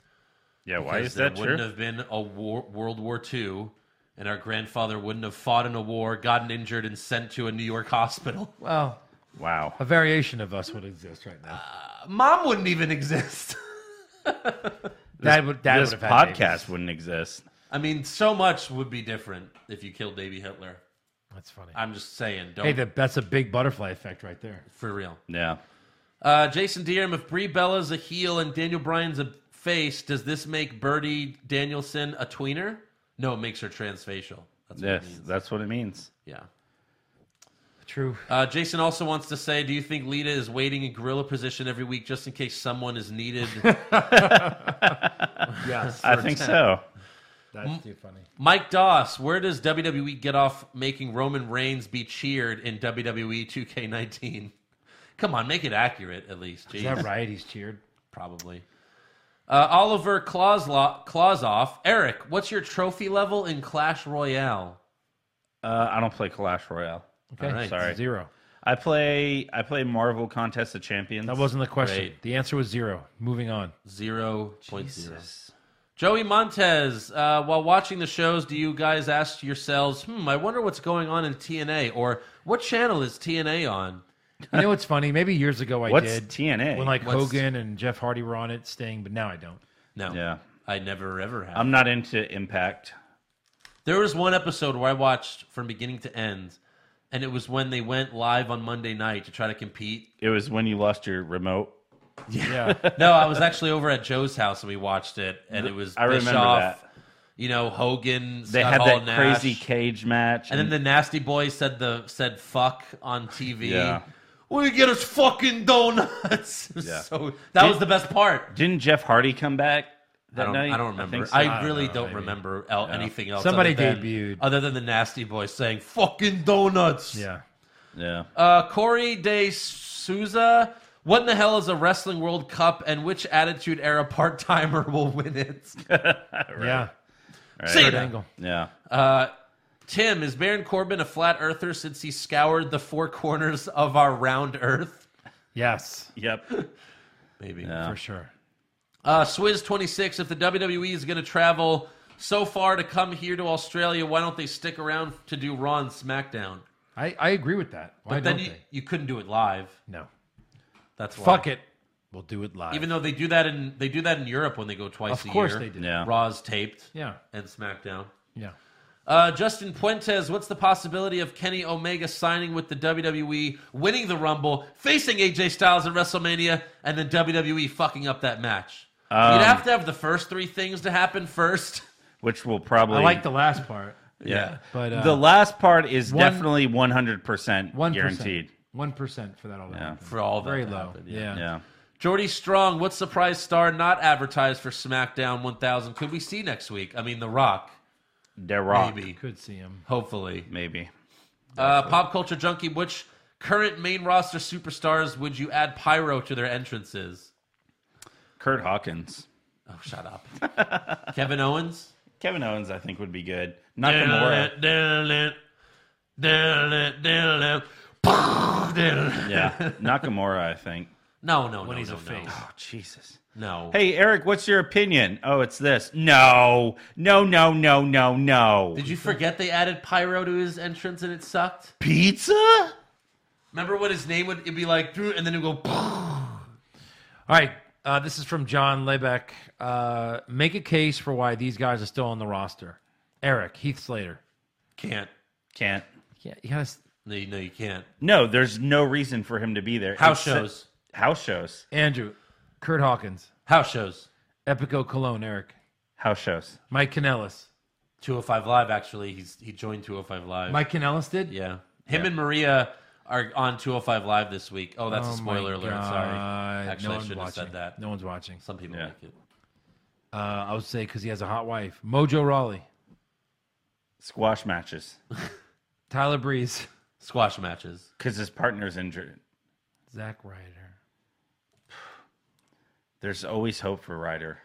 Speaker 4: Yeah, why
Speaker 3: because
Speaker 4: is that
Speaker 3: there wouldn't
Speaker 4: true?
Speaker 3: have been a war, World War II, and our grandfather wouldn't have fought in a war, gotten injured, and sent to a New York hospital.
Speaker 5: Well,
Speaker 4: Wow.
Speaker 5: a variation of us would exist right now.
Speaker 3: Uh, Mom wouldn't even exist.
Speaker 5: Dad would. Dad
Speaker 4: this
Speaker 5: would have had
Speaker 4: podcast
Speaker 5: babies.
Speaker 4: wouldn't exist.
Speaker 3: I mean, so much would be different if you killed baby Hitler.
Speaker 5: That's funny.
Speaker 3: I'm just saying, don't
Speaker 5: hey, that, that's a big butterfly effect right there.
Speaker 3: for real.
Speaker 4: Yeah.
Speaker 3: Uh, Jason Deerham, if Brie Bella's a heel and Daniel Bryan's a face, does this make Birdie Danielson a tweener? No, it makes her transfacial. That's what
Speaker 4: Yes,
Speaker 3: it means.
Speaker 4: that's what it means.
Speaker 3: Yeah.
Speaker 5: True.
Speaker 3: Uh, Jason also wants to say, do you think Lita is waiting in gorilla position every week just in case someone is needed?
Speaker 5: Yes,
Speaker 3: Uh,
Speaker 4: I think so.
Speaker 3: mm.
Speaker 5: that's too funny.
Speaker 3: Mike Doss, where does WWE get off making Roman Reigns be cheered in E WWE 2K19? Come on, make it accurate at least.
Speaker 5: Is
Speaker 3: Jeez.
Speaker 5: that right? He's cheered.
Speaker 3: Probably. Uh, Oliver Kloslo- Klozoff, Eric, what's your trophy level in Clash Royale?
Speaker 4: Uh, I don't play Clash Royale.
Speaker 5: Okay,
Speaker 3: All right.
Speaker 4: Sorry.
Speaker 5: zero.
Speaker 4: I play I play Marvel Contest of Champions.
Speaker 5: That wasn't the question.
Speaker 3: Great.
Speaker 5: The answer was zero. Moving on.
Speaker 3: 0.0. Joey Montez, uh, while watching the shows, do you guys ask yourselves, hmm, I wonder what's going on in TNA? Or what channel is TNA on?
Speaker 5: You know what's funny? Maybe years ago I
Speaker 4: What's
Speaker 5: did
Speaker 4: TNA?
Speaker 5: when like
Speaker 3: What's-
Speaker 5: Hogan and Jeff Hardy were on it, Sting, but now I don't.
Speaker 3: No.
Speaker 4: Yeah.
Speaker 3: I never ever have.
Speaker 4: I'm not into Impact.
Speaker 3: There was one episode where I watched from beginning to end, and it was when they went live on Monday night to try to compete.
Speaker 4: It was when you lost your remote.
Speaker 5: Yeah,
Speaker 3: No, I was actually over at Joe's house and we watched it, and it was
Speaker 4: I remember
Speaker 3: Bischoff,
Speaker 4: that.
Speaker 3: you know, Hogan,
Speaker 4: They
Speaker 3: Scott
Speaker 4: had
Speaker 3: Hall,
Speaker 4: that
Speaker 3: Nash,
Speaker 4: crazy cage match.
Speaker 3: and then the Nasty Boys said the said fuck on TV.
Speaker 4: Yeah.
Speaker 3: We get us fucking donuts. It was
Speaker 4: Yeah.
Speaker 3: So that
Speaker 4: Did-
Speaker 3: was the best part.
Speaker 4: didn't Jeff Hardy come back that
Speaker 3: I don't,
Speaker 4: night?
Speaker 3: I don't remember. I,
Speaker 4: think so.
Speaker 3: really don't, remember el- anything else.
Speaker 5: Somebody
Speaker 3: other than-
Speaker 5: debuted.
Speaker 3: other than the Nasty Boys saying "fucking donuts."
Speaker 5: yeah.
Speaker 4: yeah.
Speaker 3: Uh, Corey De Souza. What in the hell is a wrestling World Cup, and which Attitude Era part timer will win it?
Speaker 5: Yeah.
Speaker 3: Cena.
Speaker 5: Kurt Angle.
Speaker 4: Yeah.
Speaker 3: Uh, Tim, is Baron Corbin a flat earther since he scoured the four corners of our round Earth?
Speaker 5: Yes,
Speaker 4: Yep.
Speaker 3: uh, Maybe.
Speaker 5: for sure.
Speaker 3: Uh, Swizz twenty six. If the WWE is going to travel so far to come here to Australia, why don't they stick around to do Raw and SmackDown?
Speaker 5: I, I agree with that. Why
Speaker 3: But
Speaker 5: don't
Speaker 3: then you,
Speaker 5: they?
Speaker 3: you couldn't do it live.
Speaker 5: No.
Speaker 3: That's why.
Speaker 5: Fuck it. We'll do it live.
Speaker 3: Even though they do that in they do that in Europe when they go twice
Speaker 5: of
Speaker 3: a
Speaker 5: course
Speaker 3: year.
Speaker 5: they did.
Speaker 4: Yeah.
Speaker 3: Raw's taped.
Speaker 5: Yeah.
Speaker 3: And SmackDown.
Speaker 5: Yeah.
Speaker 3: Uh, Justin Puentes, what's the possibility of Kenny Omega signing with the WWE, winning the Rumble, facing AJ Styles at WrestleMania, and then WWE fucking up that match?
Speaker 5: Um,
Speaker 3: You'd have to have the first three things to happen first.
Speaker 4: Which will probably
Speaker 5: I like the last part.
Speaker 4: yeah.
Speaker 5: But uh,
Speaker 4: the last part is
Speaker 5: one-
Speaker 4: definitely 100%
Speaker 5: 1%,
Speaker 4: guaranteed.
Speaker 5: 1% for that all. Yeah.
Speaker 3: For all that
Speaker 5: Very
Speaker 3: to
Speaker 5: low.
Speaker 3: happen,
Speaker 5: yeah.
Speaker 4: Yeah.
Speaker 3: Jordy Strong, what surprise star not advertised for SmackDown 1000 could we see next week? I mean, The Rock,
Speaker 4: The Rock.
Speaker 3: maybe,
Speaker 5: Could see him.
Speaker 3: hopefully.
Speaker 4: Maybe.
Speaker 3: Uh, pop culture junkie, which current main roster superstars would you add pyro to their entrances?
Speaker 4: Kurt Hawkins.
Speaker 3: Oh, shut up. Kevin Owens?
Speaker 4: Kevin Owens, I think, would be good. Nakamura. yeah.
Speaker 3: Yeah.
Speaker 4: Nakamura, I think.
Speaker 3: No, no, no.
Speaker 12: When he's
Speaker 3: no,
Speaker 12: a
Speaker 3: no.
Speaker 12: face.
Speaker 3: Oh, Jesus. No.
Speaker 4: Hey, Eric, what's your opinion? Oh, it's this. No. No, no, no, no, no.
Speaker 3: Did you forget they added pyro to his entrance and it sucked?
Speaker 4: Pizza?
Speaker 3: Remember what his name would it'd be like, "Drew," and then it'd go.
Speaker 5: All right. Uh, this is from John Lebeck. Uh, make a case for why these guys are still on the roster. Eric, Heath Slater.
Speaker 3: Can't.
Speaker 4: Can't.
Speaker 5: Yeah, yes.
Speaker 3: No, you- no, you can't.
Speaker 4: No, there's no reason for him to be there.
Speaker 3: House
Speaker 4: Except-
Speaker 3: shows.
Speaker 4: House shows.
Speaker 5: Andrew, Kurt Hawkins.
Speaker 3: House shows.
Speaker 5: Epico Cologne, Eric.
Speaker 4: House shows.
Speaker 5: Mike Kanellis.
Speaker 3: 205 Live, actually. He's He joined 205 Live.
Speaker 5: Mike Kanellis did?
Speaker 3: Yeah. Him and Maria are on 205 Live this week. Oh, that's
Speaker 5: Oh
Speaker 3: a
Speaker 5: my
Speaker 3: spoiler alert.
Speaker 5: God.
Speaker 3: Sorry.
Speaker 5: No
Speaker 3: Actually, I
Speaker 5: one's
Speaker 3: shouldn't have
Speaker 5: watching.
Speaker 3: said that.
Speaker 5: No one's watching.
Speaker 3: Some people
Speaker 4: Yeah.
Speaker 3: like it.
Speaker 5: Uh, I would say because he has a hot wife. Mojo Raleigh.
Speaker 4: Squash matches.
Speaker 5: Tyler Breeze.
Speaker 3: Squash matches.
Speaker 4: Because his partner's injured.
Speaker 5: Zach Ryder.
Speaker 4: There's always hope for Ryder.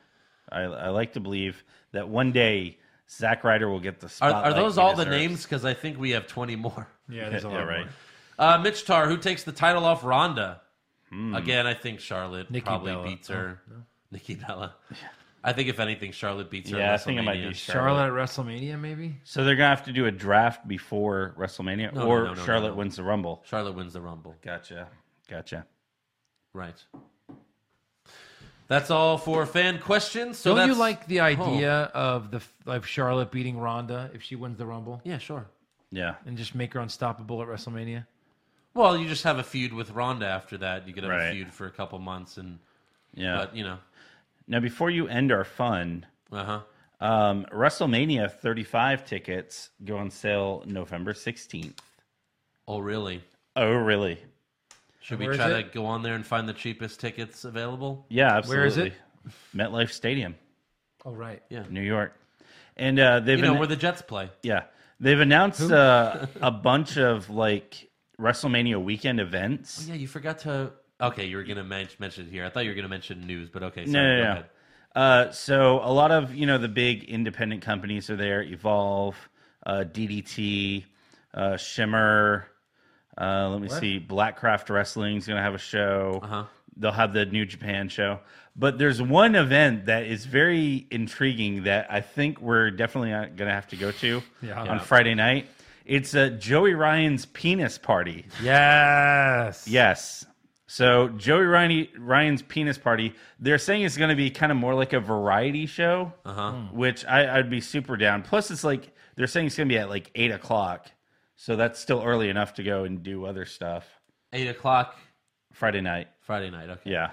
Speaker 4: I, I like to believe that one day Zack Ryder will get the
Speaker 3: Are,
Speaker 4: spotlight.
Speaker 3: are those
Speaker 4: he
Speaker 3: all the
Speaker 4: deserves.
Speaker 3: names? Because I think we have 20 more.
Speaker 5: Yeah,
Speaker 4: Yeah, right.
Speaker 3: Uh, Mitch Tar, who takes the title off Ronda?
Speaker 4: Hmm.
Speaker 3: Again, I think Charlotte
Speaker 5: Nikki
Speaker 3: probably
Speaker 5: Bella.
Speaker 3: beats her.
Speaker 5: Oh, no.
Speaker 3: Nikki Bella. I think if anything, Charlotte beats her.
Speaker 4: Yeah, I
Speaker 3: at
Speaker 4: think it might
Speaker 3: WrestleMania.
Speaker 4: be
Speaker 5: Charlotte at WrestleMania, maybe?
Speaker 4: So they're gonna have to do a draft before WrestleMania,
Speaker 3: No, no,
Speaker 4: or
Speaker 3: no, no, no,
Speaker 4: Charlotte
Speaker 3: no.
Speaker 4: wins the Rumble.
Speaker 3: Charlotte wins the Rumble.
Speaker 4: Gotcha, gotcha.
Speaker 3: Right. That's all for fan questions. So
Speaker 5: Don't you
Speaker 3: that's-
Speaker 5: like the
Speaker 3: Oh.
Speaker 5: idea of the f- of Charlotte beating Ronda if she wins the Rumble
Speaker 3: Yeah, sure.
Speaker 4: Yeah,
Speaker 5: and just make her unstoppable at WrestleMania?
Speaker 3: Well, you just have a feud with Ronda after that. You could have a
Speaker 4: Right.
Speaker 3: feud for a couple months, and
Speaker 4: yeah.
Speaker 3: but you know,
Speaker 4: now, before you end our fun,
Speaker 3: uh huh.
Speaker 4: um, WrestleMania 35 tickets go on sale November 16th.
Speaker 3: Oh, really?
Speaker 4: Oh, really?
Speaker 3: Should
Speaker 5: Where
Speaker 3: we
Speaker 5: is
Speaker 3: try
Speaker 5: it?
Speaker 3: to go on there and find the cheapest tickets available?
Speaker 4: Yeah,
Speaker 5: Where
Speaker 4: absolutely.
Speaker 5: is it?
Speaker 4: MetLife Stadium,
Speaker 5: Oh, right.
Speaker 4: New York, and uh, they've
Speaker 3: You know
Speaker 4: an-
Speaker 3: where the Jets play.
Speaker 4: Yeah. They've announced uh, a bunch of like WrestleMania weekend events.
Speaker 3: Yeah, you forgot to. Okay, you were gonna men- mention it here. I thought you were gonna mention news, but okay. Sorry,
Speaker 4: No, no,
Speaker 3: go
Speaker 4: no.
Speaker 3: ahead.
Speaker 4: Uh, so a lot of you know the big independent companies are there. Evolve, uh, DDT, uh, Shimmer. Uh, let me
Speaker 5: What?
Speaker 4: see. Blackcraft Wrestling is going to have a show.
Speaker 3: Uh-huh.
Speaker 4: They'll have the New Japan show. But there's one event that is very intriguing that I think we're definitely going to have to go to
Speaker 5: Yeah.
Speaker 4: on
Speaker 5: Yeah.
Speaker 4: Friday night. It's uh, Joey Ryan's penis party.
Speaker 5: Yes.
Speaker 4: Yes. So Joey Ryan, Ryan's penis party. They're saying it's going to be kind of more like a variety show,
Speaker 3: Uh-huh.
Speaker 4: which I, I'd be super down. Plus, it's like they're saying it's going to be at like eight o'clock, so that's still early enough to go and do other stuff
Speaker 3: Eight o'clock
Speaker 4: Friday night.
Speaker 3: Friday night. Okay.
Speaker 4: Yeah,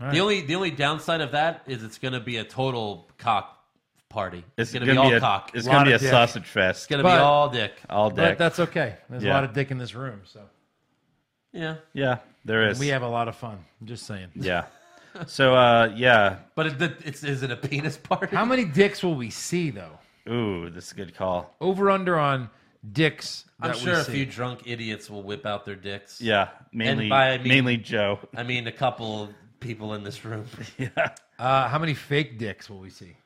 Speaker 3: The only the only downside of that is it's gonna be a total cock party. It's, gonna,
Speaker 4: gonna
Speaker 3: be all
Speaker 4: a,
Speaker 3: cock.
Speaker 4: It's
Speaker 3: It's
Speaker 4: going to be a
Speaker 5: dick.
Speaker 4: sausage fest.
Speaker 3: gonna
Speaker 5: But-
Speaker 3: be all dick.
Speaker 4: all
Speaker 5: But
Speaker 4: day.
Speaker 5: that's okay. There's
Speaker 4: Yeah.
Speaker 5: a lot of dick in this room, so
Speaker 3: Yeah.
Speaker 4: Yeah, there is.
Speaker 5: we have a lot of fun. I'm just saying.
Speaker 4: yeah. So uh, yeah.
Speaker 3: But it, it's is it a penis party?
Speaker 5: How many dicks will we see though?
Speaker 4: Ooh, this is a good call.
Speaker 5: Over under on dicks. That
Speaker 3: I'm sure
Speaker 5: we
Speaker 3: a
Speaker 5: see.
Speaker 3: few drunk idiots will whip out their dicks.
Speaker 4: Yeah, mainly
Speaker 3: by I mean-
Speaker 4: mainly Joe.
Speaker 3: I mean, a couple people in this room.
Speaker 4: yeah,
Speaker 5: Uh, how many fake dicks will we see?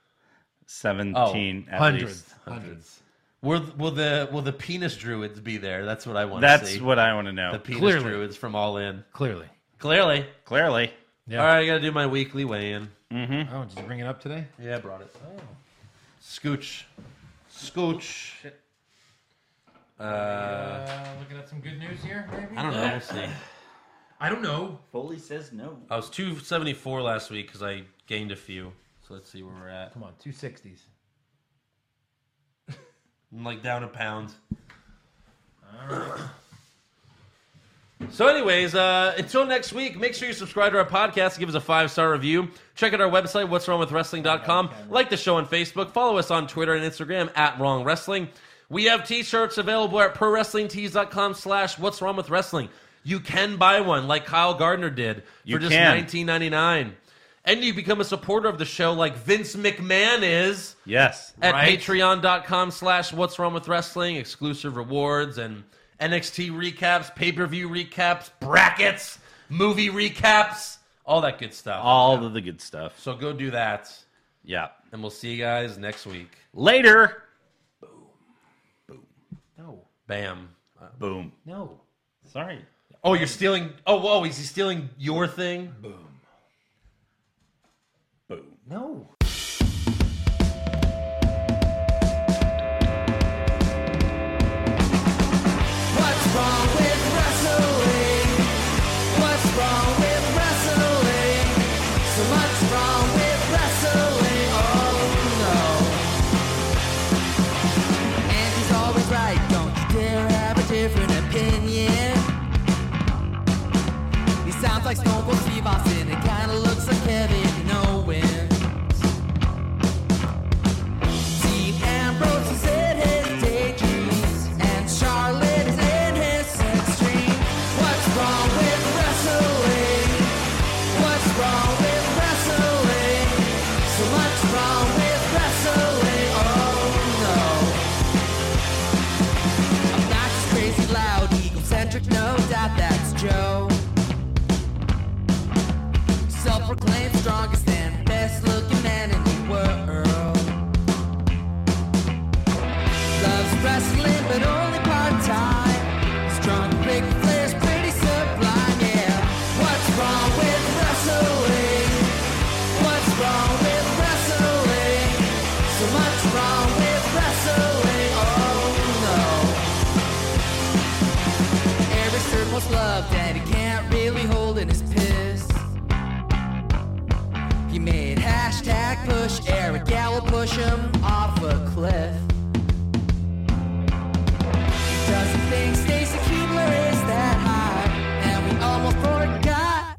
Speaker 4: seventeen at
Speaker 5: Oh, Hundreds.
Speaker 4: least.
Speaker 5: Hundreds.
Speaker 3: Will, will the will the penis druids be there? That's what I want to
Speaker 4: That's
Speaker 3: see.
Speaker 4: what I want to know.
Speaker 3: the penis
Speaker 5: Clearly.
Speaker 3: druids from All In.
Speaker 5: Clearly.
Speaker 3: Clearly.
Speaker 4: Clearly.
Speaker 5: Yeah.
Speaker 3: All right, I got to do my weekly weigh-in.
Speaker 5: Oh, did you bring it up today?
Speaker 3: Yeah, I brought it. Oh. Scooch. Scooch. Uh,
Speaker 5: looking at some good news here, maybe.
Speaker 3: I don't know. We'll see.
Speaker 5: I don't know.
Speaker 4: Foley says no.
Speaker 3: I was 274 last week because I gained a few. So let's see where we're at.
Speaker 5: Come on, two sixties.
Speaker 3: I'm like down a pound. So, anyways, uh, until next week, make sure you subscribe to our podcast, give us a five star review. Check out our website, what's wrong with wrestling.com. Like the show on Facebook. Follow us on Twitter and Instagram at Wrong Wrestling. We have t shirts available at pro wrestlingtees.com slash what's wrong with wrestling. You can buy one like Kyle Gardner did
Speaker 4: You
Speaker 3: for just
Speaker 4: can.
Speaker 3: nineteen ninety nine. And you become a supporter of the show like Vince McMahon is
Speaker 4: Yes.
Speaker 3: at
Speaker 5: Right.
Speaker 3: patreon.com slash what's wrong with wrestling exclusive rewards and nxt recaps pay-per-view recaps brackets movie recaps all that good stuff
Speaker 4: All of the good stuff.
Speaker 3: so go do that
Speaker 4: Yeah.
Speaker 3: And we'll see you guys next week.
Speaker 4: Later.
Speaker 5: No,
Speaker 3: Bam.
Speaker 4: Boom.
Speaker 5: no.
Speaker 4: Sorry.
Speaker 3: Oh, you're stealing. Oh, whoa. Is he stealing your thing?
Speaker 4: Boom.
Speaker 5: No.
Speaker 7: What's wrong with wrestling? What's wrong with wrestling? So much wrong with wrestling. Oh no. And he's always right. Don't you dare have a different opinion. He sounds like Stone Cold Steve Austin. It kinda looks like Kevin Owens. Dean Ambrose is in his daydreams, and Charlotte is in his sex dream. What's wrong with wrestling? What's wrong with wrestling? So much wrong with wrestling. Oh no! Obnoxious, crazy, loud, egocentric, no doubt that's Joe. Self-proclaimed strongest and best-looking man in the world. Loves wrestling, but only part time. Strong big flares, pretty sublime, yeah. What's wrong with wrestling? What's wrong with wrestling? So much wrong with wrestling, oh no. Every circle's loved, and he can't really hold in his piss. He made hashtag push Eric Gallo push him off a cliff. Doesn't think Stacy Kubler is that hot, and we almost forgot